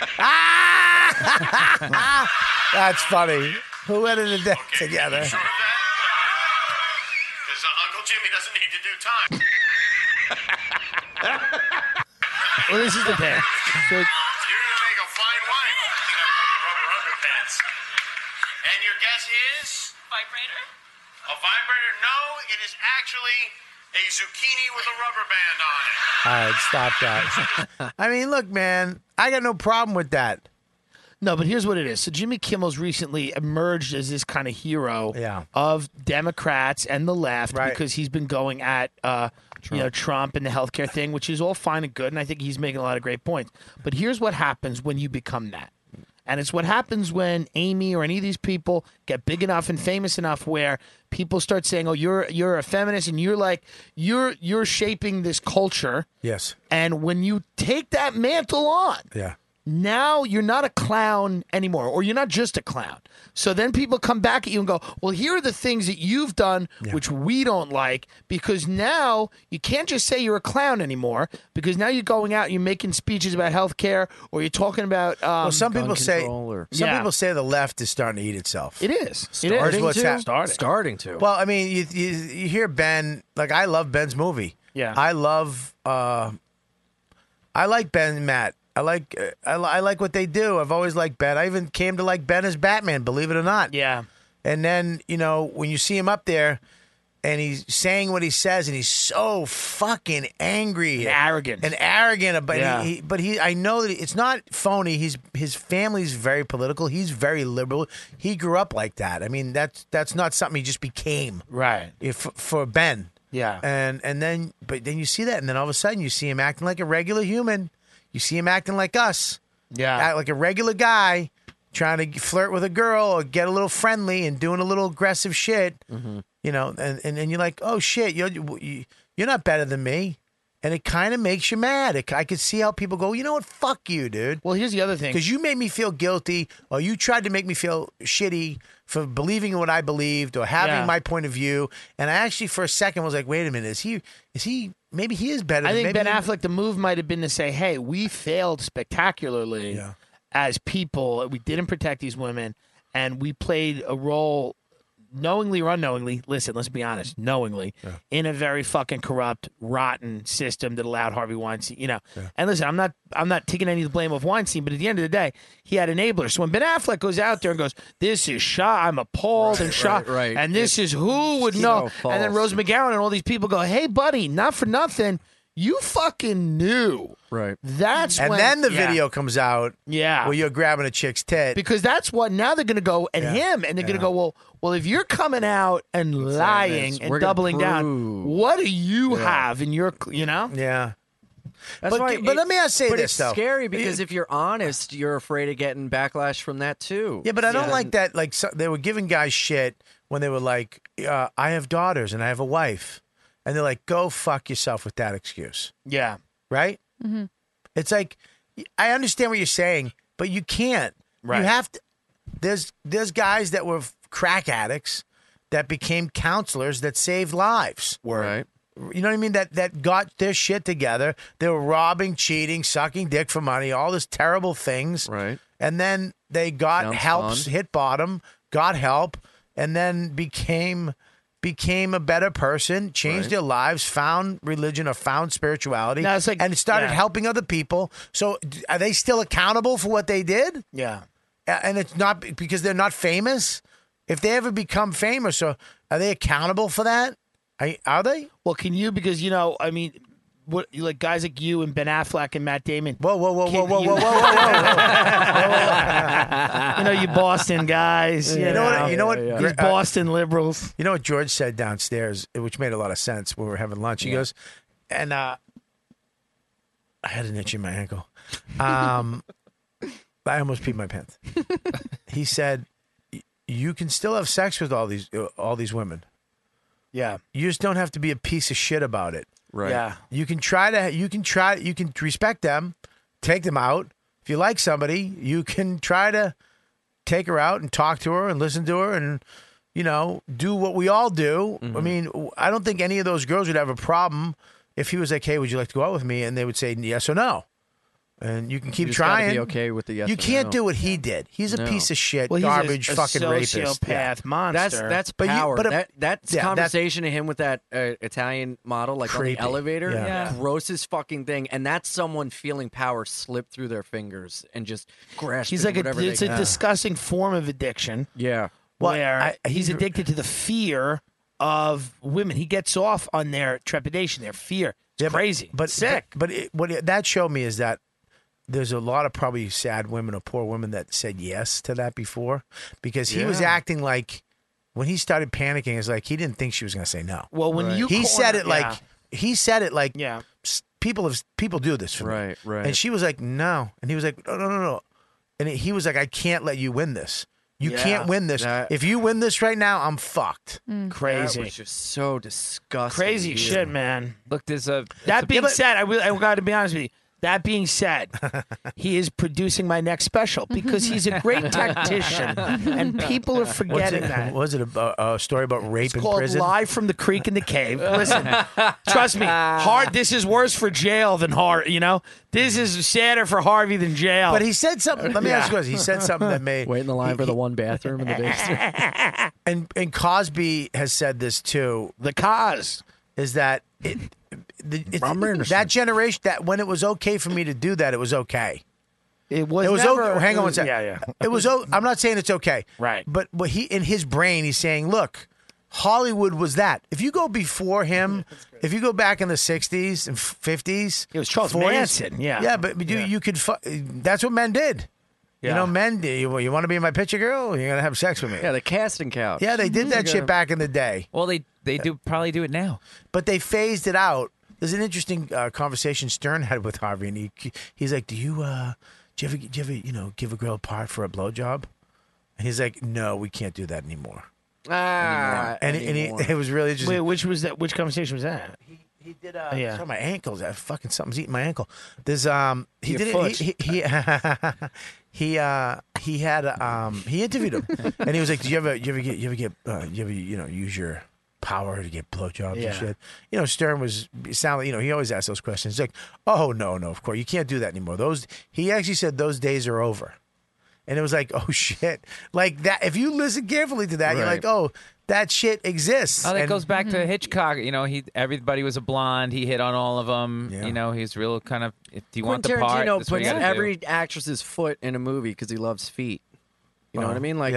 Speaker 2: that's funny. Who edited that together?
Speaker 14: Because uh, Uncle Jimmy doesn't need to do time.
Speaker 7: Well, this is the thing. So-
Speaker 14: You're going to make a fine wife. I think I put your rubber underpants. And your guess is? Vibrator? A vibrator? No, it is actually a zucchini with a rubber band on it.
Speaker 2: All right, stop that. I mean, look, man, I got no problem with that.
Speaker 7: No, but here's what it is. So Jimmy Kimmel's recently emerged as this kind of hero of Democrats and the left because he's been going at uh, you know Trump and the healthcare thing, which is all fine and good, and I think he's making a lot of great points. But here's what happens when you become that. And it's what happens when Amy or any of these people get big enough and famous enough where people start saying, "Oh, you're you're a feminist and you're like you're you're shaping this culture."
Speaker 2: Yes.
Speaker 7: And when you take that mantle on,
Speaker 2: Yeah.
Speaker 7: now you're not a clown anymore, or you're not just a clown. So then people come back at you and go, Well, here are the things that you've done which we don't like, because now you can't just say you're a clown anymore, because now you're going out and you're making speeches about healthcare or you're talking about. Um,
Speaker 2: Well, some people say some
Speaker 7: Yeah.
Speaker 2: people say the left is starting to eat itself.
Speaker 7: It is.
Speaker 2: Starting
Speaker 7: it is.
Speaker 2: to? What's hap-
Speaker 7: Starting.
Speaker 2: Well, I mean, you, you you hear Ben like I love Ben's movie.
Speaker 7: Yeah.
Speaker 2: I love uh, I like Ben Matt. I like uh, I, li- I like what they do. I've always liked Ben. I even came to like Ben as Batman. Believe it or not.
Speaker 7: Yeah.
Speaker 2: And then, you know, when you see him up there and he's saying what he says and he's so fucking angry and arrogant. And arrogant about
Speaker 7: Yeah.
Speaker 2: he, he- but he I know that it's not phony. He's his family's very political. He's very liberal. He grew up like that. I mean, that's that's not something he just became.
Speaker 7: Right.
Speaker 2: If for Ben.
Speaker 7: Yeah.
Speaker 2: And and then but then you see that and then all of a sudden you see him acting like a regular human. You see him acting like us.
Speaker 7: Yeah.
Speaker 2: Act like a regular guy trying to flirt with a girl or get a little friendly and doing a little aggressive shit.
Speaker 7: Mm-hmm.
Speaker 2: You know, and, and, and you're like, "Oh shit, you're you, you're not better than me." And it kind of makes you mad. It, I could see how people go, "You know what? Fuck you, dude."
Speaker 7: Well, here's the other thing.
Speaker 2: Cuz you made me feel guilty or you tried to make me feel shitty for believing in what I believed or having
Speaker 7: Yeah.
Speaker 2: my point of view. And I actually for a second was like, "Wait a minute, is he is he maybe he is better
Speaker 7: I
Speaker 2: than
Speaker 7: think
Speaker 2: maybe
Speaker 7: Ben
Speaker 2: he-
Speaker 7: Affleck, the move might have been to say, "Hey, we failed spectacularly as people. We didn't protect these women, and we played a role, knowingly or unknowingly. Listen, let's be honest, knowingly, in a very fucking corrupt, rotten system that allowed Harvey Weinstein. You know, and listen, I'm not, I'm not taking any of the blame of Weinstein, but at the end of the day, he had enablers. So when Ben Affleck goes out there and goes, "This is shot. I'm appalled and shot,"
Speaker 11: right, right.
Speaker 7: and this is who would know, and then
Speaker 11: false.
Speaker 7: Rose McGowan and all these people go, "Hey, buddy, not for nothing, you fucking knew."
Speaker 11: Right.
Speaker 7: That's
Speaker 2: And
Speaker 7: when-
Speaker 2: then the
Speaker 7: Yeah.
Speaker 2: video comes out.
Speaker 7: Yeah.
Speaker 2: Where you're grabbing a chick's tit.
Speaker 7: because that's what now they're going to go at him, and they're going to go, "Well, well, if you're coming out and lying
Speaker 2: this,
Speaker 7: and
Speaker 2: we're gonna
Speaker 7: doubling down,
Speaker 2: prove."
Speaker 7: what do you have in your, you know?"
Speaker 2: Yeah.
Speaker 11: That's
Speaker 7: But-
Speaker 11: why
Speaker 7: but
Speaker 11: it-
Speaker 7: let me ask you
Speaker 11: but
Speaker 7: this,
Speaker 11: it's
Speaker 7: though.
Speaker 11: scary because if you're honest, you're afraid of getting backlash from that too.
Speaker 2: Yeah, but I don't like that. Like so, they were giving guys shit when they were like, uh, "I have daughters and I have a wife," and they're like, "Go fuck yourself with that excuse."
Speaker 7: Yeah.
Speaker 2: Right.
Speaker 8: Mhm.
Speaker 2: It's like I understand what you're saying, but you can't.
Speaker 7: Right.
Speaker 2: You have to. There's there's guys that were crack addicts that became counselors that saved lives.
Speaker 11: Right.
Speaker 2: You know what I mean? That that got their shit together. They were robbing, cheating, sucking dick for money, all these terrible things. Right. And then they got
Speaker 11: Sounds
Speaker 2: help,
Speaker 11: fun.
Speaker 2: hit bottom, got help, and then became became a better person, changed
Speaker 7: Right.
Speaker 2: their lives, found religion or found spirituality,
Speaker 7: No, it's like-
Speaker 2: and started
Speaker 7: yeah.
Speaker 2: helping other people. So d- are they still accountable for what they did?
Speaker 7: Yeah.
Speaker 2: A- And it's not be- because they're not famous. If they ever become famous, or are they accountable for that? Are, are they?
Speaker 7: Well, can you? Because you know, I mean, what like guys like you and Ben Affleck and Matt Damon.
Speaker 2: Whoa, whoa, whoa,
Speaker 7: whoa, whoa,
Speaker 2: whoa, whoa,
Speaker 7: you know, you Boston guys. You,
Speaker 2: You know what? You know what?
Speaker 7: These
Speaker 2: Gre- uh,
Speaker 7: Boston liberals.
Speaker 2: You know what George said downstairs, which made a lot of sense when we were having lunch. He goes, and uh, I had an itch in my ankle. Um, I almost peed my pants. he said, "Y- "You can still have sex with all these uh, all these women.
Speaker 7: Yeah.
Speaker 2: You just don't have to be a piece of shit about it.
Speaker 7: Right. Yeah.
Speaker 2: You can try to. You can try. You can respect them. Take them out. If you like somebody, you can try to take her out and talk to her and listen to her and you know do what we all do. I
Speaker 11: Mm-hmm.
Speaker 2: mean, w- I don't think any of those girls would have a problem if he was like, "Hey, would you like to go out with me?" And they would say yes or no. And you can keep
Speaker 11: just gotta
Speaker 2: trying.
Speaker 11: be okay with the yes
Speaker 2: You
Speaker 11: or
Speaker 2: can't
Speaker 11: no.
Speaker 2: do what he did. He's a
Speaker 11: No.
Speaker 2: piece of shit,
Speaker 11: Well, he's a-
Speaker 2: garbage,
Speaker 11: a
Speaker 2: fucking rapist, Yeah.
Speaker 7: sociopath monster.
Speaker 11: That's that's
Speaker 2: But you-
Speaker 11: power.
Speaker 2: but a-
Speaker 11: that that's
Speaker 2: yeah, that-
Speaker 11: conversation of him with that uh, Italian model, like
Speaker 2: Creepy.
Speaker 11: on the elevator,
Speaker 2: Yeah. Yeah.
Speaker 11: grossest fucking thing. And that's someone feeling power slip through their fingers and just grasping.
Speaker 7: He's like
Speaker 11: whatever
Speaker 7: a,
Speaker 11: they
Speaker 7: it's a
Speaker 11: can.
Speaker 7: disgusting form of addiction.
Speaker 11: Yeah.
Speaker 2: Well,
Speaker 7: where
Speaker 2: I-
Speaker 7: he's addicted to the fear of women. He gets off on their trepidation, their fear. It's crazy.
Speaker 2: but
Speaker 7: sick.
Speaker 2: But, but it, what it, that showed me is that there's a lot of probably sad women or poor women that said yes to that before because he was
Speaker 7: Yeah.
Speaker 2: acting like when he started panicking, it's like he didn't think she was going to say no.
Speaker 7: Well, when Right. you
Speaker 2: he said
Speaker 7: corner-
Speaker 2: it like
Speaker 7: yeah.
Speaker 2: he said it like
Speaker 7: yeah,
Speaker 2: people have people do this for right, me.
Speaker 11: right.
Speaker 2: And she was like no, and he was like no, no, no, no, and he was like I can't let you win this. You
Speaker 11: Yeah.
Speaker 2: can't win this.
Speaker 11: That-
Speaker 2: if you win this right now, I'm fucked.
Speaker 7: Mm. Crazy.
Speaker 11: That was just so disgusting.
Speaker 7: crazy
Speaker 11: dude.
Speaker 7: shit, man.
Speaker 10: Look, there's a
Speaker 7: That being said, I will, I got to be honest with you. That being said, he is producing my next special because he's a great tactician, and people are
Speaker 2: What's
Speaker 7: forgetting
Speaker 2: it,
Speaker 7: that.
Speaker 2: was it a, a a story about rape in
Speaker 7: called
Speaker 2: prison?
Speaker 7: Live from the Creek in the Cave. Listen, trust me, hard. This is worse for jail than Harvey. You know, this is sadder for Harvey than jail.
Speaker 2: But he said something. Let me ask you
Speaker 7: Yeah.
Speaker 2: this. He said something that made
Speaker 11: Wait Oh. in the line for the one bathroom in the basement.
Speaker 2: and and Cosby has said this too.
Speaker 7: The cause
Speaker 2: is that it, the, it's- that generation that when it was okay for me to do that, it was okay.
Speaker 7: It was.
Speaker 2: it was
Speaker 7: never,
Speaker 2: okay. Hang on one second.
Speaker 7: Yeah, yeah.
Speaker 2: It was. o- I'm not saying it's okay. Right. But but he in his brain he's saying, look, Hollywood was that. If you go before him, if you go back in the 60s and 50s, it was Charles
Speaker 7: Manson, yeah.
Speaker 2: Yeah, but, but you you could. Fu- that's what men did. You
Speaker 11: Yeah.
Speaker 2: know, men do. You, you want to be my picture girl? You're gonna have sex with me.
Speaker 11: Yeah, the casting couch.
Speaker 2: Yeah, they did that shit back in the day.
Speaker 10: Well, they they do probably do it now,
Speaker 2: but they phased it out. There's an interesting uh, conversation Stern had with Harvey, and he he's like, "Do you uh, do you ever, do you ever you know give a girl a part for a blowjob?" And he's like, "No, we can't do that anymore."
Speaker 11: Ah,
Speaker 2: and he- and he- it was really interesting.
Speaker 7: Wait, which was that? Which conversation was that?
Speaker 2: He did. Uh,
Speaker 7: yeah.
Speaker 2: Sorry, my ankles. I, fucking something's eating my ankle. There's um. He
Speaker 7: Your
Speaker 2: did
Speaker 7: foot.
Speaker 2: it. He he he, he uh he had um he interviewed him and he was like, "Do you ever you ever get you ever get uh, you ever you know use your power to get blowjobs
Speaker 12: Yeah.
Speaker 2: and shit?" You know, Stern was sound. You know, he always asked those questions. He's like, "Oh no, no, of course you can't do that anymore." Those he actually said those days are over. And it was like, oh shit, like that. If you listen carefully to that, you're
Speaker 10: Right.
Speaker 2: like, oh, that shit exists.
Speaker 10: Oh, that
Speaker 2: And-
Speaker 10: goes back to Hitchcock. Eh, You know, he everybody was a blonde. He hit on all of them. You know, he's real kind of. If you want the
Speaker 11: Quentin
Speaker 10: part,
Speaker 11: Tarantino
Speaker 10: that's what
Speaker 11: puts
Speaker 10: you gotta do.
Speaker 11: every actress's foot in a movie because he loves feet. You know
Speaker 10: Oh,
Speaker 11: what I
Speaker 2: Uh-huh.
Speaker 11: mean? Like,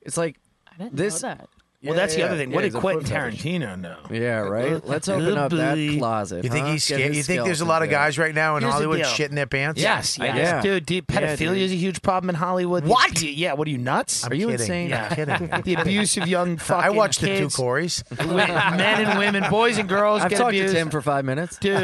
Speaker 11: it's like
Speaker 8: didn't know
Speaker 11: this.
Speaker 8: that.
Speaker 11: Yeah,
Speaker 7: well, that's
Speaker 11: yeah,
Speaker 7: the other thing.
Speaker 11: yeah,
Speaker 7: what
Speaker 11: he's
Speaker 7: did
Speaker 11: a
Speaker 7: Quentin
Speaker 11: foot fetish.
Speaker 7: Tarantino know?
Speaker 11: Yeah, right. Let's open up that closet.
Speaker 2: You think
Speaker 11: huh?
Speaker 2: he's
Speaker 11: Get
Speaker 2: scared?
Speaker 11: his
Speaker 2: You think there's a lot of
Speaker 11: skeleton
Speaker 2: guys right now in
Speaker 7: Here's the
Speaker 2: Hollywood
Speaker 7: deal.
Speaker 2: shitting their pants?
Speaker 7: Yes, yes, dude. The pedophilia is a huge problem in Hollywood. What? yeah. What are you nuts?
Speaker 2: I'm kidding. I'm kidding. I'm
Speaker 7: the
Speaker 2: kidding.
Speaker 7: abuse of young fucking.
Speaker 2: I watched the two
Speaker 7: kids.
Speaker 2: Corys.
Speaker 7: Wi- men and women, boys and girls
Speaker 11: I've
Speaker 7: get
Speaker 11: talked
Speaker 7: abused.
Speaker 11: to Tim for five minutes,
Speaker 7: dude.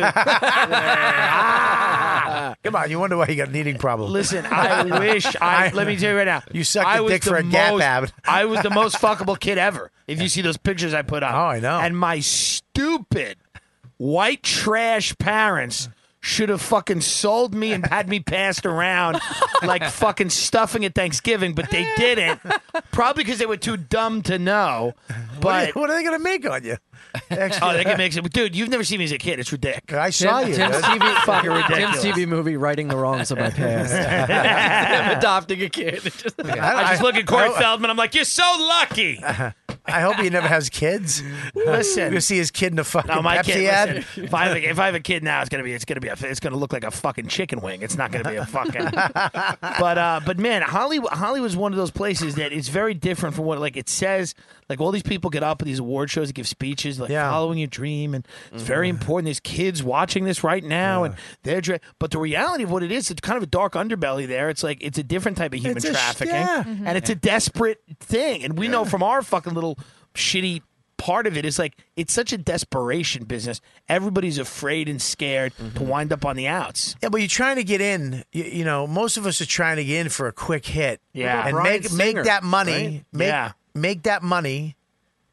Speaker 2: Come on, you wonder why you got an eating problem.
Speaker 7: Listen, I wish I, let me tell you right now.
Speaker 2: You sucked
Speaker 7: I
Speaker 2: a
Speaker 7: was
Speaker 2: dick
Speaker 7: the
Speaker 2: for a gap
Speaker 7: most-
Speaker 2: ab.
Speaker 7: I was the most fuckable kid ever. If you see those pictures I put up. Oh, I know. And my stupid white trash parents should have fucking sold me and had me passed around like fucking stuffing at Thanksgiving, but they didn't. Probably because they were too dumb to know. But
Speaker 2: what are they gonna make on you?
Speaker 7: oh, they can make some. Dude, you've never seen me as a kid. It's ridiculous.
Speaker 2: I saw you.
Speaker 11: Tim's TV,
Speaker 7: fucking ridiculous.
Speaker 11: Tim's TV movie, righting the wrongs of my past.
Speaker 7: I'm
Speaker 11: adopting a kid. Just,
Speaker 7: I, just look at Corey
Speaker 2: I-
Speaker 7: Feldman. I'm like, you're so lucky.
Speaker 2: I hope he never has kids.
Speaker 7: Listen.
Speaker 2: you see his kid in a fucking
Speaker 7: No, my
Speaker 2: Pepsi
Speaker 7: kid.
Speaker 2: ad.
Speaker 7: listen, if I have a, if I have a kid now, it's gonna be it's gonna be a, it's gonna look like a fucking chicken wing. It's not gonna be a fucking. but uh, but man, Hollywood Hollywood's one of those places that it's very different from what like it says. Like all these people get up at these award shows and give speeches, like following your dream, and it's
Speaker 2: Mm-hmm.
Speaker 7: very important. There's kids watching this right now, and they're dra- but the reality of what it is, it's kind of a dark underbelly there. It's like it's a different type of human
Speaker 2: It's a sh-
Speaker 7: trafficking,
Speaker 2: yeah. Mhm.
Speaker 7: and it's a desperate thing. And we know from our fucking little shitty part of it is like it's such a desperation business. Everybody's afraid and scared
Speaker 2: Mm-hmm.
Speaker 7: to wind up on the outs.
Speaker 2: Yeah, but you're trying to get in. You, you know, most of us are trying to get in for a quick hit.
Speaker 7: Yeah.
Speaker 2: and
Speaker 7: Brian
Speaker 2: make make
Speaker 7: Singer,
Speaker 2: that money.
Speaker 7: right?
Speaker 2: Make
Speaker 7: Yeah.
Speaker 2: make that money,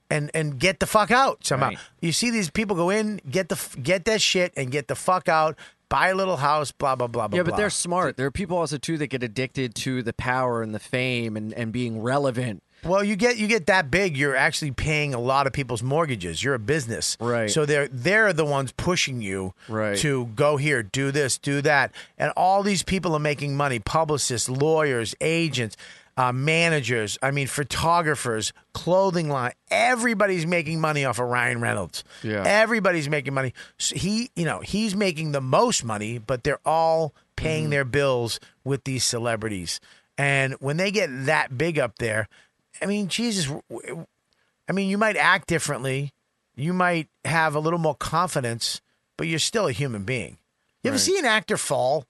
Speaker 2: and and get the fuck out somehow. You see these people go in, get the f- get that shit, and get the fuck out. Buy a little house, blah blah blah blah.
Speaker 11: yeah, but
Speaker 2: blah.
Speaker 11: they're smart. There are people also too that get addicted to the power and the fame and, and being relevant.
Speaker 2: Well, you get you get that big, you're actually paying a lot of people's mortgages. You're a business, right? So they're they're the ones pushing you
Speaker 11: Right.
Speaker 2: to go here, do this, do that, and all these people are making money: publicists, lawyers, agents, uh, managers. I mean, photographers, clothing line. Everybody's making money off of Ryan Reynolds.
Speaker 11: Yeah.
Speaker 2: everybody's making money. So he, you know, he's making the most money, but they're all paying their bills with these celebrities. And when they get that big up there, I mean, Jesus, w- w- I mean, you might act differently, you might have a little more confidence, but you're still a human being. You ever see an actor fall?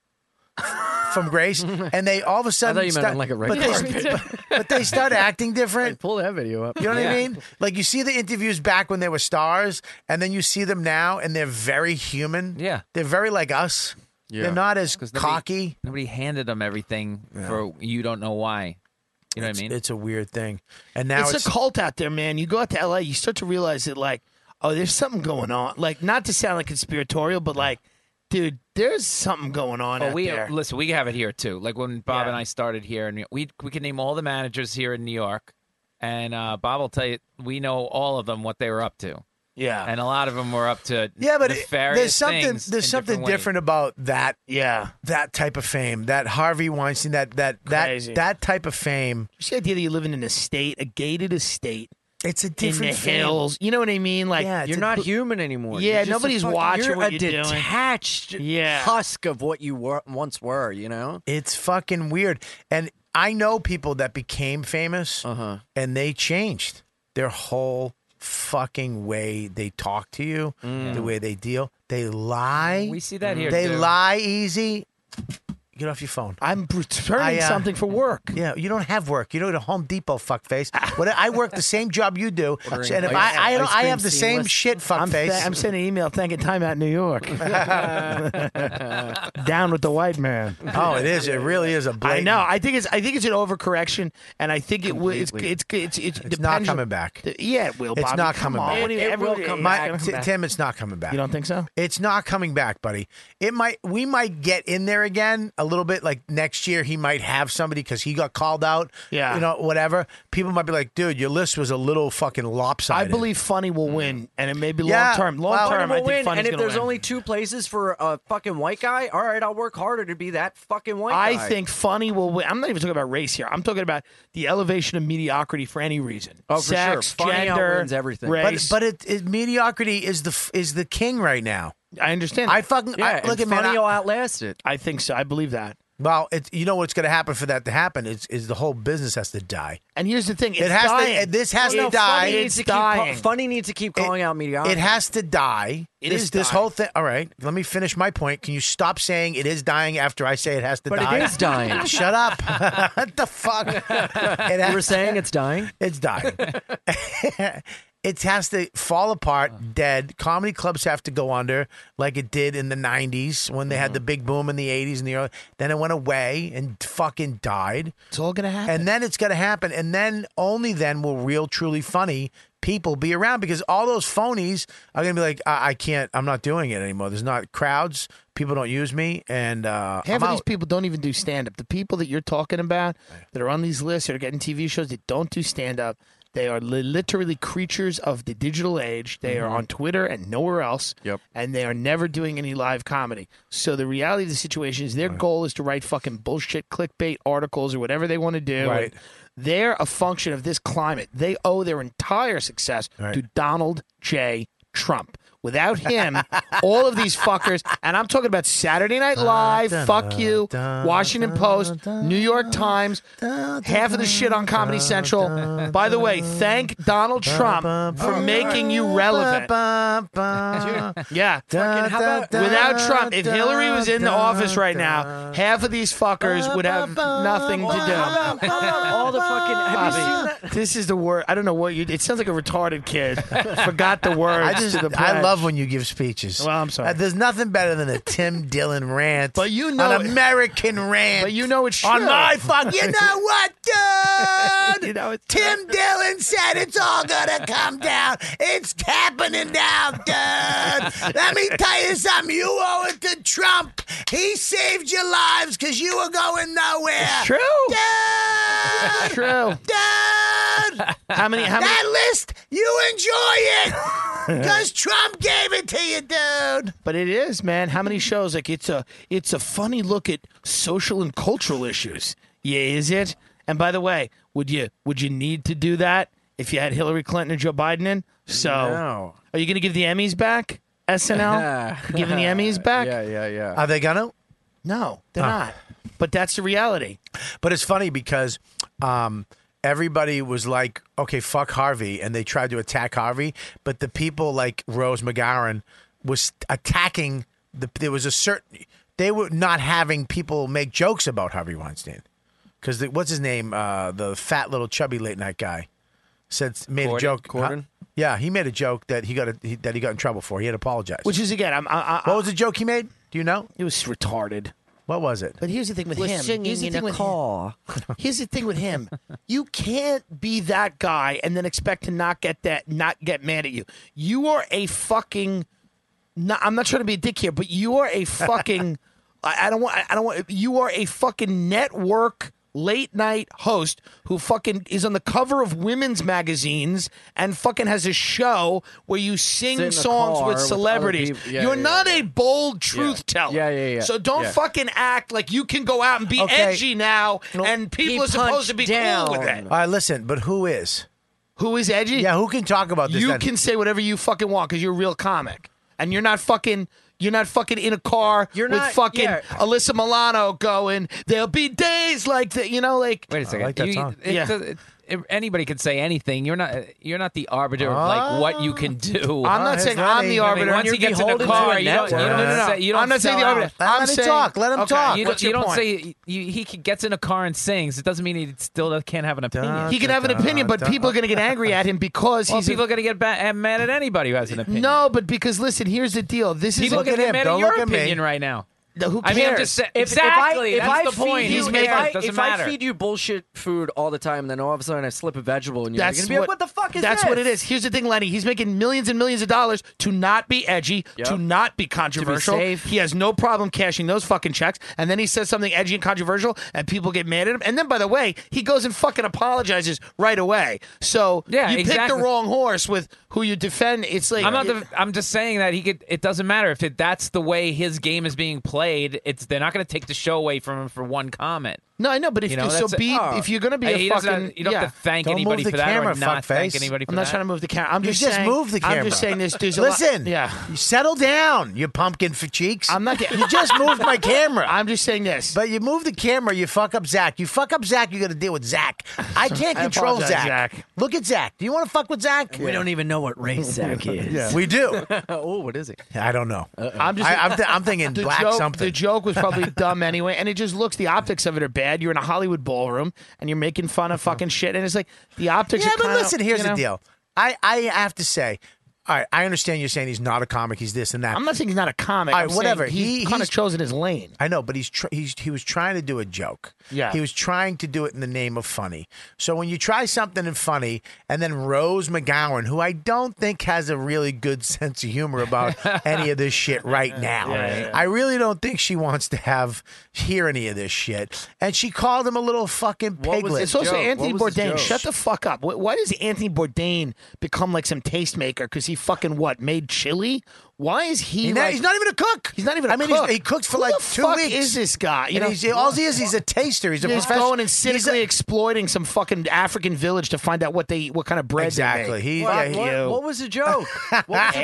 Speaker 2: From grace, and they all of a sudden
Speaker 11: thought you meant
Speaker 2: start,
Speaker 11: on, like, a red
Speaker 2: but they,
Speaker 11: carpet.
Speaker 2: but- but they start acting different.
Speaker 11: pull that video up.
Speaker 2: You know what I
Speaker 11: Yeah.
Speaker 2: mean? Like you see the interviews back when they were stars, and then you see them now, and they're very human. Yeah, they're very like us.
Speaker 10: Yeah.
Speaker 2: They're not as
Speaker 10: 'Cause nobody-
Speaker 2: cocky.
Speaker 10: Nobody handed him everything for you don't know why. You know what I mean?
Speaker 2: It's a weird thing. And now
Speaker 7: it's,
Speaker 2: it's-
Speaker 7: a cult out there, man. You go out to LA, you start to realize that like, oh, there's something going on. Like, not to sound like conspiratorial, but like, dude, there's something going on
Speaker 10: Oh,
Speaker 7: out
Speaker 10: we
Speaker 7: there.
Speaker 10: listen. We have it here too. Like when Bob and I started here, and we we could name all the managers here in New York, and uh, Bob will tell you we know all of them what they were up to.
Speaker 7: Yeah,
Speaker 10: and a lot of them were up to
Speaker 2: Yeah, but it-
Speaker 10: nefarious
Speaker 2: there's something
Speaker 10: things in
Speaker 2: there's something
Speaker 10: different, ways.
Speaker 2: different about that.
Speaker 7: Yeah,
Speaker 2: that type of fame, that Harvey Weinstein, that that
Speaker 7: Crazy.
Speaker 2: that that type of fame.
Speaker 7: Just the idea that you're living in a state, a gated estate,
Speaker 2: It's a
Speaker 7: in
Speaker 2: different
Speaker 7: the
Speaker 2: thing.
Speaker 7: hills. You know what I mean? Like
Speaker 11: Yeah, you're not human anymore. You're
Speaker 7: Yeah,
Speaker 11: just a
Speaker 7: nobody's
Speaker 11: fucking-
Speaker 7: watching
Speaker 11: you're
Speaker 7: what
Speaker 11: a
Speaker 7: you're
Speaker 11: detached
Speaker 7: doing. Yeah.
Speaker 11: husk of what you were once were. You know,
Speaker 2: it's fucking weird. And I know people that became famous
Speaker 7: Uh-huh.
Speaker 2: and they changed their whole fucking way they talk to you,
Speaker 7: Mm.
Speaker 2: the way they deal. They lie.
Speaker 10: We see that here,
Speaker 2: They
Speaker 10: too.
Speaker 2: lie easy. Get off your phone.
Speaker 7: I'm returning
Speaker 2: uh,
Speaker 7: something for work.
Speaker 2: Yeah, you don't have work. You don't go to Home Depot, fuckface. What I work the same job you do,
Speaker 7: Ordering
Speaker 2: and if
Speaker 7: ice-
Speaker 2: I I, don't,
Speaker 7: ice
Speaker 2: I
Speaker 7: cream
Speaker 2: have the same
Speaker 7: seamless.
Speaker 2: shit,
Speaker 7: I'm,
Speaker 2: fuckface.
Speaker 7: th- I'm sending an email thanking Time Out New York. Down with the white man.
Speaker 2: Oh, it is. It really is a blatant-
Speaker 7: I know. I think it's. I think it's an overcorrection, and I think it will. It's.
Speaker 2: Completely.
Speaker 7: It's. It's. It's,
Speaker 2: It's not coming back.
Speaker 7: Yeah, it will.
Speaker 2: It's
Speaker 7: Bobby.
Speaker 2: not
Speaker 7: Come
Speaker 2: coming
Speaker 7: on.
Speaker 2: back.
Speaker 7: What do you- everyone- it's
Speaker 2: My-
Speaker 7: not gonna come
Speaker 2: T-
Speaker 7: back.
Speaker 2: Tim, it's not coming back.
Speaker 7: You don't think so?
Speaker 2: It's not coming back, buddy. It might. We might get in there again a little bit. Like next year, he might have somebody because he got called out.
Speaker 7: Yeah.
Speaker 2: you know, whatever. People might be like, "Dude, your list was a little fucking
Speaker 7: I
Speaker 2: lopsided."
Speaker 7: believe funny will win, and it may be long
Speaker 2: Mm. Yeah,
Speaker 7: term. Long
Speaker 2: well,
Speaker 7: term,
Speaker 2: Funny
Speaker 7: I
Speaker 2: will
Speaker 7: think
Speaker 2: win,
Speaker 7: funny's
Speaker 11: and if
Speaker 7: gonna
Speaker 11: there's
Speaker 7: win.
Speaker 11: only two places for a fucking white guy, all right, I'll work harder to be that fucking white
Speaker 7: I
Speaker 11: guy.
Speaker 7: think funny will win. I'm not even talking about race here. I'm talking about the elevation of mediocrity for any reason.
Speaker 11: Oh, for sure.
Speaker 7: Sex,
Speaker 11: Funny
Speaker 7: gender,
Speaker 11: outwins everything.
Speaker 7: Race.
Speaker 2: But, but it, it- mediocrity is the f- is the king right now.
Speaker 7: I understand.
Speaker 2: I fucking I- look at man. I-
Speaker 11: outlast it.
Speaker 7: I think so. I believe that.
Speaker 2: well, it's you know what's going to happen for that to happen is is the whole business has to die.
Speaker 7: And here's the thing:
Speaker 2: It
Speaker 7: it's
Speaker 2: has to-
Speaker 7: dying.
Speaker 2: it- this has to
Speaker 7: No,
Speaker 2: die.
Speaker 7: Funny
Speaker 2: It's
Speaker 7: needs to
Speaker 2: dying.
Speaker 7: keep. fu-
Speaker 11: funny needs to keep calling out mediocrity.
Speaker 2: It has to die.
Speaker 11: It
Speaker 2: this,
Speaker 11: is
Speaker 2: this
Speaker 11: dying.
Speaker 2: whole thing. All right, let me finish my point. Can you stop saying it is dying after I say it has to
Speaker 11: But it
Speaker 2: die?
Speaker 11: is dying.
Speaker 2: Shut up. what the fuck? It
Speaker 11: You were saying it's dying.
Speaker 2: It's dying. it has to fall apart, dead. Comedy clubs have to go under, like it did in the '90s when they
Speaker 11: Mm-hmm.
Speaker 2: had the big boom in the '80s and the early. Then it went away and fucking died.
Speaker 7: It's all gonna happen.
Speaker 2: And then it's gonna happen, and then only then will real, truly funny people be around because all those phonies are gonna be like, I, I can't, I'm not doing it anymore. There's not crowds. People don't use me, and uh,
Speaker 7: Half
Speaker 2: I'm
Speaker 7: of these
Speaker 2: out.
Speaker 7: people don't even do stand up. The people that you're talking about that are on these lists that are getting TV shows that don't do stand up, they are li- literally creatures of the digital age. They
Speaker 2: Mm-hmm.
Speaker 7: are on Twitter and nowhere else. Yep. And they are never doing any live comedy. So the reality of the situation is their goal is to write fucking bullshit clickbait articles or whatever they want to do.
Speaker 2: Right.
Speaker 7: They're a function of this climate. They owe their entire success to Donald J. Trump. Without him, all of these fuckers, and I'm talking about Saturday Night Live,
Speaker 2: Dun,
Speaker 7: fuck
Speaker 2: dun,
Speaker 7: you,
Speaker 2: dun,
Speaker 7: Washington Post, New York Times, half of the shit on Comedy Central. By the way, thank Donald Trump for making you relevant. Yeah.
Speaker 2: Fucking, how about-
Speaker 7: Without Trump, if Hillary was in the office right now, half of these fuckers would have nothing to do.
Speaker 11: All the fucking. Have you seen that?
Speaker 7: Bobby, this is the word. I don't know what you. It sounds like a retarded kid. Forgot the words.
Speaker 2: I just,
Speaker 7: to the
Speaker 2: I
Speaker 7: pledge.
Speaker 2: love when you give speeches.
Speaker 7: Well, I'm sorry.
Speaker 2: Uh, there's nothing better than a Tim Dillon rant. But
Speaker 7: you know-
Speaker 2: an American rant.
Speaker 7: But you know it's
Speaker 2: on
Speaker 7: true.
Speaker 2: my fuck. You know what, dude?
Speaker 7: You know it's
Speaker 2: Tim Dillon said it's all gonna come down. It's happening now, dude. Let me tell you something. You owe it to Trump. He saved your lives because you were going nowhere.
Speaker 7: It's true.
Speaker 2: Dude,
Speaker 7: It's true.
Speaker 2: dude.
Speaker 7: How many? How many?
Speaker 2: That list, you enjoy it because Trump gave it to you, dude.
Speaker 7: But it is, man. How many shows? Like it's a it's a funny look at social and cultural issues. Yeah, is it? And by the way, would you would you need to do that if you had Hillary Clinton or Joe Biden in? So
Speaker 11: No.
Speaker 7: are you going to give the Emmys back? SNL You're giving the Emmys back?
Speaker 11: Yeah, yeah, yeah.
Speaker 2: Are they gonna?
Speaker 7: No, they're
Speaker 2: Oh.
Speaker 7: not. But that's the reality.
Speaker 2: But it's funny because um, everybody was like, "Okay, fuck Harvey," and they tried to attack Harvey, but the people like Rose McGowan was attacking. The, there was a certain they were not having people make jokes about Harvey Weinstein because what's his name, uh, the fat little chubby late night guy, said made a
Speaker 11: Corden?
Speaker 2: joke.
Speaker 11: Corden?
Speaker 2: Yeah, he made a joke that he got a, he, that he got in trouble for. He had apologized.
Speaker 7: Which is again, I'm, I, I,
Speaker 2: what was the joke he made? Do you know?
Speaker 7: it was retarded.
Speaker 2: What was it?
Speaker 7: But here's the thing with
Speaker 11: We're
Speaker 7: him.
Speaker 11: singing
Speaker 7: here's the
Speaker 11: in
Speaker 7: thing
Speaker 11: a
Speaker 7: with him.
Speaker 11: car.
Speaker 7: Here's the thing with him. You can't be that guy and then expect to not get that, not get mad at you. You are a fucking. Not, I'm not trying to be a dick here, but you are a fucking. I, I don't want. I don't want. You are a fucking network late night host who fucking is on the cover of women's magazines and fucking has a show where you
Speaker 11: Sit in a
Speaker 7: sing songs
Speaker 11: car
Speaker 7: with
Speaker 11: with other
Speaker 7: celebrities.
Speaker 11: people. Yeah,
Speaker 7: You're
Speaker 11: yeah,
Speaker 7: not a bold truth teller.
Speaker 11: Yeah, yeah, yeah.
Speaker 7: So don't
Speaker 11: Yeah.
Speaker 7: fucking act like you can go out and be
Speaker 11: Okay.
Speaker 7: edgy now, and
Speaker 11: He
Speaker 7: people are supposed to be
Speaker 11: punched
Speaker 7: cool with
Speaker 11: down.
Speaker 7: that.
Speaker 2: All right, listen, but who is?
Speaker 7: Who is edgy? Yeah,
Speaker 2: who can talk about this
Speaker 7: You
Speaker 2: then?
Speaker 7: can say whatever you fucking want because you're a real comic, and you're not fucking. You're not fucking in a car
Speaker 11: You're
Speaker 7: with
Speaker 11: not-
Speaker 7: fucking
Speaker 11: yeah.
Speaker 7: Alyssa Milano going. There'll be days like that, you know, like.
Speaker 10: Wait a second. You- it
Speaker 7: yeah.
Speaker 10: does- it- it- anybody can say anything. You're not. You're not the arbiter of like what you can do.
Speaker 7: I'm not saying I'm the arbiter.
Speaker 10: once he gets in the car, you don't. You don't say, you don't
Speaker 7: I'm not saying the
Speaker 10: sell
Speaker 7: arbiter.
Speaker 10: out.
Speaker 7: I'm saying, okay,
Speaker 10: You don't, you don't say you, he gets in a car and sings. It doesn't mean he still can't have an opinion.
Speaker 7: He can have an opinion, but people are going to get angry at him because
Speaker 10: Uh, Well,
Speaker 7: he's.
Speaker 10: people
Speaker 7: a,
Speaker 10: are going to get ba- mad at anybody who has an opinion.
Speaker 7: no, but because listen, here's the deal. This
Speaker 10: people are
Speaker 7: is a-
Speaker 10: going to get mad at your opinion right now.
Speaker 7: The- who
Speaker 10: I mean, I'm
Speaker 7: cares?
Speaker 10: just saying,
Speaker 7: If- if I-
Speaker 10: exactly.
Speaker 7: if
Speaker 10: that's
Speaker 7: I
Speaker 10: the
Speaker 7: feed
Speaker 10: point.
Speaker 7: you-
Speaker 10: Who
Speaker 7: if
Speaker 10: cares?
Speaker 7: I-
Speaker 10: Doesn't
Speaker 11: if
Speaker 10: matter.
Speaker 11: I feed you bullshit food all the time, then all of a sudden I slip a vegetable and you're
Speaker 7: That's
Speaker 11: gonna be
Speaker 7: what,
Speaker 11: like, "What the fuck is
Speaker 7: That's
Speaker 11: this?"
Speaker 7: what it is. Here's the thing, Lenny. He's making millions and millions of dollars to not be edgy, to not be controversial.
Speaker 11: safe.
Speaker 7: He has no problem cashing those fucking checks. And then he says something edgy and controversial, and people get mad at him. And then, by the way, he goes and fucking apologizes right away. So
Speaker 10: Yeah,
Speaker 7: you picked
Speaker 10: exactly.
Speaker 7: the wrong horse with who you defend. It's like
Speaker 10: I'm not. The, I'm just saying that he could. It doesn't matter if it, that's the way his game is being played. It's they're not going to take the show away from him for one comment.
Speaker 7: No, I know, but if
Speaker 10: You know,
Speaker 7: so,
Speaker 10: that's it.
Speaker 7: be
Speaker 10: Oh.
Speaker 7: if you're going to be
Speaker 10: Hey,
Speaker 7: a
Speaker 10: he
Speaker 7: fucking,
Speaker 10: doesn't have- you don't have
Speaker 7: yeah.
Speaker 10: to thank Don't move anybody the for that or camera, not thank fuckface. anybody for
Speaker 7: I'm not
Speaker 10: that.
Speaker 7: trying to move the camera. I'm
Speaker 2: You
Speaker 7: just
Speaker 2: just
Speaker 7: saying.
Speaker 2: move the camera.
Speaker 7: I'm just saying this. There's a lot-
Speaker 2: Listen,
Speaker 7: yeah.
Speaker 2: you settle down, you pumpkin for cheeks.
Speaker 7: I'm not getting.
Speaker 2: You just moved my camera.
Speaker 7: I'm just saying this.
Speaker 2: But you move the camera, you fuck up Zach. You fuck up Zach, you got to deal with Zach. I can't
Speaker 11: I
Speaker 2: control
Speaker 11: apologize,
Speaker 2: Zach.
Speaker 11: Zach.
Speaker 2: Look at Zach. Do you want to fuck with Zach?
Speaker 11: We don't even know what race Zach is.
Speaker 2: Yeah. We do.
Speaker 11: oh, what is he?
Speaker 2: I don't know.
Speaker 7: I'm just.
Speaker 2: I, am th- I'm thinking
Speaker 7: the
Speaker 2: black
Speaker 7: joke,
Speaker 2: something.
Speaker 7: The joke was probably dumb anyway, and it just looks the optics of it are bad. You're in a Hollywood ballroom and you're making fun of fucking shit, and it's like the optics.
Speaker 2: Uh-huh. Yeah,
Speaker 7: are
Speaker 2: but
Speaker 7: kinda,
Speaker 2: listen, here's
Speaker 7: you
Speaker 2: the
Speaker 7: know-
Speaker 2: deal. I, I have to say, all right, I understand you're saying he's not a comic, he's this and that.
Speaker 7: I'm not saying he's not a comic.
Speaker 2: All right,
Speaker 7: I'm saying
Speaker 2: whatever.
Speaker 7: He's
Speaker 2: He-
Speaker 7: kind of
Speaker 2: he's-
Speaker 7: chosen his lane.
Speaker 2: I know, but he's, tr- he's he was trying to do a joke.
Speaker 7: Yeah.
Speaker 2: he was trying to do it in the name of funny. So when you try something in funny, and then Rose McGowan, who I don't think has a really good sense of humor about any of this shit right now,
Speaker 12: Yeah, yeah.
Speaker 2: I really don't think she wants to have hear any of this shit. And she called him a little fucking piglet.
Speaker 7: It's also Anthony Bourdain. Shut the fuck up. Why, why does Anthony Bourdain become like some tastemaker? Because he fucking what made chili? Why is he?
Speaker 2: He na-
Speaker 7: like-
Speaker 2: he's not even a cook.
Speaker 7: He's not even.
Speaker 2: I
Speaker 7: I
Speaker 2: mean, he's-
Speaker 7: cook.
Speaker 2: he cooks for
Speaker 7: Who
Speaker 2: like
Speaker 7: the
Speaker 2: two
Speaker 7: fuck
Speaker 2: weeks.
Speaker 7: Is this guy? You
Speaker 2: And
Speaker 7: know,
Speaker 2: he's- all he is, he's a taster. He's a
Speaker 7: He's
Speaker 2: professional-
Speaker 7: going and cynically exploiting some fucking African village to find out what they eat, what kind of bread.
Speaker 2: Exactly. He-
Speaker 7: They make.
Speaker 2: Fuck yeah, he- you.
Speaker 11: What was the joke? What was the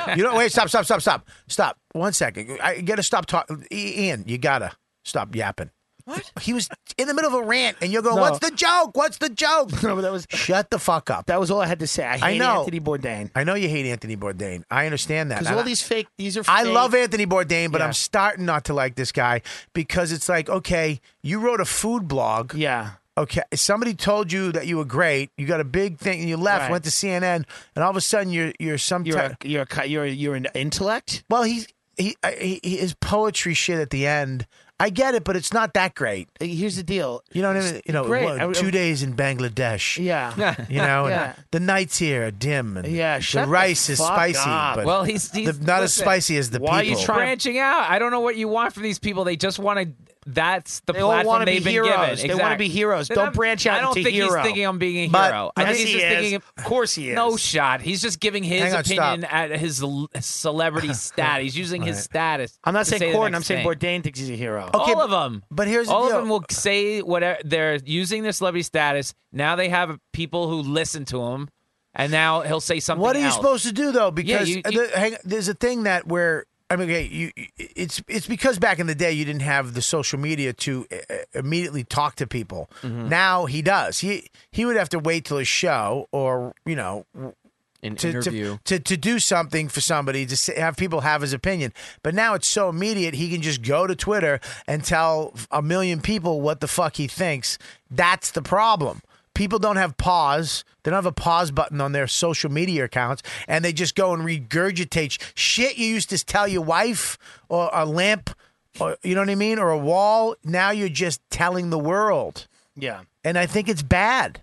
Speaker 11: joke?
Speaker 2: You know, wait, stop, stop, stop, stop, stop. One second. I gotta stop talking. Ian, you gotta stop yapping. What? He was in the middle of a rant, and you're going,
Speaker 7: No.
Speaker 2: "What's the joke? What's the joke?"
Speaker 7: No, but that was
Speaker 2: shut the fuck up.
Speaker 7: That was all I had to say. I hate
Speaker 2: know
Speaker 7: Anthony Bourdain.
Speaker 2: I know you hate Anthony Bourdain. I understand that.
Speaker 7: Because
Speaker 2: And
Speaker 7: all
Speaker 2: I-
Speaker 7: these fake, these are. Fake.
Speaker 2: I love Anthony Bourdain, but
Speaker 7: Yeah.
Speaker 2: I'm starting not to like this guy because it's like, okay, you wrote a food blog.
Speaker 7: Yeah.
Speaker 2: Okay. Somebody told you that you were great. You got a big thing, and you left,
Speaker 7: Right.
Speaker 2: went to CNN, and all of a sudden you're you're some.
Speaker 7: You're
Speaker 2: type-
Speaker 7: a, you're a, you're a, you're an intellect.
Speaker 2: well, he's he, I- he he- his poetry shit at the end. I get it, but it's not that great.
Speaker 7: Here's the deal.
Speaker 2: You know what I mean? You know,
Speaker 7: Great.
Speaker 2: one-
Speaker 7: I- I-
Speaker 2: two days in Bangladesh.
Speaker 7: Yeah.
Speaker 2: You know, and
Speaker 7: Yeah.
Speaker 2: the nights here are dim, and
Speaker 7: Yeah, shut
Speaker 2: the
Speaker 7: the
Speaker 2: rice is
Speaker 7: fuck
Speaker 2: spicy,
Speaker 7: up.
Speaker 2: but
Speaker 10: well, he's, he's
Speaker 2: the- not as
Speaker 10: listen,
Speaker 2: spicy as the
Speaker 10: why
Speaker 2: people.
Speaker 10: are you branching out? I don't know what you want from these people. They just want to. That's the
Speaker 7: They all
Speaker 10: platform
Speaker 7: wanna be
Speaker 10: they've been
Speaker 7: heroes.
Speaker 10: given.
Speaker 7: They wanna be heroes.
Speaker 10: They're
Speaker 7: Don't
Speaker 10: not-
Speaker 7: branch out
Speaker 10: I don't
Speaker 7: into
Speaker 10: think
Speaker 7: hero.
Speaker 10: he's thinking I'm being a
Speaker 7: But-
Speaker 10: hero. I
Speaker 7: Yes,
Speaker 10: think he's
Speaker 7: he
Speaker 10: just
Speaker 7: is.
Speaker 10: thinking.
Speaker 7: Of course he is.
Speaker 10: No shot. He's just giving his
Speaker 7: Hang on,
Speaker 10: opinion at his l- celebrity stat. He's using his
Speaker 7: Right.
Speaker 10: status.
Speaker 7: I'm not
Speaker 10: to
Speaker 7: saying
Speaker 10: say the
Speaker 7: Corden.
Speaker 10: next
Speaker 7: I'm saying
Speaker 10: thing.
Speaker 7: Bourdain thinks he's a hero. Oh,
Speaker 10: Okay, all of them.
Speaker 2: But here's the
Speaker 10: all
Speaker 2: deal.
Speaker 10: of them will say whatever they're using their celebrity status. Now they have people who listen to him, and now he'll say something.
Speaker 2: What are you
Speaker 10: else.
Speaker 2: supposed to do though? Because
Speaker 10: you-
Speaker 2: uh,
Speaker 10: you-
Speaker 2: the, hang, there's a thing that where I mean, okay, you, you- it's it's because back in the day you didn't have the social media to uh, uh, immediately talk to people.
Speaker 10: Mm-hmm.
Speaker 2: Now he does. He he would have to wait till his show or you know.
Speaker 11: An
Speaker 2: to,
Speaker 11: interview.
Speaker 2: to, to to do something for somebody to say, have people have his opinion, but now it's so immediate he can just go to Twitter and tell a million people what the fuck he thinks. That's the problem. People don't have pause. They don't have a pause button on their social media accounts, and they just go and regurgitate sh- shit you used to tell your wife or a lamp, or you know what I mean, or a wall. Now you're just telling the world,
Speaker 7: Yeah.
Speaker 2: and I think it's bad.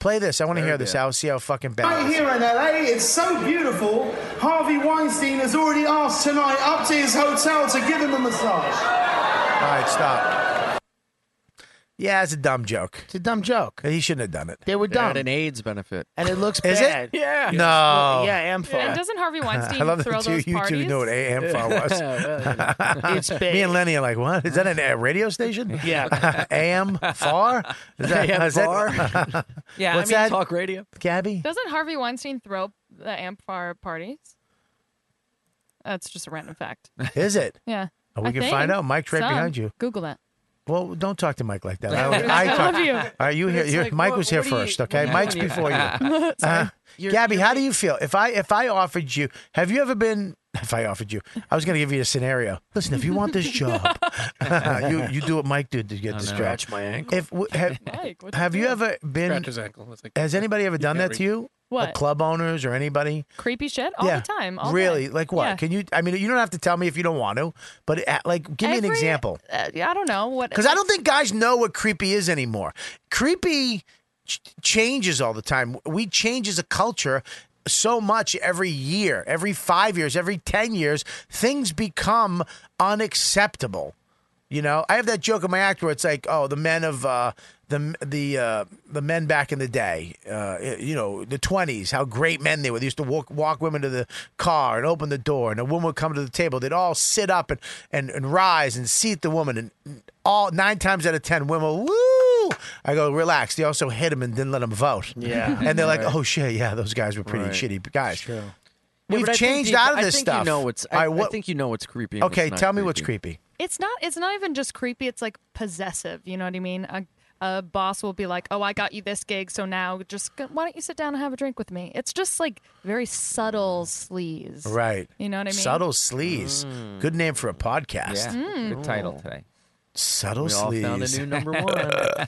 Speaker 2: Play this. I want to hear this.
Speaker 15: good.
Speaker 2: I'll see how fucking bad. it
Speaker 15: Right
Speaker 2: is.
Speaker 15: here in LA, it's so beautiful. Harvey Weinstein has already asked tonight up to his hotel to give him a massage.
Speaker 2: All right, stop. Yeah, it's a dumb joke. It's
Speaker 7: a dumb joke.
Speaker 2: He shouldn't have done it.
Speaker 7: They were
Speaker 11: They had
Speaker 7: dumb.
Speaker 11: an AIDS benefit.
Speaker 7: And it looks
Speaker 2: Is
Speaker 7: bad.
Speaker 2: it? No.
Speaker 7: Yeah, Amphar.
Speaker 8: And doesn't Harvey Weinstein
Speaker 2: I love
Speaker 8: throw
Speaker 2: that you,
Speaker 8: those
Speaker 2: you two
Speaker 8: parties?
Speaker 2: know what AMFAR was.
Speaker 7: It's big.
Speaker 2: Me and Lenny are like, what? Is that an- a radio station?
Speaker 7: Yeah.
Speaker 2: AM far? Is that, is that-
Speaker 8: Yeah, I
Speaker 2: What's
Speaker 8: mean-
Speaker 2: that?
Speaker 8: Talk
Speaker 11: radio.
Speaker 2: Gabby?
Speaker 8: Doesn't Harvey Weinstein throw the Amphar parties? That's just a random fact.
Speaker 2: Is it?
Speaker 8: Yeah.
Speaker 2: Oh, we
Speaker 8: I
Speaker 2: can
Speaker 8: think.
Speaker 2: find out. Mike's right
Speaker 8: Some.
Speaker 2: behind you.
Speaker 8: Google that.
Speaker 2: Well, don't talk to Mike like that.
Speaker 8: I love you.
Speaker 2: All right, you
Speaker 8: But
Speaker 2: here?
Speaker 8: it's
Speaker 2: you're-
Speaker 8: like,
Speaker 2: Mike
Speaker 8: what-
Speaker 2: was here
Speaker 8: what do you-
Speaker 2: first, okay?
Speaker 8: what do you-
Speaker 2: Mike's
Speaker 8: what do
Speaker 2: before
Speaker 8: you-
Speaker 2: you.
Speaker 8: Sorry.
Speaker 2: Uh-huh. Gabby, how do you feel if I if I offered you? Have you ever been? If I offered you, I was going to give you a scenario. Listen, if you want this job, you you do what Mike did to get
Speaker 9: Oh,
Speaker 2: this job.
Speaker 9: no. Scratch my ankle.
Speaker 2: If w- have,
Speaker 9: Mike, what
Speaker 2: have
Speaker 9: the
Speaker 2: you
Speaker 9: hell?
Speaker 2: ever been?
Speaker 9: Scratch his ankle. It's like-
Speaker 2: has anybody ever done that
Speaker 9: can't reach.
Speaker 2: to you? Like
Speaker 8: What?
Speaker 2: club owners or anybody?
Speaker 8: Creepy shit all
Speaker 2: yeah.
Speaker 8: the time. all
Speaker 2: really?
Speaker 8: day.
Speaker 2: Like what?
Speaker 8: Yeah.
Speaker 2: Can you? I mean, you don't have to tell me if you don't want to, but uh, like, give me an
Speaker 8: Every-
Speaker 2: example.
Speaker 8: uh, yeah, I don't know what.
Speaker 2: Because I don't think guys know what creepy is anymore. Creepy ch- changes all the time. We change as a culture so much every year, every five years, every 10 years. Things become unacceptable. You know, I have that joke in my act where it's like, oh, the men of uh, the the uh, the men back in the day, uh, you know, the twenties, how great men they were. They used to walk walk women to the car and open the door, and a woman would come to the table. They'd all sit up and and, and rise and seat the woman, and all nine times out of ten, women, woo! I go, relax. They also hit him and didn't let him vote.
Speaker 11: Yeah.
Speaker 2: and they're like,
Speaker 11: Right.
Speaker 2: oh shit, yeah, those guys were pretty
Speaker 11: Right.
Speaker 2: shitty guys.
Speaker 11: Yeah,
Speaker 2: We've
Speaker 11: but I think
Speaker 2: changed
Speaker 11: you-
Speaker 2: out of
Speaker 11: I
Speaker 2: this
Speaker 11: think you
Speaker 2: stuff.
Speaker 11: know what's- I-
Speaker 2: All
Speaker 11: I think you know what's creepy and what's
Speaker 2: Okay,
Speaker 11: not
Speaker 2: tell me what's creepy.
Speaker 8: It's not. It's not even just creepy. It's like possessive. You know what I mean? A, a boss will be like, "Oh, I got you this gig, so now just go- why don't you sit down and have a drink with me?" It's just like very subtle sleaze.
Speaker 2: Right.
Speaker 8: You know what I mean?
Speaker 2: Subtle sleaze. Good name for a podcast.
Speaker 10: Yeah. Mm. Good title today.
Speaker 2: Subtle
Speaker 11: We all
Speaker 2: sleaze.
Speaker 11: found a new number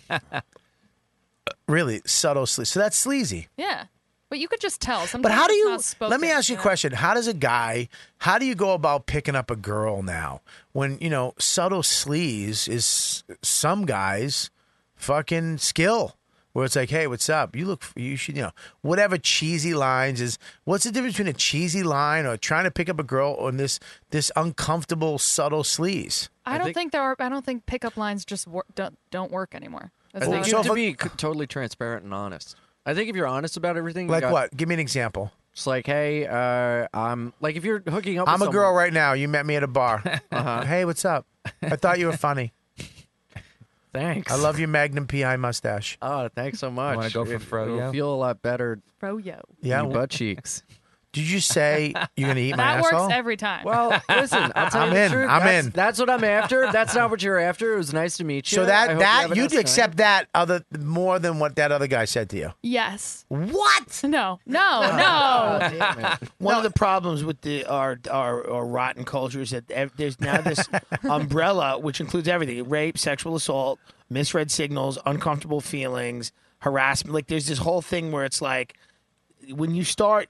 Speaker 11: one.
Speaker 2: really subtle sleaze. So that's sleazy.
Speaker 8: Yeah. But you could just tell.
Speaker 2: But
Speaker 8: Sometimes
Speaker 2: how do
Speaker 8: it's
Speaker 2: you?
Speaker 8: not spoken,
Speaker 2: Let me ask you a
Speaker 8: know?
Speaker 2: question. How does a guy? How do you go about picking up a girl now? When you know subtle sleaze is some guys' fucking skill. Where it's like, hey, what's up? You look, you should, you know, whatever cheesy lines is. What's the difference between a cheesy line or trying to pick up a girl on this this uncomfortable subtle sleaze?
Speaker 8: I, don't think, there are. I don't think pickup lines just wor- don't don't work anymore.
Speaker 11: I
Speaker 8: That's
Speaker 11: think
Speaker 8: not-
Speaker 11: you have to be c- totally transparent and honest. I think if you're honest about everything, you
Speaker 2: Like
Speaker 11: got-
Speaker 2: what? Give me an example.
Speaker 11: It's like, hey, uh, I'm like if you're hooking up.
Speaker 2: I'm
Speaker 11: with
Speaker 2: a girl
Speaker 11: someone-
Speaker 2: right now. You met me at a bar.
Speaker 11: Uh-huh.
Speaker 2: Hey, what's up? I thought you were funny.
Speaker 11: Thanks.
Speaker 2: I love your Magnum PI mustache.
Speaker 11: Oh, thanks so much.
Speaker 2: wanna go for
Speaker 11: It-
Speaker 2: froyo?
Speaker 11: It'll feel a lot better.
Speaker 8: Froyo.
Speaker 2: Yeah,
Speaker 11: Yeah,
Speaker 2: wh-
Speaker 11: butt cheeks.
Speaker 2: Did you say you're gonna eat my
Speaker 8: that
Speaker 2: asshole?
Speaker 8: works every time.
Speaker 11: Well, listen, I'll tell
Speaker 2: I'm
Speaker 11: you the
Speaker 2: in,
Speaker 11: truth.
Speaker 2: I'm
Speaker 11: that's,
Speaker 2: in.
Speaker 11: That's what I'm after. That's not what you're after. It was nice to meet you.
Speaker 2: so
Speaker 11: I
Speaker 2: that
Speaker 11: hope
Speaker 2: that
Speaker 11: have a
Speaker 2: you
Speaker 11: nice
Speaker 2: would
Speaker 11: night.
Speaker 2: accept that other more than what that other guy said to you.
Speaker 8: Yes.
Speaker 2: What?
Speaker 8: No. No. No.
Speaker 7: One of the problems with the our our, our rotten culture is that ev- there's now this umbrella which includes everything: rape, sexual assault, misread signals, uncomfortable feelings, harassment. Like there's this whole thing where it's like when you start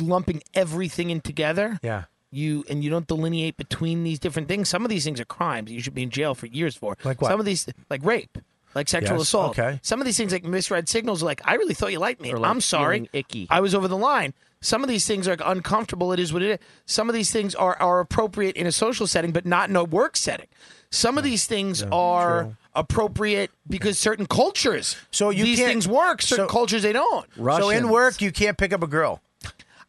Speaker 7: lumping everything in together.
Speaker 2: Yeah.
Speaker 7: You and you don't delineate between these different things. Some of these things are crimes you should be in jail for years for. Like
Speaker 2: what?
Speaker 7: Some of these, like rape, like sexual
Speaker 2: Yes,
Speaker 7: assault.
Speaker 2: okay.
Speaker 7: Some of these things, like misread signals, like I really thought you liked me.
Speaker 11: Or, like,
Speaker 7: I'm sorry,
Speaker 11: feeling icky.
Speaker 7: I was over the line. Some of these things are uncomfortable. It is what it is. Some of these things are, are appropriate in a social setting, but not in a work setting. Some of these things are appropriate because certain cultures.
Speaker 2: So you
Speaker 7: these
Speaker 2: can't-
Speaker 7: things work. Certain
Speaker 2: so-
Speaker 7: cultures they don't.
Speaker 2: So in work, you can't pick up a girl.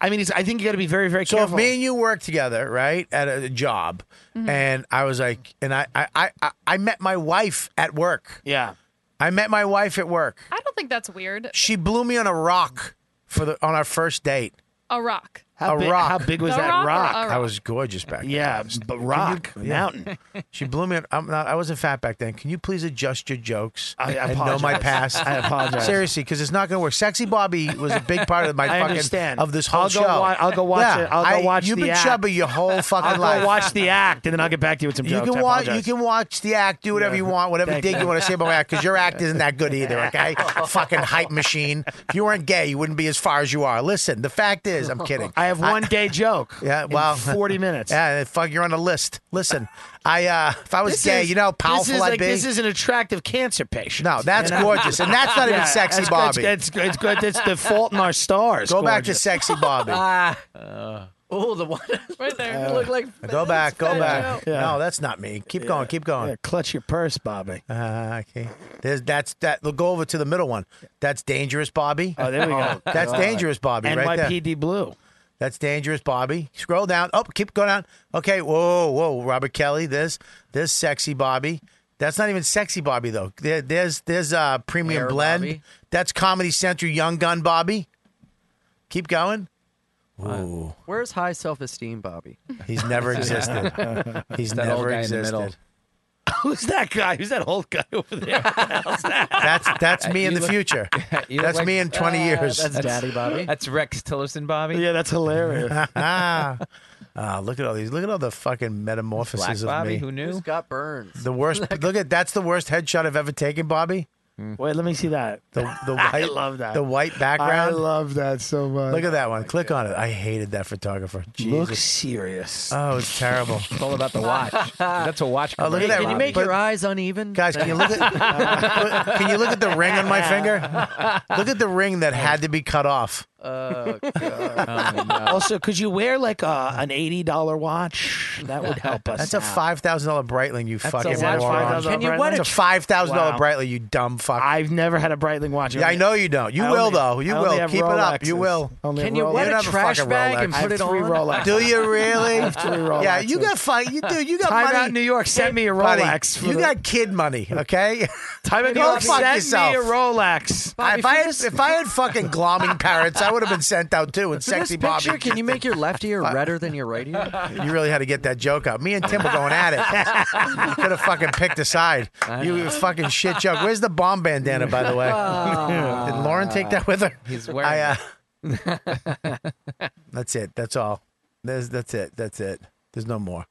Speaker 7: I mean, it's, I think you got to be very, very
Speaker 2: So
Speaker 7: careful.
Speaker 2: if me and you work together, right, at a job,
Speaker 11: Mm-hmm.
Speaker 2: and I was like, and I I, I I- I met my wife at work.
Speaker 7: Yeah.
Speaker 2: I met my wife at work.
Speaker 8: I don't think that's weird.
Speaker 2: She blew me on a rock for the on our first date.
Speaker 8: A rock.
Speaker 2: a rock.
Speaker 8: A or a
Speaker 2: I was gorgeous back then.
Speaker 7: Yeah, but rock,
Speaker 2: Can you-
Speaker 7: mountain.
Speaker 2: She blew me. I'm not. I wasn't fat back then. Can you please adjust your jokes
Speaker 7: I- I
Speaker 2: and know my
Speaker 7: apologize.
Speaker 2: past?
Speaker 7: I apologize.
Speaker 2: Seriously, because it's not going to work. Sexy Bobby was a big part of my
Speaker 7: I
Speaker 2: fucking
Speaker 7: understand.
Speaker 2: of this whole
Speaker 7: I'll go
Speaker 2: show.
Speaker 7: wa- I'll go watch
Speaker 2: Yeah,
Speaker 7: it. I'll go
Speaker 2: I-
Speaker 7: watch
Speaker 2: You've
Speaker 7: the
Speaker 2: been
Speaker 7: act.
Speaker 2: chubby your whole fucking
Speaker 7: I'll go
Speaker 2: life.
Speaker 7: watch the act, and then I'll get back to you with some
Speaker 2: You
Speaker 7: jokes.
Speaker 2: can
Speaker 7: I
Speaker 2: watch. You
Speaker 7: apologize.
Speaker 2: can watch the act. Do whatever
Speaker 7: Yeah.
Speaker 2: you want. Whatever
Speaker 7: Thank
Speaker 2: dig you
Speaker 7: you.
Speaker 2: want to say about my act, because your act isn't that good either. Okay, fucking hype machine. If you weren't gay, you wouldn't be as far as you are. Listen, the fact is, I'm kidding.
Speaker 7: I have one gay joke.
Speaker 2: Yeah,
Speaker 7: in
Speaker 2: well,
Speaker 7: 40 minutes.
Speaker 2: Yeah, fuck, you're on the list. Listen, I uh, if I was
Speaker 7: This
Speaker 2: gay,
Speaker 7: is-
Speaker 2: you know how
Speaker 7: this
Speaker 2: powerful
Speaker 7: is
Speaker 2: I'd
Speaker 7: like,
Speaker 2: be.
Speaker 7: This is an attractive cancer patient.
Speaker 2: No, that's
Speaker 7: And I-
Speaker 2: gorgeous, and that's not even
Speaker 7: Yeah,
Speaker 2: sexy,
Speaker 7: that's,
Speaker 2: Bobby.
Speaker 7: That's, that's good. That's the fault in our stars.
Speaker 2: Go back to
Speaker 7: gorgeous.
Speaker 2: sexy Bobby.
Speaker 11: Oh, the one
Speaker 8: right there.
Speaker 2: Uh,
Speaker 11: Look like
Speaker 2: go back, go
Speaker 11: fat
Speaker 2: back.
Speaker 11: Joe.
Speaker 2: No, that's not me. Keep going, keep going.
Speaker 7: clutch your purse, Bobby.
Speaker 2: Uh, okay. There's, that's that. We'll go over to the middle one. That's dangerous, Bobby.
Speaker 7: Oh, there we go.
Speaker 2: that's
Speaker 7: God.
Speaker 2: dangerous, Bobby. Right there.
Speaker 7: NYPD Blue.
Speaker 2: That's dangerous, Bobby. Scroll down. Oh, keep going down. Okay. Whoa, whoa, Robert Kelly. There's there's sexy Bobby. That's not even sexy Bobby though. There, there's there's uh premium
Speaker 10: Air
Speaker 2: blend.
Speaker 10: Bobby.
Speaker 2: That's Comedy Central Young Gun Bobby. Keep going. Ooh.
Speaker 11: Where's high self esteem, Bobby?
Speaker 2: He's never existed. He's
Speaker 10: That old
Speaker 2: never
Speaker 10: guy in the middle.
Speaker 2: existed.
Speaker 7: Who's that guy? Who's that old guy over there?
Speaker 2: That's that's me in
Speaker 10: You
Speaker 2: the
Speaker 10: look-
Speaker 2: future.
Speaker 10: You look
Speaker 2: That's
Speaker 10: like- ah,
Speaker 2: me in 20 years.
Speaker 10: That's Rex Tillerson, Bobby.
Speaker 7: Yeah, that's hilarious.
Speaker 2: ah, look at all these. Look at all the fucking metamorphoses
Speaker 10: Black
Speaker 2: of
Speaker 10: Bobby,
Speaker 2: me.
Speaker 10: who knew?
Speaker 11: Scott Burns.
Speaker 2: The worst. look at that's the worst headshot I've ever taken, Bobby.
Speaker 7: Wait, let me see that.
Speaker 2: The the white.
Speaker 7: I love that.
Speaker 2: The white background.
Speaker 7: I love that so much.
Speaker 2: look at that one. Click on it. I hated that photographer.
Speaker 7: Look
Speaker 2: Jesus.
Speaker 7: serious.
Speaker 2: Oh, it's terrible.
Speaker 10: It's all about the watch. That's a watch.
Speaker 2: Oh, look at
Speaker 10: commercial,
Speaker 2: that.
Speaker 10: Bobby.
Speaker 2: But-
Speaker 11: eyes uneven?
Speaker 2: Guys, can you look at can you look at the ring on my finger? Look at the ring that had to be cut off.
Speaker 7: Also, could you wear like a, an eighty dollar watch? That would help us.
Speaker 2: That's a
Speaker 7: out.
Speaker 2: five thousand dollar Breitling, you
Speaker 7: That's
Speaker 2: fucking
Speaker 7: a watch,
Speaker 2: moron.
Speaker 7: $5,000 Can you- what
Speaker 2: It's
Speaker 7: a
Speaker 2: a five thousand dollar
Speaker 7: Wow.
Speaker 2: Breitling, you dumb fuck.
Speaker 7: I've never had a Breitling watch.
Speaker 2: Yeah, I know you don't. You
Speaker 7: e- I
Speaker 2: will
Speaker 7: only-
Speaker 2: though. You
Speaker 7: I only
Speaker 2: will.
Speaker 7: have
Speaker 2: Keep it up. You
Speaker 7: Rolexes.
Speaker 2: will.
Speaker 7: Only
Speaker 11: Can
Speaker 7: have
Speaker 11: you
Speaker 7: Rolexes.
Speaker 11: wet
Speaker 2: You
Speaker 11: a
Speaker 2: don't have a
Speaker 11: trash
Speaker 2: fucking
Speaker 11: bag and
Speaker 2: Rolex. I have
Speaker 11: put it
Speaker 7: three
Speaker 11: on?
Speaker 7: Rolexes.
Speaker 2: Do you really?
Speaker 7: I have three
Speaker 2: Yeah, you
Speaker 7: Rolexes.
Speaker 2: got fun. You do. You got
Speaker 7: Time
Speaker 2: money.
Speaker 7: out New York sent me a
Speaker 2: buddy.
Speaker 7: Rolex. for
Speaker 2: you
Speaker 7: the-
Speaker 2: got kid money, okay?
Speaker 7: Time out New
Speaker 2: Go
Speaker 7: York
Speaker 2: fuck
Speaker 7: sent
Speaker 2: yourself.
Speaker 7: me a Rolex.
Speaker 2: if I had if I had fucking glomming parrots, I would have been sent out too. And
Speaker 11: For this
Speaker 2: sexy
Speaker 11: picture,
Speaker 2: Bobby,
Speaker 11: can you make your left ear redder than your right ear?
Speaker 2: you really had to get that joke out. Me and Tim were going at it. You could have fucking picked a side. You fucking shit joke. Where's the bomb bandana, by the way? Did Lauren take that with her?
Speaker 10: Oh. He's wearing
Speaker 2: I, uh, that's it. That's all. There's, that's it. That's it. There's no more.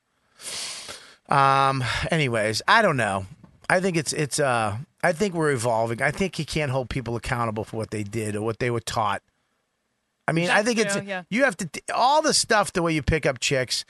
Speaker 2: Um. Anyways, I don't know. I think it's it's. Uh. I think we're evolving. I think you can't hold people accountable for what they did or what they were taught. I mean, I
Speaker 8: That's
Speaker 2: think it's
Speaker 8: true, yeah.
Speaker 2: you have to all the stuff the way you pick up chicks.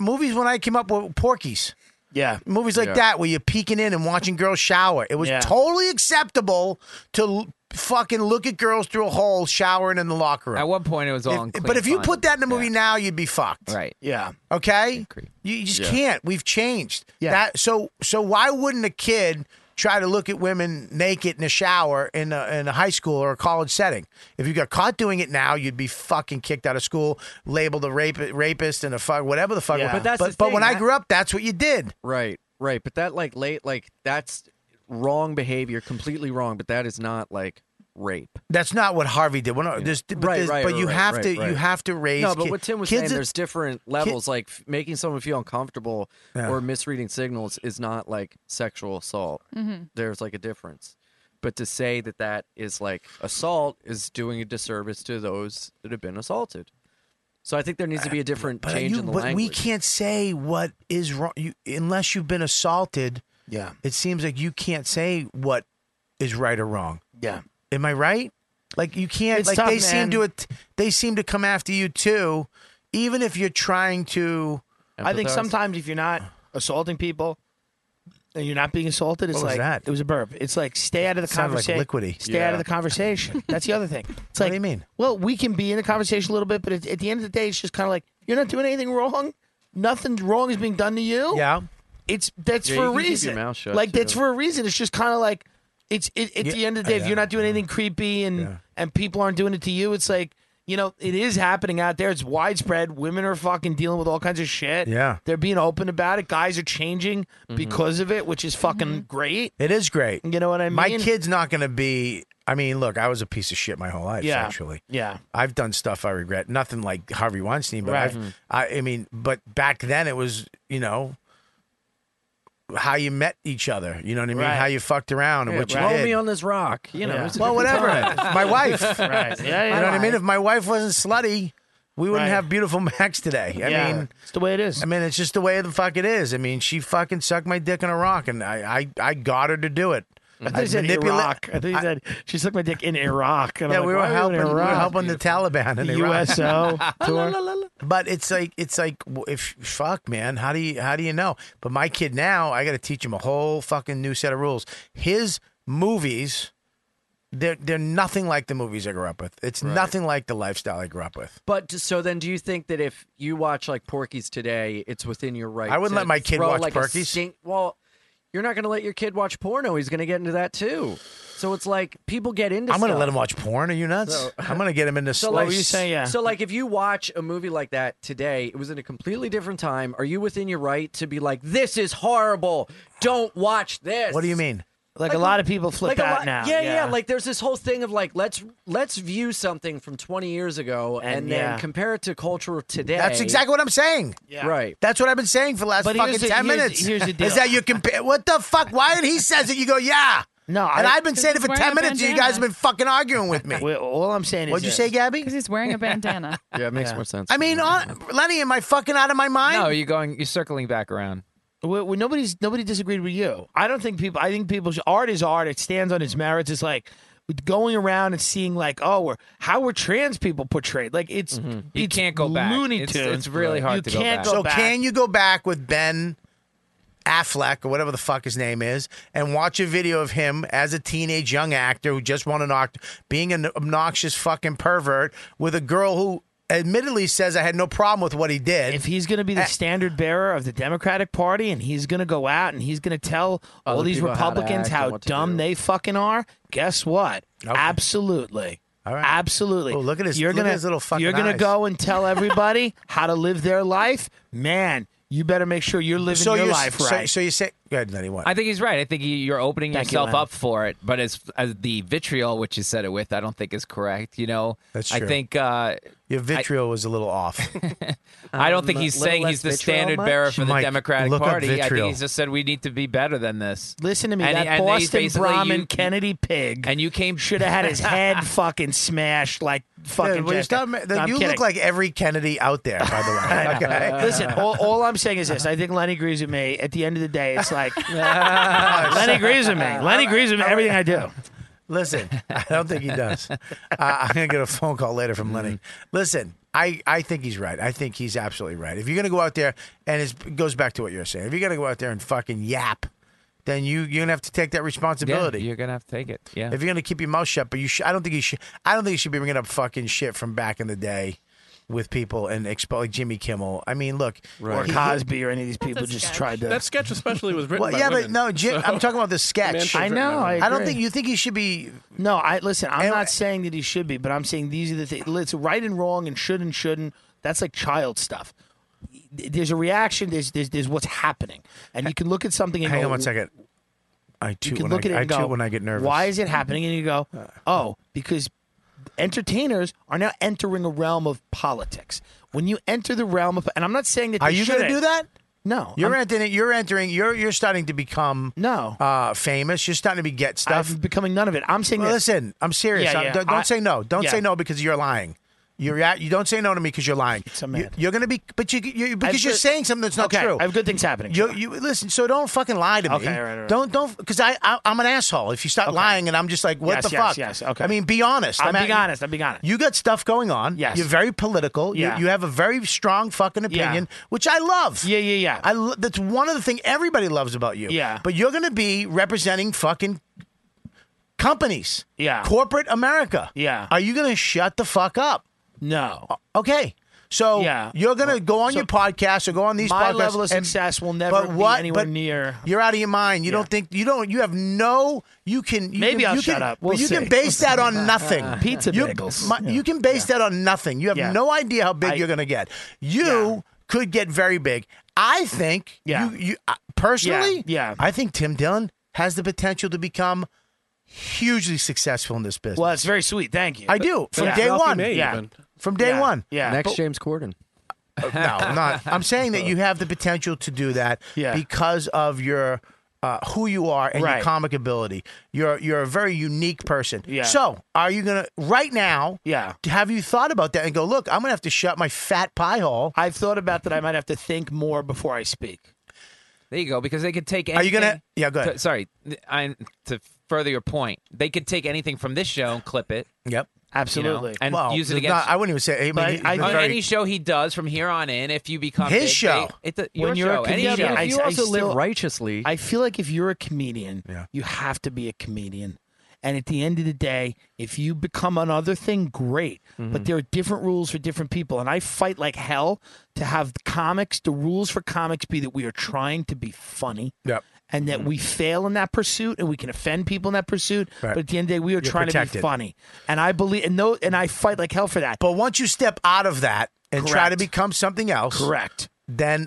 Speaker 2: Movies when I came up with Porky's.
Speaker 7: Yeah.
Speaker 2: Movies like
Speaker 7: Yeah.
Speaker 2: that where you're peeking in and watching girls shower. It was
Speaker 7: Yeah.
Speaker 2: totally acceptable to l- fucking look at girls through a hole showering in the locker room.
Speaker 10: At one point, it was all. in
Speaker 2: If-
Speaker 10: clean
Speaker 2: but if you
Speaker 10: fun.
Speaker 2: put that in a movie now, you'd be fucked.
Speaker 10: right,
Speaker 7: Yeah.
Speaker 2: Okay, you, you just can't. We've changed.
Speaker 7: Yeah.
Speaker 2: That so so why wouldn't a kid try to look at women naked in a shower in a, in a high school or a college setting? If you got caught doing it now, you'd be fucking kicked out of school, labeled a rape, rapist and a fuck whatever the fuck.
Speaker 7: Yeah.
Speaker 2: But
Speaker 7: But
Speaker 11: that's
Speaker 2: but,
Speaker 11: the
Speaker 2: but
Speaker 11: thing,
Speaker 2: when I
Speaker 11: that-
Speaker 2: grew up, that's what you did.
Speaker 11: Right, right. But that like late like that's wrong behavior, completely wrong, but that is not like rape.
Speaker 2: That's not what Harvey did. Well, no, there's, but,
Speaker 11: Right,
Speaker 2: there's-
Speaker 11: right,
Speaker 2: but you
Speaker 11: right,
Speaker 2: have
Speaker 11: right,
Speaker 2: to you
Speaker 11: right.
Speaker 2: have to raise.
Speaker 11: No, but
Speaker 2: ki-
Speaker 11: what Tim was
Speaker 2: kids
Speaker 11: saying,
Speaker 2: that-
Speaker 11: there's different levels. like f- making someone feel uncomfortable
Speaker 2: Yeah.
Speaker 11: or misreading signals is not like sexual assault. There's like a difference. But to say that that is like assault is doing a disservice to those that have been assaulted. So I think there needs to be a different
Speaker 2: Uh, but
Speaker 11: change
Speaker 2: you-
Speaker 11: in the
Speaker 2: but
Speaker 11: language.
Speaker 2: we can't say what is wrong you, unless you've been assaulted.
Speaker 7: Yeah.
Speaker 2: it seems like you can't say what is right or wrong.
Speaker 7: Yeah.
Speaker 2: Am I right? Like you can't.
Speaker 7: It's
Speaker 2: like
Speaker 7: tough,
Speaker 2: they seem
Speaker 7: man.
Speaker 2: to at- they seem to come after you too, even if you're trying to.
Speaker 7: I think sometimes if you're not assaulting people and you're not being assaulted, it's
Speaker 2: What was
Speaker 7: like
Speaker 2: that?
Speaker 7: it was a burp. It's like stay out of the
Speaker 2: Sounded like
Speaker 7: conversation.
Speaker 2: liquidy.
Speaker 7: Stay out of the conversation. That's the other thing. It's
Speaker 2: What
Speaker 7: like
Speaker 2: do you mean?
Speaker 7: Well, we can be in the conversation a little bit, but at, at the end of the day, it's just kind of like you're not doing anything wrong. Nothing wrong is being done to you.
Speaker 2: Yeah.
Speaker 7: It's that's
Speaker 11: Yeah,
Speaker 7: for
Speaker 11: you
Speaker 7: a
Speaker 11: can keep your
Speaker 7: reason.
Speaker 11: mouth shut,
Speaker 7: like that's
Speaker 11: too.
Speaker 7: for a reason. It's just kind of like it's it, at
Speaker 2: Yeah,
Speaker 7: the end of the day, if
Speaker 2: yeah. Mm-hmm.
Speaker 7: you're not doing anything creepy and and people aren't doing it to you, it's like you know it is happening out there. It's widespread. Women are fucking dealing with all kinds of shit.
Speaker 2: Yeah. Mm-hmm.
Speaker 7: they're being open about it. Guys are changing because of it, which is fucking great.
Speaker 2: It is great.
Speaker 7: You know what I mean?
Speaker 2: My kid's not going to be. I mean, look, I was a piece of shit my whole life.
Speaker 7: Yeah.
Speaker 2: Actually,
Speaker 7: Yeah.
Speaker 2: I've done stuff I regret. Nothing like Harvey Weinstein, but
Speaker 7: Right.
Speaker 2: I've, I, I mean, but back then it was, you know, how you met each other. You know what I mean?
Speaker 7: Right.
Speaker 2: How you fucked around and what you
Speaker 11: Roll
Speaker 2: did.
Speaker 11: me on this rock. You know,
Speaker 7: Yeah.
Speaker 11: it's a
Speaker 2: well,
Speaker 11: different
Speaker 2: whatever.
Speaker 11: time.
Speaker 2: my wife.
Speaker 7: Right. Yeah, yeah.
Speaker 2: You know what I mean? If my wife wasn't slutty, we wouldn't
Speaker 7: Right.
Speaker 2: have beautiful Max today. I
Speaker 7: Yeah.
Speaker 2: mean,
Speaker 7: it's the way it is.
Speaker 2: I mean, it's just the way the fuck it is. I mean, she fucking sucked my dick on a rock, and I, I, I got her to do it.
Speaker 7: I think he said
Speaker 2: manipula-
Speaker 7: Iraq. I think he said she took my dick in Iraq. And
Speaker 2: Yeah,
Speaker 7: I'm like,
Speaker 2: we were
Speaker 7: why are you in
Speaker 2: helping, we were
Speaker 7: Iraq?
Speaker 2: helping the Taliban in
Speaker 7: The
Speaker 2: Iraq.
Speaker 7: USO tour.
Speaker 2: But it's like it's like w- if fuck man, how do you how do you know? But my kid now, I got to teach him a whole fucking new set of rules. His movies They're they're nothing like the movies I grew up with. It's nothing like the lifestyle I grew up with.
Speaker 11: But d- so then, do you think that if you watch like Porky's today, it's within your right?
Speaker 2: I wouldn't
Speaker 11: to
Speaker 2: let my kid
Speaker 11: throw,
Speaker 2: watch
Speaker 11: like, a
Speaker 2: Porky's.
Speaker 11: stink- well, you're not going to let your kid watch porno. He's going to get into that too. So it's like people get into.
Speaker 2: I'm gonna
Speaker 11: going to
Speaker 2: let him watch porn. Are you nuts?
Speaker 11: So-
Speaker 2: I'm gonna get him into.
Speaker 11: So
Speaker 2: slow-
Speaker 7: Oh,
Speaker 11: like So like if you watch a movie like that today, it was in a completely different time. Are you within your right to be like, this is horrible? Don't watch this.
Speaker 2: What do you mean?
Speaker 7: Like, a lot of people flip
Speaker 11: a
Speaker 7: out
Speaker 11: lot-
Speaker 7: now.
Speaker 11: Yeah, yeah, Like there's this whole thing of like let's let's view something from 20 years ago and,
Speaker 7: And,
Speaker 11: then
Speaker 7: yeah.
Speaker 11: compare it to culture of today.
Speaker 2: That's exactly what I'm saying.
Speaker 11: Right.
Speaker 2: That's what I've been saying for the last
Speaker 11: But
Speaker 2: fucking
Speaker 11: here's the-
Speaker 2: ten
Speaker 11: here's-
Speaker 2: minutes.
Speaker 11: here's the
Speaker 2: Is
Speaker 11: deal.
Speaker 2: that you compare? What the fuck? Why did he says it? You go, yeah.
Speaker 7: No,
Speaker 2: and
Speaker 7: I-
Speaker 2: I've been saying it for
Speaker 8: Because he's
Speaker 2: ten
Speaker 8: wearing a
Speaker 2: minutes. and You guys have
Speaker 8: bandana.
Speaker 2: been fucking arguing with me.
Speaker 7: Well, all I'm saying is,
Speaker 2: What'd you
Speaker 7: this.
Speaker 2: say, Gabby?
Speaker 8: Because he's wearing a bandana.
Speaker 11: Yeah, it makes more sense.
Speaker 2: I mean, on, Lenny, am I fucking out of my mind?
Speaker 10: No, you're going. You're circling back around.
Speaker 7: Well, well, nobody's nobody disagreed with you. I don't think people. I think people. Should, art is art. It stands on its merits. It's like going around and seeing like, oh, we're, how were trans people portrayed? Like it's
Speaker 10: You
Speaker 7: it's
Speaker 10: can't go back.
Speaker 7: Looney
Speaker 10: It's-
Speaker 7: Tunes.
Speaker 10: it's really hard
Speaker 7: You
Speaker 10: to go
Speaker 7: can't
Speaker 10: back.
Speaker 7: go
Speaker 2: so
Speaker 7: back.
Speaker 2: can you go back with Ben Affleck or whatever the fuck his name is and watch a video of him as a teenage young actor who just won an Oscar being an obnoxious fucking pervert with a girl who admittedly says I had no problem with what he did.
Speaker 7: If he's going to be the standard bearer of the Democratic Party, and he's going to go out and he's going to tell all
Speaker 11: Other
Speaker 7: these
Speaker 11: people how to
Speaker 7: Republicans
Speaker 11: act and
Speaker 7: how
Speaker 11: what to
Speaker 7: dumb they fucking are. Guess what? Absolutely. Absolutely.
Speaker 2: Oh, look at his-
Speaker 7: You're
Speaker 2: look
Speaker 7: gonna,
Speaker 2: at his little fucking
Speaker 7: You're gonna
Speaker 2: eyes.
Speaker 7: go and tell everybody how to live their life, man. You better make sure you're living
Speaker 2: so
Speaker 7: your
Speaker 2: you
Speaker 7: life right.
Speaker 2: So, so you say go ahead, Lenny, what?
Speaker 10: I think he's right. I think you- you're opening
Speaker 7: Thank you,
Speaker 10: yourself
Speaker 7: Lennon.
Speaker 10: up for it. But as, as the vitriol, which you said it with, I don't think is correct. You know,
Speaker 2: That's
Speaker 10: I
Speaker 2: true.
Speaker 10: think uh,
Speaker 2: Your vitriol was a little off.
Speaker 10: I don't
Speaker 11: Um,
Speaker 10: think he's
Speaker 11: a little
Speaker 10: saying he's the
Speaker 11: less vitriol
Speaker 10: standard
Speaker 11: much?
Speaker 10: bearer for the
Speaker 2: Mike,
Speaker 10: Democratic
Speaker 2: look up
Speaker 10: Party. I
Speaker 2: vitriol.
Speaker 10: think he's just said we need to be better than this.
Speaker 7: Listen to me.
Speaker 10: And-
Speaker 7: that
Speaker 10: and they
Speaker 7: Boston
Speaker 10: basically-
Speaker 7: Brahmin
Speaker 10: you-
Speaker 7: Kennedy pig
Speaker 10: and you came
Speaker 7: should have had his head fucking smashed like fucking.
Speaker 2: Dude, will you
Speaker 7: Jessica.
Speaker 2: stop ma-
Speaker 7: No, I'm
Speaker 2: you
Speaker 7: kidding.
Speaker 2: look like every Kennedy out there, by the way. okay?
Speaker 7: Listen, all, all I'm saying is this. I think Lenny agrees with me. At the end of the day, it's like Lenny agrees with me.
Speaker 2: Uh,
Speaker 7: Lenny agrees with everything I do.
Speaker 2: Listen, I don't think he does. Uh, I'm gonna get a phone call later from Lenny.
Speaker 10: Mm.
Speaker 2: Listen, I, I think he's right. I think he's absolutely right. If you're gonna go out there, and it's, it goes back to what you're saying. If you're gonna go out there and fucking yap, then you you're gonna have to take that
Speaker 10: Yeah,
Speaker 2: responsibility.
Speaker 10: you're gonna have to take it. Yeah.
Speaker 2: If you're gonna keep your mouth shut, but you sh- I don't think you should. I don't think you should be bringing up fucking shit from back in the day with people and expo- like Jimmy Kimmel. I mean, look,
Speaker 7: Or Cosby or any of these people just tried to.
Speaker 9: That sketch especially was written
Speaker 2: Well,
Speaker 9: by
Speaker 2: yeah, but
Speaker 9: women,
Speaker 2: no, Jim,
Speaker 9: so-
Speaker 2: I'm talking about the
Speaker 9: Man
Speaker 2: sketch.
Speaker 9: shows written by women.
Speaker 7: I
Speaker 2: don't
Speaker 7: agree.
Speaker 2: think you think he should be.
Speaker 7: No, I listen. I'm not saying that he should be, but I'm saying these are the things. It's right and wrong, and should and shouldn't. That's like child stuff. There's a reaction. There's there's, there's what's happening, and you can look at something. And
Speaker 2: Hang
Speaker 7: go,
Speaker 2: on one second. I
Speaker 7: Oh, You
Speaker 2: toot
Speaker 7: can
Speaker 2: when
Speaker 7: look
Speaker 2: I,
Speaker 7: at it
Speaker 2: I
Speaker 7: and go,
Speaker 2: toot when I get nervous. Uh.
Speaker 7: Why is it happening? And you go, oh, because entertainers are now entering a realm of politics. When you enter the realm of, and I'm not saying that
Speaker 2: Are
Speaker 7: they
Speaker 2: you gonna
Speaker 7: shouldn't.
Speaker 2: do that?
Speaker 7: No,
Speaker 2: You're
Speaker 7: I'm-
Speaker 2: entering. You're entering. You're you're starting to become
Speaker 7: no
Speaker 2: uh, famous. You're starting to be get stuff.
Speaker 7: I'm becoming none of it. I'm saying
Speaker 2: Well,
Speaker 7: this.
Speaker 2: listen, I'm serious.
Speaker 7: Yeah,
Speaker 2: I'm-
Speaker 7: yeah.
Speaker 2: Don't, don't
Speaker 7: I-
Speaker 2: say no. Don't
Speaker 7: yeah.
Speaker 2: say no because you're lying. You're at, you don't say no to me because you're lying.
Speaker 7: mad.
Speaker 2: You, are going to be, but you, you
Speaker 7: I
Speaker 2: because
Speaker 7: have
Speaker 2: you're
Speaker 7: good-
Speaker 2: saying something that's not
Speaker 7: okay,
Speaker 2: true.
Speaker 7: I have good things happening.
Speaker 2: You, you listen. So don't fucking lie to me.
Speaker 7: Okay, right, right.
Speaker 2: Don't don't because I, I I'm an asshole. If you start lying and I'm just like, what
Speaker 7: Yes,
Speaker 2: the
Speaker 7: yes,
Speaker 2: fuck?
Speaker 7: yes, okay.
Speaker 2: I mean, be honest.
Speaker 7: I'm
Speaker 2: at
Speaker 7: being
Speaker 2: you-
Speaker 7: honest, I'm being honest.
Speaker 2: You got stuff going on.
Speaker 7: Yes.
Speaker 2: You're very political. You-
Speaker 7: Yeah.
Speaker 2: You, have a very strong fucking
Speaker 7: Yeah.
Speaker 2: opinion, which I love.
Speaker 7: Yeah, yeah, yeah.
Speaker 2: I lo- that's one of the things everybody loves about you.
Speaker 7: Yeah.
Speaker 2: But you're going to be representing fucking companies.
Speaker 7: Yeah.
Speaker 2: Corporate America.
Speaker 7: Yeah.
Speaker 2: Are you going to shut the fuck up?
Speaker 7: No.
Speaker 2: Okay. So
Speaker 7: Yeah.
Speaker 2: you're going to go on your podcast or go on these
Speaker 7: My
Speaker 2: podcasts
Speaker 7: level of
Speaker 2: and-
Speaker 7: success will never
Speaker 2: but what-
Speaker 7: be anywhere
Speaker 2: but
Speaker 7: near.
Speaker 2: You're out of your mind. You don't think you don't you have no you can you
Speaker 7: Maybe
Speaker 2: can,
Speaker 7: I'll
Speaker 2: you
Speaker 7: shut
Speaker 2: can,
Speaker 7: up.
Speaker 2: but
Speaker 7: We'll
Speaker 2: you
Speaker 7: see.
Speaker 2: can base that on nothing.
Speaker 7: Pizza
Speaker 2: you,
Speaker 7: bagels.
Speaker 2: my- You can base that on nothing. You have
Speaker 7: Yeah.
Speaker 2: no idea how big
Speaker 7: I-
Speaker 2: you're going to get. You could get very big. I think
Speaker 7: Yeah.
Speaker 2: you you I- personally
Speaker 7: Yeah, yeah.
Speaker 2: I think Tim Dillon has the potential to become hugely successful in this business.
Speaker 7: Well, it's very sweet. Thank you.
Speaker 2: I do from
Speaker 7: Yeah.
Speaker 2: day
Speaker 7: Ralphie
Speaker 2: one.
Speaker 7: May, Yeah. even.
Speaker 2: From day
Speaker 7: Yeah.
Speaker 2: one.
Speaker 7: Yeah.
Speaker 11: Next,
Speaker 2: But-
Speaker 11: James Corden.
Speaker 2: no, I'm not. I'm saying that you have the potential to do that
Speaker 7: Yeah.
Speaker 2: because of your uh, who you are and your
Speaker 7: Right.
Speaker 2: comic ability. You're you're a very unique person.
Speaker 7: Yeah.
Speaker 2: So, are you gonna right now?
Speaker 7: Yeah.
Speaker 2: Have you thought about that and go look? I'm gonna have to shut my fat pie hole.
Speaker 7: I've thought about that. I might have to think more before I speak.
Speaker 10: There you go. Because they could take. Anything,
Speaker 2: Are you gonna- yeah, go ahead.
Speaker 10: to- sorry, I to further your point, they could take anything from this show and clip it.
Speaker 2: Yep.
Speaker 7: Absolutely.
Speaker 10: and
Speaker 2: well,
Speaker 10: use it
Speaker 2: not-
Speaker 10: against-
Speaker 2: I wouldn't even say. I mean,
Speaker 7: But
Speaker 2: he-
Speaker 7: I-
Speaker 2: the
Speaker 10: on
Speaker 2: very-
Speaker 10: any show he does from here on in, if you become
Speaker 2: His
Speaker 10: big,
Speaker 2: show.
Speaker 10: they- it's a, your
Speaker 7: When you're a
Speaker 10: show, any
Speaker 7: comedian,
Speaker 10: show.
Speaker 7: I-
Speaker 11: If you
Speaker 7: I
Speaker 11: also
Speaker 7: still-
Speaker 11: live righteously,
Speaker 7: I feel like if you're a comedian, you have to be a comedian. And at the end of the day, if you become another thing, great.
Speaker 2: Mm-hmm.
Speaker 7: But there are different rules for different people. And I fight like hell to have the comics, the rules for comics be that we are trying to be funny.
Speaker 2: Yep. Mm-hmm.
Speaker 7: And that we fail in that pursuit and we can offend people in that pursuit.
Speaker 2: Right.
Speaker 7: But at the end of the day, we are
Speaker 2: You're
Speaker 7: trying to
Speaker 2: protected.
Speaker 7: be funny. And I believe and no and I fight like hell for that.
Speaker 2: But once you step out of that and try to
Speaker 7: Correct.
Speaker 2: become something else,
Speaker 7: correct?
Speaker 2: Then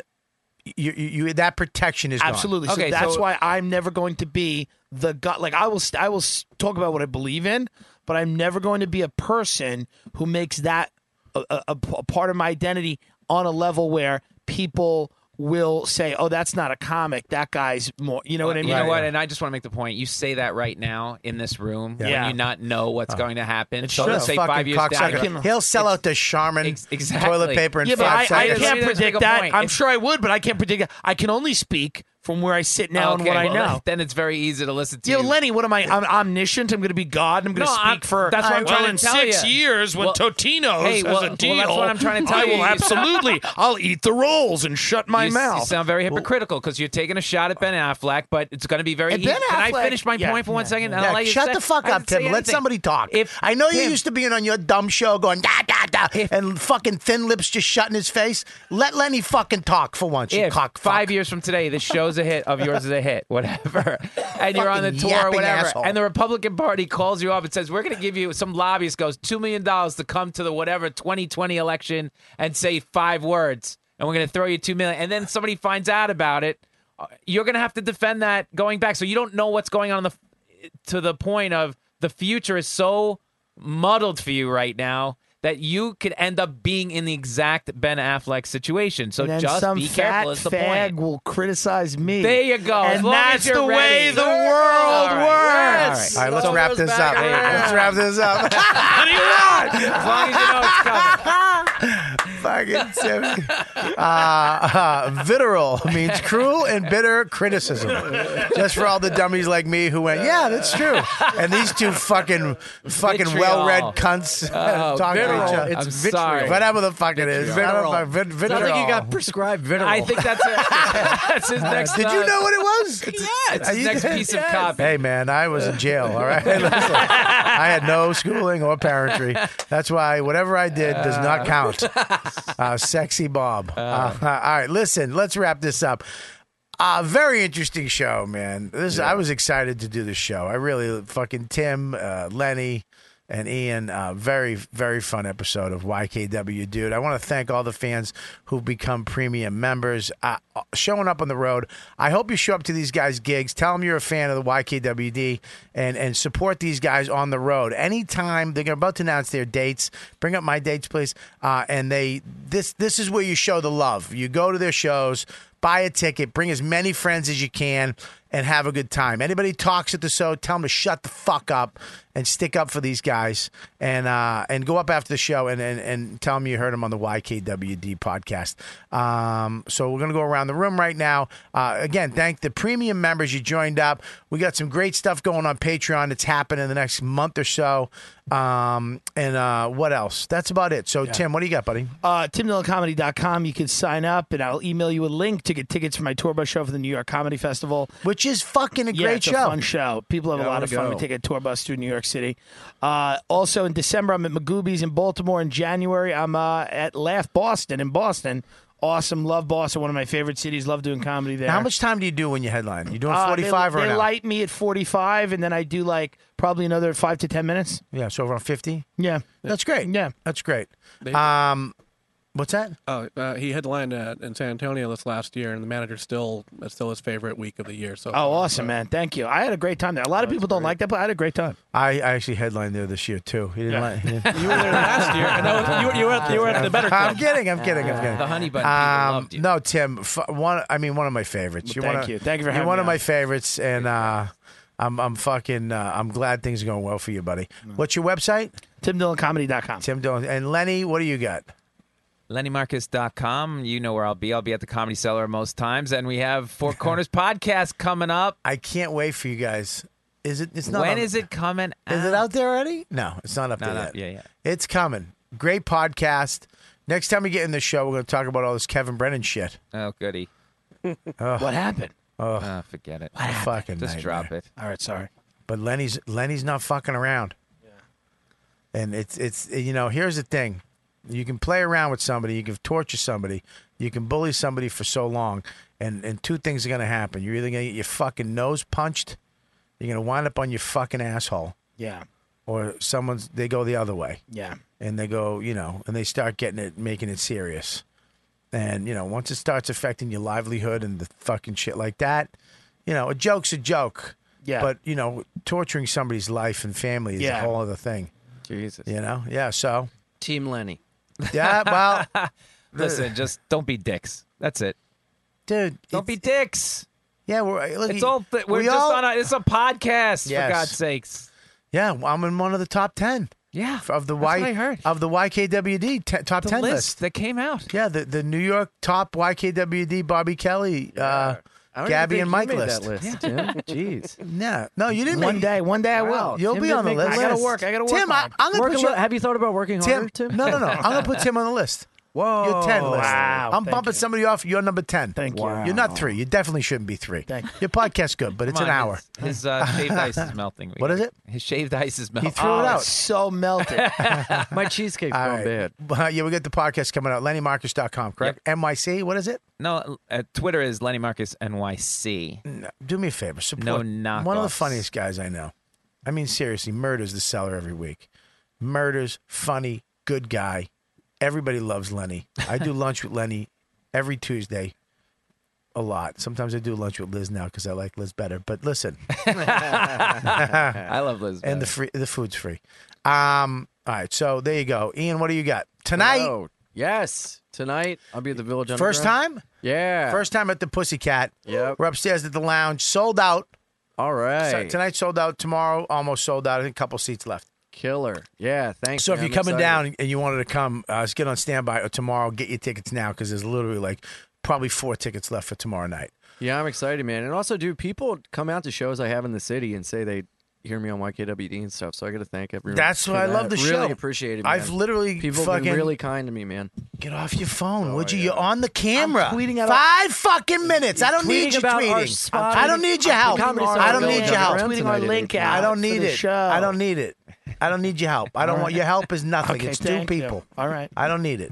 Speaker 2: you, you, you that protection is gone.
Speaker 7: absolutely. so that's why I'm never going to be the gut. Like I will, st- I will s- talk about what I believe in, but I'm never going to be a person who makes that a, a- a p- a part of my identity on a level where people will say, "Oh, that's not a comic. That guy's more." You know what I mean?
Speaker 10: You know what? And I just want to make the point. You say that right now in this room
Speaker 7: Yeah.
Speaker 10: when
Speaker 7: Yeah.
Speaker 10: you not know what's going to happen.
Speaker 2: It's
Speaker 10: So
Speaker 2: true.
Speaker 10: let's say
Speaker 2: Fucking
Speaker 10: five years down.
Speaker 2: cocksucker. He'll sell out the Charmin
Speaker 10: exactly.
Speaker 2: toilet paper in
Speaker 7: yeah, but
Speaker 2: five
Speaker 7: I, I
Speaker 2: seconds.
Speaker 7: can't
Speaker 10: Let's make a
Speaker 7: predict that.
Speaker 10: point.
Speaker 7: I'm
Speaker 10: It's-
Speaker 7: sure I would, but I can't predict that. I can only speak from where I sit now and
Speaker 10: Okay,
Speaker 7: what I
Speaker 10: well,
Speaker 7: know.
Speaker 10: Then it's very easy to listen to.
Speaker 7: Yo,
Speaker 10: you.
Speaker 7: Lenny, what am I? I'm omniscient. I'm going to be God. I'm going to
Speaker 10: No,
Speaker 7: speak
Speaker 10: I'm-
Speaker 7: for.
Speaker 10: that's what I'm
Speaker 7: well,
Speaker 10: trying to
Speaker 7: in
Speaker 10: tell
Speaker 7: six
Speaker 10: ya.
Speaker 7: years when
Speaker 10: Well-
Speaker 7: Totino's
Speaker 10: Hey, well-
Speaker 7: has
Speaker 10: well,
Speaker 7: a deal.
Speaker 10: that's what I'm trying to tell
Speaker 7: I
Speaker 10: you.
Speaker 7: will absolutely. I'll eat the rolls and shut my
Speaker 10: you s-
Speaker 7: mouth.
Speaker 10: You sound very hypocritical because you're taking a shot at Ben Affleck, but it's going to be very.
Speaker 2: And
Speaker 10: easy.
Speaker 2: Ben
Speaker 10: Can
Speaker 2: Affleck-
Speaker 10: I finish my
Speaker 2: Yeah,
Speaker 10: point for one
Speaker 2: yeah,
Speaker 10: second?
Speaker 2: yeah.
Speaker 10: and I'll
Speaker 2: Yeah,
Speaker 10: let you
Speaker 2: shut
Speaker 10: say-
Speaker 2: the fuck
Speaker 10: I
Speaker 2: up,
Speaker 10: didn't say
Speaker 2: Tim. Let
Speaker 10: anything.
Speaker 2: somebody talk.
Speaker 10: If
Speaker 2: I know you
Speaker 10: Tim-
Speaker 2: used to being on your dumb show going da da da and fucking thin lips just shutting his face. Let Lenny fucking talk for once. You
Speaker 10: If
Speaker 2: cock
Speaker 10: five years from today, this show's a hit of yours is a hit, whatever, and you're on the
Speaker 2: Fucking
Speaker 10: tour, or
Speaker 2: yapping
Speaker 10: whatever,
Speaker 2: asshole.
Speaker 10: and the Republican Party calls you up and says, "We're going to give you some lobbyist goes two million dollars to come to the whatever 2020 election and say five words, and we're going to throw you two million, and then somebody finds out about it, uh, you're going to have to defend that going back. So you don't know what's going on in the to the point of the future is so muddled for you right now. That you could end up being in the exact Ben Affleck situation. So
Speaker 7: and then
Speaker 10: just
Speaker 7: some
Speaker 10: be
Speaker 7: fat
Speaker 10: careful. Is the
Speaker 7: fag
Speaker 10: point.
Speaker 7: will criticize me.
Speaker 10: There you go. As
Speaker 7: And
Speaker 10: long as
Speaker 7: that's
Speaker 10: you're
Speaker 7: the way
Speaker 10: ready.
Speaker 7: the world
Speaker 10: All right.
Speaker 7: works.
Speaker 10: All right. All right, let's
Speaker 2: Let's wrap this up. Let's wrap this up.
Speaker 10: As long as you know it's coming.
Speaker 2: fucking Tim. Uh, uh, Vitriol means cruel and bitter criticism. Just for all the dummies like me who went, yeah, that's true. And these two fucking, fucking
Speaker 12: Vitriol.
Speaker 2: well-read cunts
Speaker 12: Oh,
Speaker 2: talking to each
Speaker 12: vitriol.
Speaker 2: other.
Speaker 12: It's I'm vitriol. sorry.
Speaker 2: Whatever the fuck it is.
Speaker 12: Vitriol.
Speaker 2: I don't know, vit-
Speaker 12: Sounds like you
Speaker 2: vitriol.
Speaker 12: got prescribed vitriol.
Speaker 10: I think that's it. that's his next.
Speaker 2: Did you know what it was?
Speaker 10: yeah, it's his next piece of copy.
Speaker 2: Hey, man, I was in jail, all right? Listen, I had no schooling or parentry. That's why whatever I did does not count. Uh, sexy Bob. Uh, all right, listen, let's wrap this up. Uh, very interesting show, man. This I was excited to do this show. I really fucking Tim, uh, Lenny, and Ian. Uh, very very fun episode of YKW, dude. I want to thank all the fans who've become premium members, uh, showing up on the road. I hope you show up to these guys' gigs. Tell them you're a fan of the YKWd and and support these guys on the road. Anytime they're about to announce their dates, bring up my dates, please. Uh, and they this this is where you show the love. You go to their shows buy a ticket, bring as many friends as you can, and have a good time. Anybody talks at the show, tell them to shut the fuck up and stick up for these guys, and uh, and go up after the show and and, and tell them you heard them on the YKWd podcast. Um, so we're gonna go around the room right now. Uh, again, thank the premium members you joined up. We got some great stuff going on Patreon. It's happening in the next month or so. Um, and uh, what else? That's about it. So Tim, what do you got, buddy?
Speaker 7: uh, timdillacomedy.com. You can sign up, and I'll email you a link to get tickets for my tour bus show for the New York Comedy Festival,
Speaker 2: which is fucking a
Speaker 7: yeah,
Speaker 2: great
Speaker 7: it's
Speaker 2: show.
Speaker 7: A fun show. People have
Speaker 2: Yeah,
Speaker 7: a
Speaker 2: I
Speaker 7: lot
Speaker 2: wanna
Speaker 7: of fun.
Speaker 2: go.
Speaker 7: We take a tour bus through New York City. Uh, also in December, I'm at Magoobies in Baltimore. In January, I'm uh, at Laugh Boston in Boston. Awesome, love Boston. One of my favorite cities. Love doing comedy there.
Speaker 2: How much time do you do when you headline? You doing
Speaker 7: Uh,
Speaker 2: 45
Speaker 7: they,
Speaker 2: or an
Speaker 7: they
Speaker 2: hour?
Speaker 7: light me at 45 and then i do like probably another 5 to 10 minutes
Speaker 2: yeah so around 50
Speaker 7: yeah
Speaker 2: that's great
Speaker 7: yeah
Speaker 2: that's great um what's that
Speaker 9: Oh, uh, he headlined uh, in San Antonio this last year, and the manager's still it's still his favorite week of the year. So
Speaker 7: oh awesome man thank you i had a great time there a lot of people don't like that but i had a great time
Speaker 2: I, I actually headlined there this year too. He didn't like.
Speaker 9: you were there last year, and that was, you, were- you were at, you were
Speaker 7: Uh,
Speaker 9: at the better.
Speaker 2: I'm
Speaker 9: club.
Speaker 2: kidding. I'm kidding. I'm kidding.
Speaker 10: The honey bun people
Speaker 2: Um, no, Tim. F- one. I mean, one of my favorites.
Speaker 7: Well, thank
Speaker 2: one of-
Speaker 7: you. Thank you for
Speaker 2: You're
Speaker 7: having
Speaker 2: one
Speaker 7: me
Speaker 2: of
Speaker 7: on.
Speaker 2: my favorites, and uh, I'm I'm fucking uh, I'm glad things are going well for you, buddy.
Speaker 7: Mm.
Speaker 2: What's your website?
Speaker 7: TimDillonComedy.com.
Speaker 2: Tim Dillon and Lenny. What do you got?
Speaker 10: LennyMarcus.com. You know where I'll be. I'll be at the Comedy Cellar most times, and we have Four Corners podcast coming up.
Speaker 2: I can't wait for you guys. Is it? It's not.
Speaker 10: When
Speaker 2: on-
Speaker 10: is it coming?
Speaker 2: Is it out there already? No, it's not up
Speaker 10: No,
Speaker 2: there
Speaker 10: no,
Speaker 2: yet.
Speaker 10: yeah, yeah.
Speaker 2: It's coming. Great podcast. Next time we get in the show, we're going to talk about all this Kevin Brennan shit.
Speaker 10: Oh, goody.
Speaker 2: Ugh.
Speaker 7: what happened
Speaker 2: Oh,
Speaker 10: Ah, forget it.
Speaker 2: fucking
Speaker 10: Just
Speaker 2: nightmare.
Speaker 10: drop it.
Speaker 7: all right sorry
Speaker 2: But Lenny's Lenny's not fucking around. Yeah. And it's it's you know here's the thing, you can play around with somebody, you can torture somebody, you can bully somebody for so long, and and two things are gonna happen. You're either gonna get your fucking nose punched, you're gonna wind up on your fucking asshole,
Speaker 7: Yeah.
Speaker 2: or someone's they go the other way
Speaker 7: Yeah.
Speaker 2: and they go, you know, and they start getting it, making it serious. And you know, once it starts affecting your livelihood and the fucking shit like that, you know, a joke's a joke.
Speaker 7: Yeah.
Speaker 2: But you know, torturing somebody's life and family is
Speaker 11: Yeah.
Speaker 2: a whole other thing.
Speaker 11: Jesus.
Speaker 2: You know, yeah. So,
Speaker 11: Team Lenny.
Speaker 2: yeah. Well,
Speaker 10: Listen, just don't be dicks. That's it.
Speaker 2: dude,
Speaker 10: don't be dicks.
Speaker 2: Yeah, we're uh, look,
Speaker 10: it's all. Th- we're
Speaker 2: we
Speaker 10: just
Speaker 2: all-
Speaker 10: on a. It's a podcast.
Speaker 2: Yes.
Speaker 10: For God's sakes.
Speaker 2: yeah, well, I'm in one of the top ten.
Speaker 10: Yeah,
Speaker 2: of the
Speaker 10: that's
Speaker 2: Y
Speaker 10: what I heard.
Speaker 2: of the YKWd t- top
Speaker 10: The
Speaker 2: ten
Speaker 10: list
Speaker 2: list.
Speaker 10: that came out.
Speaker 2: Yeah, the, the New York top YKWd Bobby Kelly, uh,
Speaker 11: I don't
Speaker 2: Gabby
Speaker 11: even
Speaker 2: and Mike
Speaker 11: think you made
Speaker 2: list.
Speaker 11: that list, Tim. Jeez.
Speaker 2: No, no, you didn't.
Speaker 7: One
Speaker 2: make-
Speaker 7: day, one day I will.
Speaker 2: You'll
Speaker 7: Tim
Speaker 2: be
Speaker 7: did
Speaker 2: on the
Speaker 7: make
Speaker 2: list.
Speaker 7: I gotta work. I gotta work.
Speaker 2: Tim, I,
Speaker 7: hard.
Speaker 2: I'm gonna put you.
Speaker 7: you thought about working
Speaker 2: Tim, No, no, no. I'm gonna put Tim on the list.
Speaker 11: Whoa.
Speaker 2: You're ten list.
Speaker 7: Wow,
Speaker 2: I'm
Speaker 7: thank
Speaker 2: bumping somebody off. You're number ten. Thank
Speaker 10: you. Wow.
Speaker 2: You're not three. You definitely shouldn't be three. Thank you. Your podcast's good, but it's
Speaker 10: Come
Speaker 2: an
Speaker 10: on,
Speaker 2: hour.
Speaker 10: His, his, uh, shaved ice is melting.
Speaker 2: What is it?
Speaker 10: His shaved ice is melting.
Speaker 2: threw it Oh, out. it's
Speaker 7: so melted.
Speaker 11: My cheesecake's
Speaker 2: All
Speaker 11: gone
Speaker 2: right.
Speaker 11: bad.
Speaker 2: Uh, yeah, we got the podcast coming out. LennyMarcus.com, correct? NYC. What is it?
Speaker 10: No, uh, Twitter is Lenny Marcus NYC.
Speaker 2: No, do me a favor. Support
Speaker 10: No
Speaker 2: One of the
Speaker 10: knockoffs.
Speaker 2: funniest guys I know. I mean, seriously, murders the seller every week. Murders, funny, good guy. Everybody loves Lenny. I do lunch with Lenny every Tuesday. A lot. Sometimes I do lunch with Liz now because I like Liz better. But listen,
Speaker 10: I love Liz.
Speaker 2: and the free, the food's free. Um, all right, so there you go, Ian. What do you got tonight?
Speaker 11: Oh, yes. Tonight, I'll be at the Village
Speaker 2: First
Speaker 11: Underground.
Speaker 2: time?
Speaker 11: Yeah.
Speaker 2: First time at the Pussycat. Yep. We're upstairs at the lounge, sold out.
Speaker 11: All right.
Speaker 2: So tonight sold out. Tomorrow almost sold out. I think a couple seats left.
Speaker 11: Killer. Yeah, thanks.
Speaker 2: So if
Speaker 11: man.
Speaker 2: you're
Speaker 11: I'm
Speaker 2: coming
Speaker 11: excited.
Speaker 2: down and you wanted to come, uh, just get on standby or tomorrow. Get your tickets now because there's literally like probably four tickets left for tomorrow night.
Speaker 11: Yeah, I'm excited, man. And also, dude, people come out to shows I have in the city and say they hear me on YKWd and stuff. So I got to thank everyone.
Speaker 2: That's
Speaker 11: for
Speaker 2: why I
Speaker 11: Mm. that.
Speaker 2: love the
Speaker 11: really
Speaker 2: show.
Speaker 11: appreciate it. Man.
Speaker 2: I've literally
Speaker 11: people have
Speaker 2: fucking-
Speaker 11: been really kind to me, man.
Speaker 2: Get off your phone, would you? You're on the camera.
Speaker 11: tweeting
Speaker 2: Five
Speaker 11: at
Speaker 2: fucking minutes. I don't need
Speaker 11: tweeting
Speaker 2: you
Speaker 11: about our
Speaker 2: tweeting.
Speaker 11: spot.
Speaker 2: I don't need your
Speaker 11: I'm
Speaker 2: help.
Speaker 11: tweeting
Speaker 2: I don't
Speaker 11: our
Speaker 2: need your help.
Speaker 11: Instagram Tweeting our tonight, link
Speaker 2: I
Speaker 11: out
Speaker 2: don't
Speaker 11: for
Speaker 2: need
Speaker 11: the
Speaker 2: it.
Speaker 11: show.
Speaker 2: I don't need it. I don't need your help. I don't
Speaker 11: All
Speaker 2: want
Speaker 11: right.
Speaker 2: your help. Is nothing.
Speaker 11: Okay,
Speaker 2: it's two
Speaker 11: thank you.
Speaker 2: people.
Speaker 7: All right.
Speaker 2: I don't need it.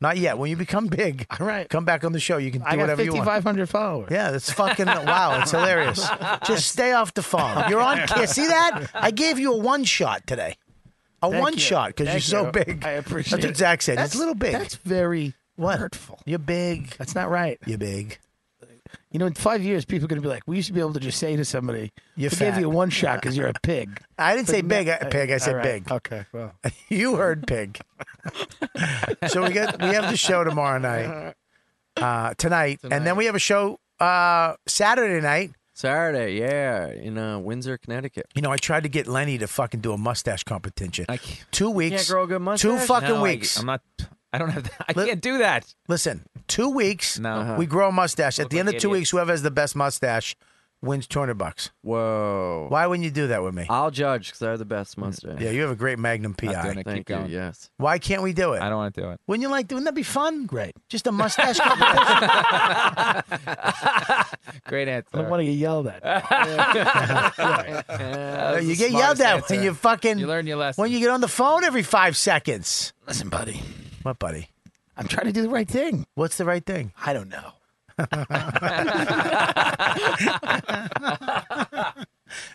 Speaker 2: Not yet. When you become big, all right, come back on the show. You can do
Speaker 7: I got
Speaker 2: whatever you want.
Speaker 7: 5,500 followers.
Speaker 2: Yeah, that's fucking wow. It's hilarious. Just stay off the phone. You're on Kiss. See that? I gave you a one shot today. A
Speaker 7: Thank
Speaker 2: one
Speaker 7: you.
Speaker 2: shot because you're
Speaker 7: Thank
Speaker 2: so
Speaker 7: you.
Speaker 2: big.
Speaker 7: I appreciate
Speaker 2: That's what
Speaker 7: it.
Speaker 2: Zach said.
Speaker 7: That's-
Speaker 2: it's a little big.
Speaker 7: That's very
Speaker 2: what?
Speaker 7: hurtful.
Speaker 2: You're big.
Speaker 7: That's not right.
Speaker 2: You're big.
Speaker 7: You know, in five years, people are going to be like, we used to be able to just say to somebody,
Speaker 2: You're
Speaker 7: we
Speaker 2: fat."
Speaker 7: gave you one shot because you're a pig.
Speaker 2: I didn't
Speaker 7: But
Speaker 2: say
Speaker 7: no-
Speaker 2: big. I, pig. I said
Speaker 7: all right.
Speaker 2: big.
Speaker 7: Okay, well.
Speaker 2: you heard pig. so we get we have the show tomorrow night, uh, tonight, and then we have a show uh, Saturday night.
Speaker 11: Saturday, yeah, in uh, Windsor, Connecticut.
Speaker 2: You know, I tried to get Lenny to fucking do a mustache competition. two weeks.
Speaker 11: grow a good
Speaker 2: Two
Speaker 11: mustache?
Speaker 2: fucking
Speaker 10: No, I-
Speaker 2: weeks.
Speaker 10: I'm not. I don't have. That. I can't do that.
Speaker 2: Listen, two weeks.
Speaker 10: No. Uh-huh.
Speaker 2: We grow a mustache. At the end of
Speaker 10: like
Speaker 2: two
Speaker 10: idiots.
Speaker 2: weeks, whoever has the best mustache wins two hundred bucks.
Speaker 11: Whoa.
Speaker 2: Why wouldn't you do that with me?
Speaker 11: I'll judge because I have the best mustache.
Speaker 2: Yeah, you have a great Magnum PI.
Speaker 10: doing it. Keep
Speaker 11: Thank you.
Speaker 10: going.
Speaker 11: Yes.
Speaker 2: Why can't we do it?
Speaker 10: I don't want to do it.
Speaker 2: Wouldn't you like? Wouldn't that be fun?
Speaker 7: Great.
Speaker 2: Just a mustache competition.
Speaker 10: Great
Speaker 7: I don't
Speaker 10: answer.
Speaker 7: want to get yelled at.
Speaker 2: No, you get yelled at when you fucking
Speaker 10: You learn your lesson.
Speaker 2: when you get on the phone every five seconds.
Speaker 7: Listen, buddy,
Speaker 2: What, buddy?
Speaker 7: I'm trying to do the right thing.
Speaker 2: What's the right thing?
Speaker 7: I don't know.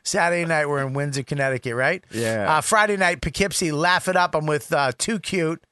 Speaker 2: Saturday night we're in Windsor, Connecticut, right?
Speaker 11: Yeah.
Speaker 2: Uh, Friday night Poughkeepsie, laugh it up. I'm with uh, Too Cute.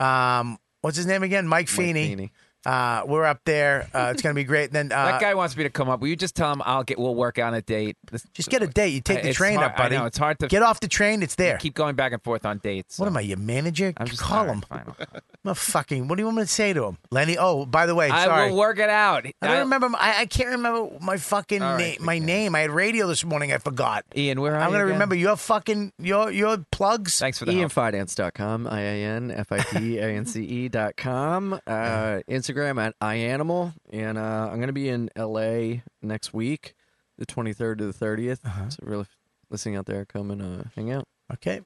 Speaker 2: Um, what's his name again? Mike Feeney.
Speaker 11: Feeney.
Speaker 2: Uh, we're up there. Uh, it's gonna be great. Then uh,
Speaker 10: that guy wants me to come up. Will you just tell him I'll get? We'll work on a date. This-
Speaker 2: just get a date. You take the
Speaker 10: It's
Speaker 2: train
Speaker 10: hard-
Speaker 2: up, buddy.
Speaker 10: I know, it's hard to-
Speaker 2: get off the train. It's there.
Speaker 10: keep going back and forth on dates.
Speaker 2: What am I, your manager?
Speaker 10: I'm just
Speaker 2: Call
Speaker 10: all right,
Speaker 2: him.
Speaker 10: fine, I'll-
Speaker 2: I'm a fucking. What do you want me to say to him, Lenny? Oh, by the way,
Speaker 10: I
Speaker 2: sorry.
Speaker 10: will work it out.
Speaker 2: I don't remember. I, I can't remember my fucking
Speaker 10: All
Speaker 2: name.
Speaker 10: right,
Speaker 2: My name. I had radio this morning. I forgot.
Speaker 10: Ian, where are
Speaker 2: I'm
Speaker 10: you
Speaker 2: gonna
Speaker 10: again?
Speaker 2: remember your fucking your your plugs.
Speaker 10: Thanks for the help.
Speaker 11: IanFinance.com, I A N F I T A N C E dot com. Uh, Instagram at iAnimal. And uh, I'm going to be in LA next week, the 23rd to the 30th. So, really, listening out there, come and uh, hang out.
Speaker 2: Okay.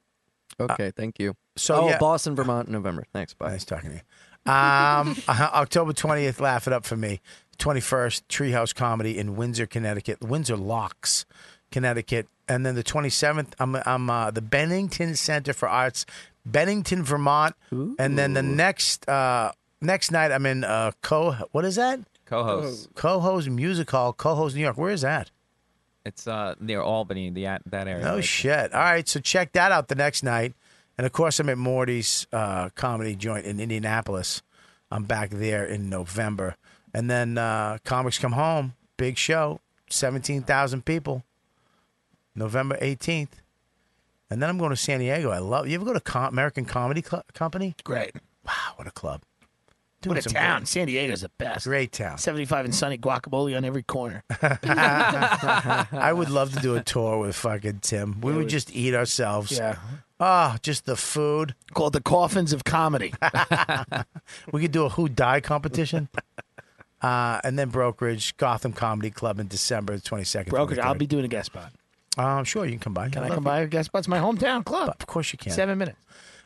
Speaker 11: Okay, thank you.
Speaker 2: so,
Speaker 11: oh,
Speaker 2: yeah.
Speaker 11: Boston, Vermont, November. Thanks. Bye.
Speaker 2: Nice talking to you. Um, uh, October 20th, laugh it up for me. 21st, Treehouse Comedy in Windsor, Connecticut. Windsor Locks, Connecticut. and then the 27th, I'm I'm uh, the Bennington Center for Arts, Bennington, Vermont, and then the next uh, next night I'm in uh, co what is that?
Speaker 10: Co-host.
Speaker 2: Co-host Music Hall, Co-host New York. Where is that?
Speaker 10: It's uh, near Albany, the at that area.
Speaker 2: No
Speaker 10: like-
Speaker 2: shit. All right, so check that out the next night. And of course, I'm at Morty's uh, comedy joint in Indianapolis. I'm back there in November. And then uh, Comics Come Home, big show, 17,000 people, November 18th. And then I'm going to San Diego. I love You ever go to Com- American Comedy Cl- Company?
Speaker 7: Great.
Speaker 2: Wow, what a club. Doing
Speaker 7: What a
Speaker 2: some
Speaker 7: town.
Speaker 2: great-
Speaker 7: San Diego's the best.
Speaker 2: Great town.
Speaker 7: 75 and sunny guacamole on every corner.
Speaker 2: I would love to do a tour with fucking Tim. We would just eat ourselves.
Speaker 7: Yeah.
Speaker 2: Ah, just the food.
Speaker 7: Called the coffins of comedy.
Speaker 2: we could do a who die competition. Uh, and then brokerage, Gotham Comedy Club in December twenty second.
Speaker 7: Brokerage, I'll be doing a guest spot.
Speaker 2: Um, sure, you can come by.
Speaker 7: Can I
Speaker 2: Love
Speaker 7: come
Speaker 2: you.
Speaker 7: by a guest spot? It's my hometown club.
Speaker 2: Of course you can.
Speaker 7: Seven minutes.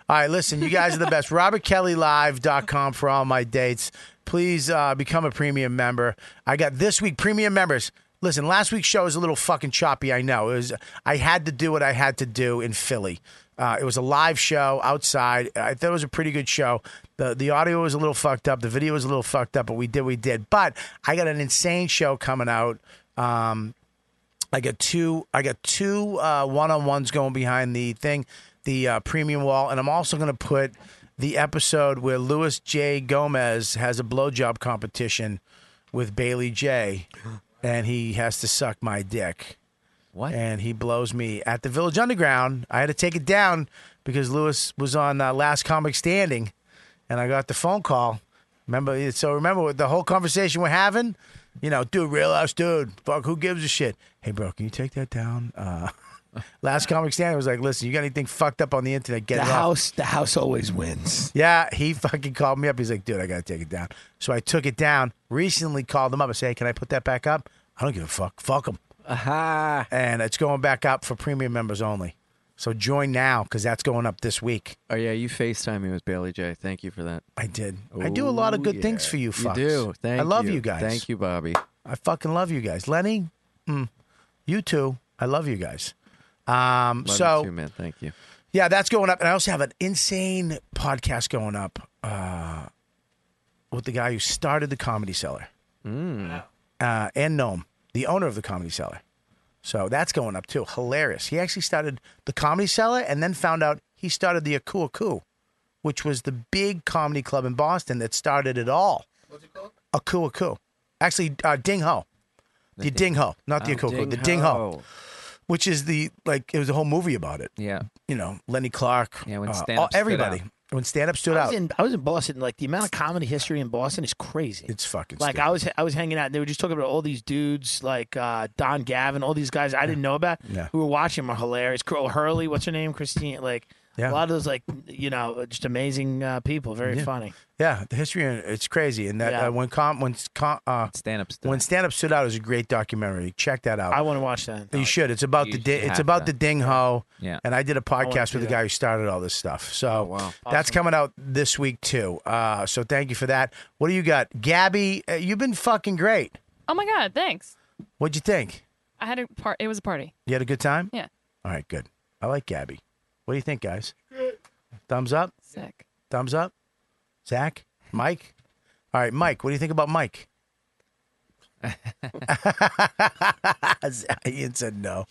Speaker 2: All right, listen, you guys are the best. RobertKellyLive.com for all my dates. Please uh, become a premium member. I got this week premium members. Listen, last week's show was a little fucking choppy. I know it was. I had to do what I had to do in Philly. Uh, it was a live show outside. I thought it was a pretty good show. the The audio was a little fucked up. The video was a little fucked up, but we did what we did. But I got an insane show coming out. Um, I got two. I got two uh, one-on-ones going behind the thing, the uh, premium wall, and I'm also going to put the episode where Louis J. Gomez has a blowjob competition with Bailey J. And he has to suck my dick.
Speaker 10: What?
Speaker 2: And he blows me at the Village Underground. I had to take it down because Lewis was on uh, Last Comic Standing, and I got the phone call. Remember, so remember what the whole conversation we're having. You know, dude, real ass dude. Fuck, who gives a shit? Hey, bro, can you take that down? Uh, Last Comic Standing was like, listen, you got anything fucked up on the internet? Get
Speaker 7: The
Speaker 2: it off.
Speaker 7: house, the house always wins.
Speaker 2: Yeah, he fucking called me up. He's like, dude, I gotta take it down. So I took it down. Recently called him up. I say, hey, can I put that back up? I don't give a fuck. Fuck him. Aha. And it's going back up for premium members only. So join now because that's going up this week.
Speaker 11: Oh yeah, you FaceTime me with Bailey J. Thank you for that.
Speaker 2: I did. I do a lot of good things for you, fucks.
Speaker 11: You do. Thank
Speaker 2: I love
Speaker 11: you.
Speaker 2: you guys.
Speaker 11: Thank you, Bobby.
Speaker 2: I fucking love you guys. Lenny, mm, you too. I love you guys. Um,
Speaker 11: Love
Speaker 2: so
Speaker 11: you too, man. Thank you.
Speaker 2: Yeah, that's going up. And I also have an insane podcast going up uh, with the guy who started the Comedy Cellar
Speaker 11: Mm.
Speaker 2: uh, and Gnome, the owner of the Comedy Cellar. So that's going up too. Hilarious. He actually started the Comedy Cellar and then found out he started the Aku Aku, which was the big comedy club in Boston that started it all. What's it called? Aku Aku. Actually, uh, Ding Ho. The, Ding Ho, not the
Speaker 11: Oh,
Speaker 2: Aku Aku,
Speaker 11: Ding
Speaker 2: the Ding Ho,
Speaker 11: Ho.
Speaker 2: which is the, like, it was a whole movie about it
Speaker 10: Yeah.
Speaker 2: you know, Lenny Clark. Yeah,
Speaker 10: when stand-up stood
Speaker 2: everybody.
Speaker 10: out.
Speaker 2: When stand up stood
Speaker 7: I was
Speaker 2: out.
Speaker 7: in I was in Boston. Like the amount of comedy history in Boston is crazy.
Speaker 2: It's fucking
Speaker 7: like I was I was hanging out. and They were just talking about all these dudes like uh, Don Gavin, all these guys I didn't know about
Speaker 2: Yeah.
Speaker 7: who were watching them are hilarious. Crow Hurley, what's her name? Christine. Like a
Speaker 2: Yeah.
Speaker 7: lot of those like you know just amazing uh, people. Very
Speaker 2: Yeah.
Speaker 7: funny.
Speaker 2: yeah, the history uh, it's crazy. And that
Speaker 7: Yeah.
Speaker 2: uh, when com when com, uh,
Speaker 10: stand up
Speaker 2: when stand up stood out is a great documentary. Check that out.
Speaker 7: I want to watch that.
Speaker 2: you should. It's about
Speaker 7: You
Speaker 2: the di- it's
Speaker 7: have
Speaker 2: about
Speaker 7: to.
Speaker 2: the ding ho.
Speaker 10: Yeah. Oh,
Speaker 2: And I did a
Speaker 7: wanna
Speaker 2: podcast
Speaker 7: see
Speaker 2: with the
Speaker 7: that.
Speaker 2: guy who started all this stuff. So that's
Speaker 7: Awesome.
Speaker 2: coming out this week too. Uh, so thank you for that. What do you got, Gabby? Uh, you've been fucking great.
Speaker 8: Oh my god, thanks.
Speaker 2: What'd you think?
Speaker 8: I had a part. It was a party.
Speaker 2: You had a good time.
Speaker 8: Yeah.
Speaker 2: All right, good. I like Gabby. What do you think, guys? Thumbs up.
Speaker 8: Sick.
Speaker 2: Thumbs up. Zach, Mike. All right, Mike. What do you think about Mike? Ian said no.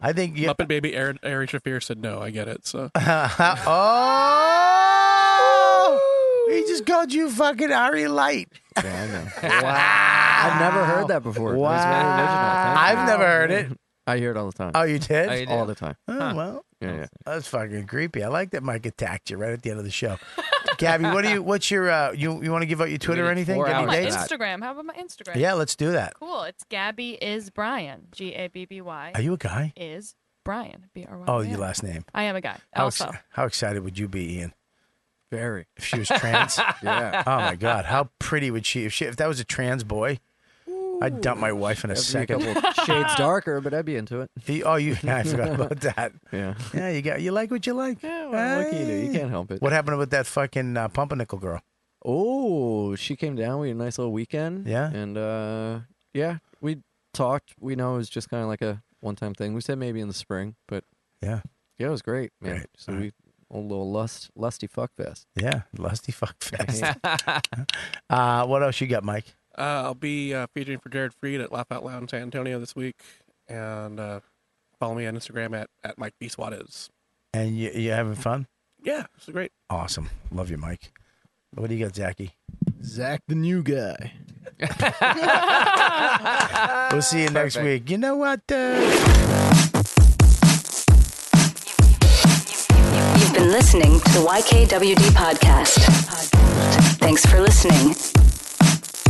Speaker 2: I think you.
Speaker 9: Muppet Baby Ari Ari Shafir said no. I get it. So Uh,
Speaker 2: oh, he just called you fucking Ari Light.
Speaker 11: Yeah, I know.
Speaker 2: Wow.
Speaker 11: I've never heard that before. That was very
Speaker 2: Wow.
Speaker 11: original. Thank
Speaker 2: I've
Speaker 11: you.
Speaker 2: never heard it.
Speaker 11: I hear it all the time.
Speaker 2: Oh, you did?
Speaker 11: All the time.
Speaker 2: Oh, well,
Speaker 11: Yeah, yeah.
Speaker 2: that's fucking creepy. I like that Mike attacked you right at the end of the show. Gabby, what do you? What's your? Uh, you you want to give out your Twitter or anything? Give
Speaker 8: How
Speaker 2: any
Speaker 8: about my
Speaker 2: dates?
Speaker 8: Instagram. How about my Instagram?
Speaker 2: Yeah, let's do that.
Speaker 8: Cool. It's Gabby is Brian. G A B B Y.
Speaker 2: Are you a guy?
Speaker 8: Is Brian. B R Y.
Speaker 2: Oh,
Speaker 8: A N.
Speaker 2: your last name.
Speaker 8: I am a guy.
Speaker 2: How, ex-
Speaker 8: also.
Speaker 2: how excited would you be, Ian?
Speaker 11: Very.
Speaker 2: If she was trans?
Speaker 11: Yeah.
Speaker 2: Oh my God, how pretty would she? If she, if that was a trans boy, I'd dump my wife in a
Speaker 11: That'd be
Speaker 2: second.
Speaker 11: couple shades darker, but I'd be into it.
Speaker 2: He- oh, you. I forgot about that.
Speaker 11: Yeah.
Speaker 2: Yeah, you got. You like what you like. Yeah,
Speaker 11: well, what can you do? You can't help it.
Speaker 2: What happened with that fucking uh, pumpernickel girl?
Speaker 11: Oh, she came down. We had a nice little weekend.
Speaker 2: Yeah.
Speaker 11: And uh, yeah, we talked. We know it was just kind of like a one-time thing. We said maybe in the spring, but
Speaker 2: yeah,
Speaker 11: yeah, it was great, man. So we a little lust, lusty fuck fest.
Speaker 2: Yeah, lusty fuck fest. uh, what else you got, Mike?
Speaker 9: Uh, I'll be uh, featuring for Jared Freed at Laugh Out Loud in San Antonio this week, and uh, follow me on Instagram at at Mike B Swat is.
Speaker 2: And you, you having fun?
Speaker 9: Yeah, it's great.
Speaker 2: Awesome. Love you, Mike. What do you got, Zachy?
Speaker 16: Zach, the new guy.
Speaker 2: We'll see you next week. You know what? Uh...
Speaker 17: You've been listening to the YKWD podcast. Thanks for listening.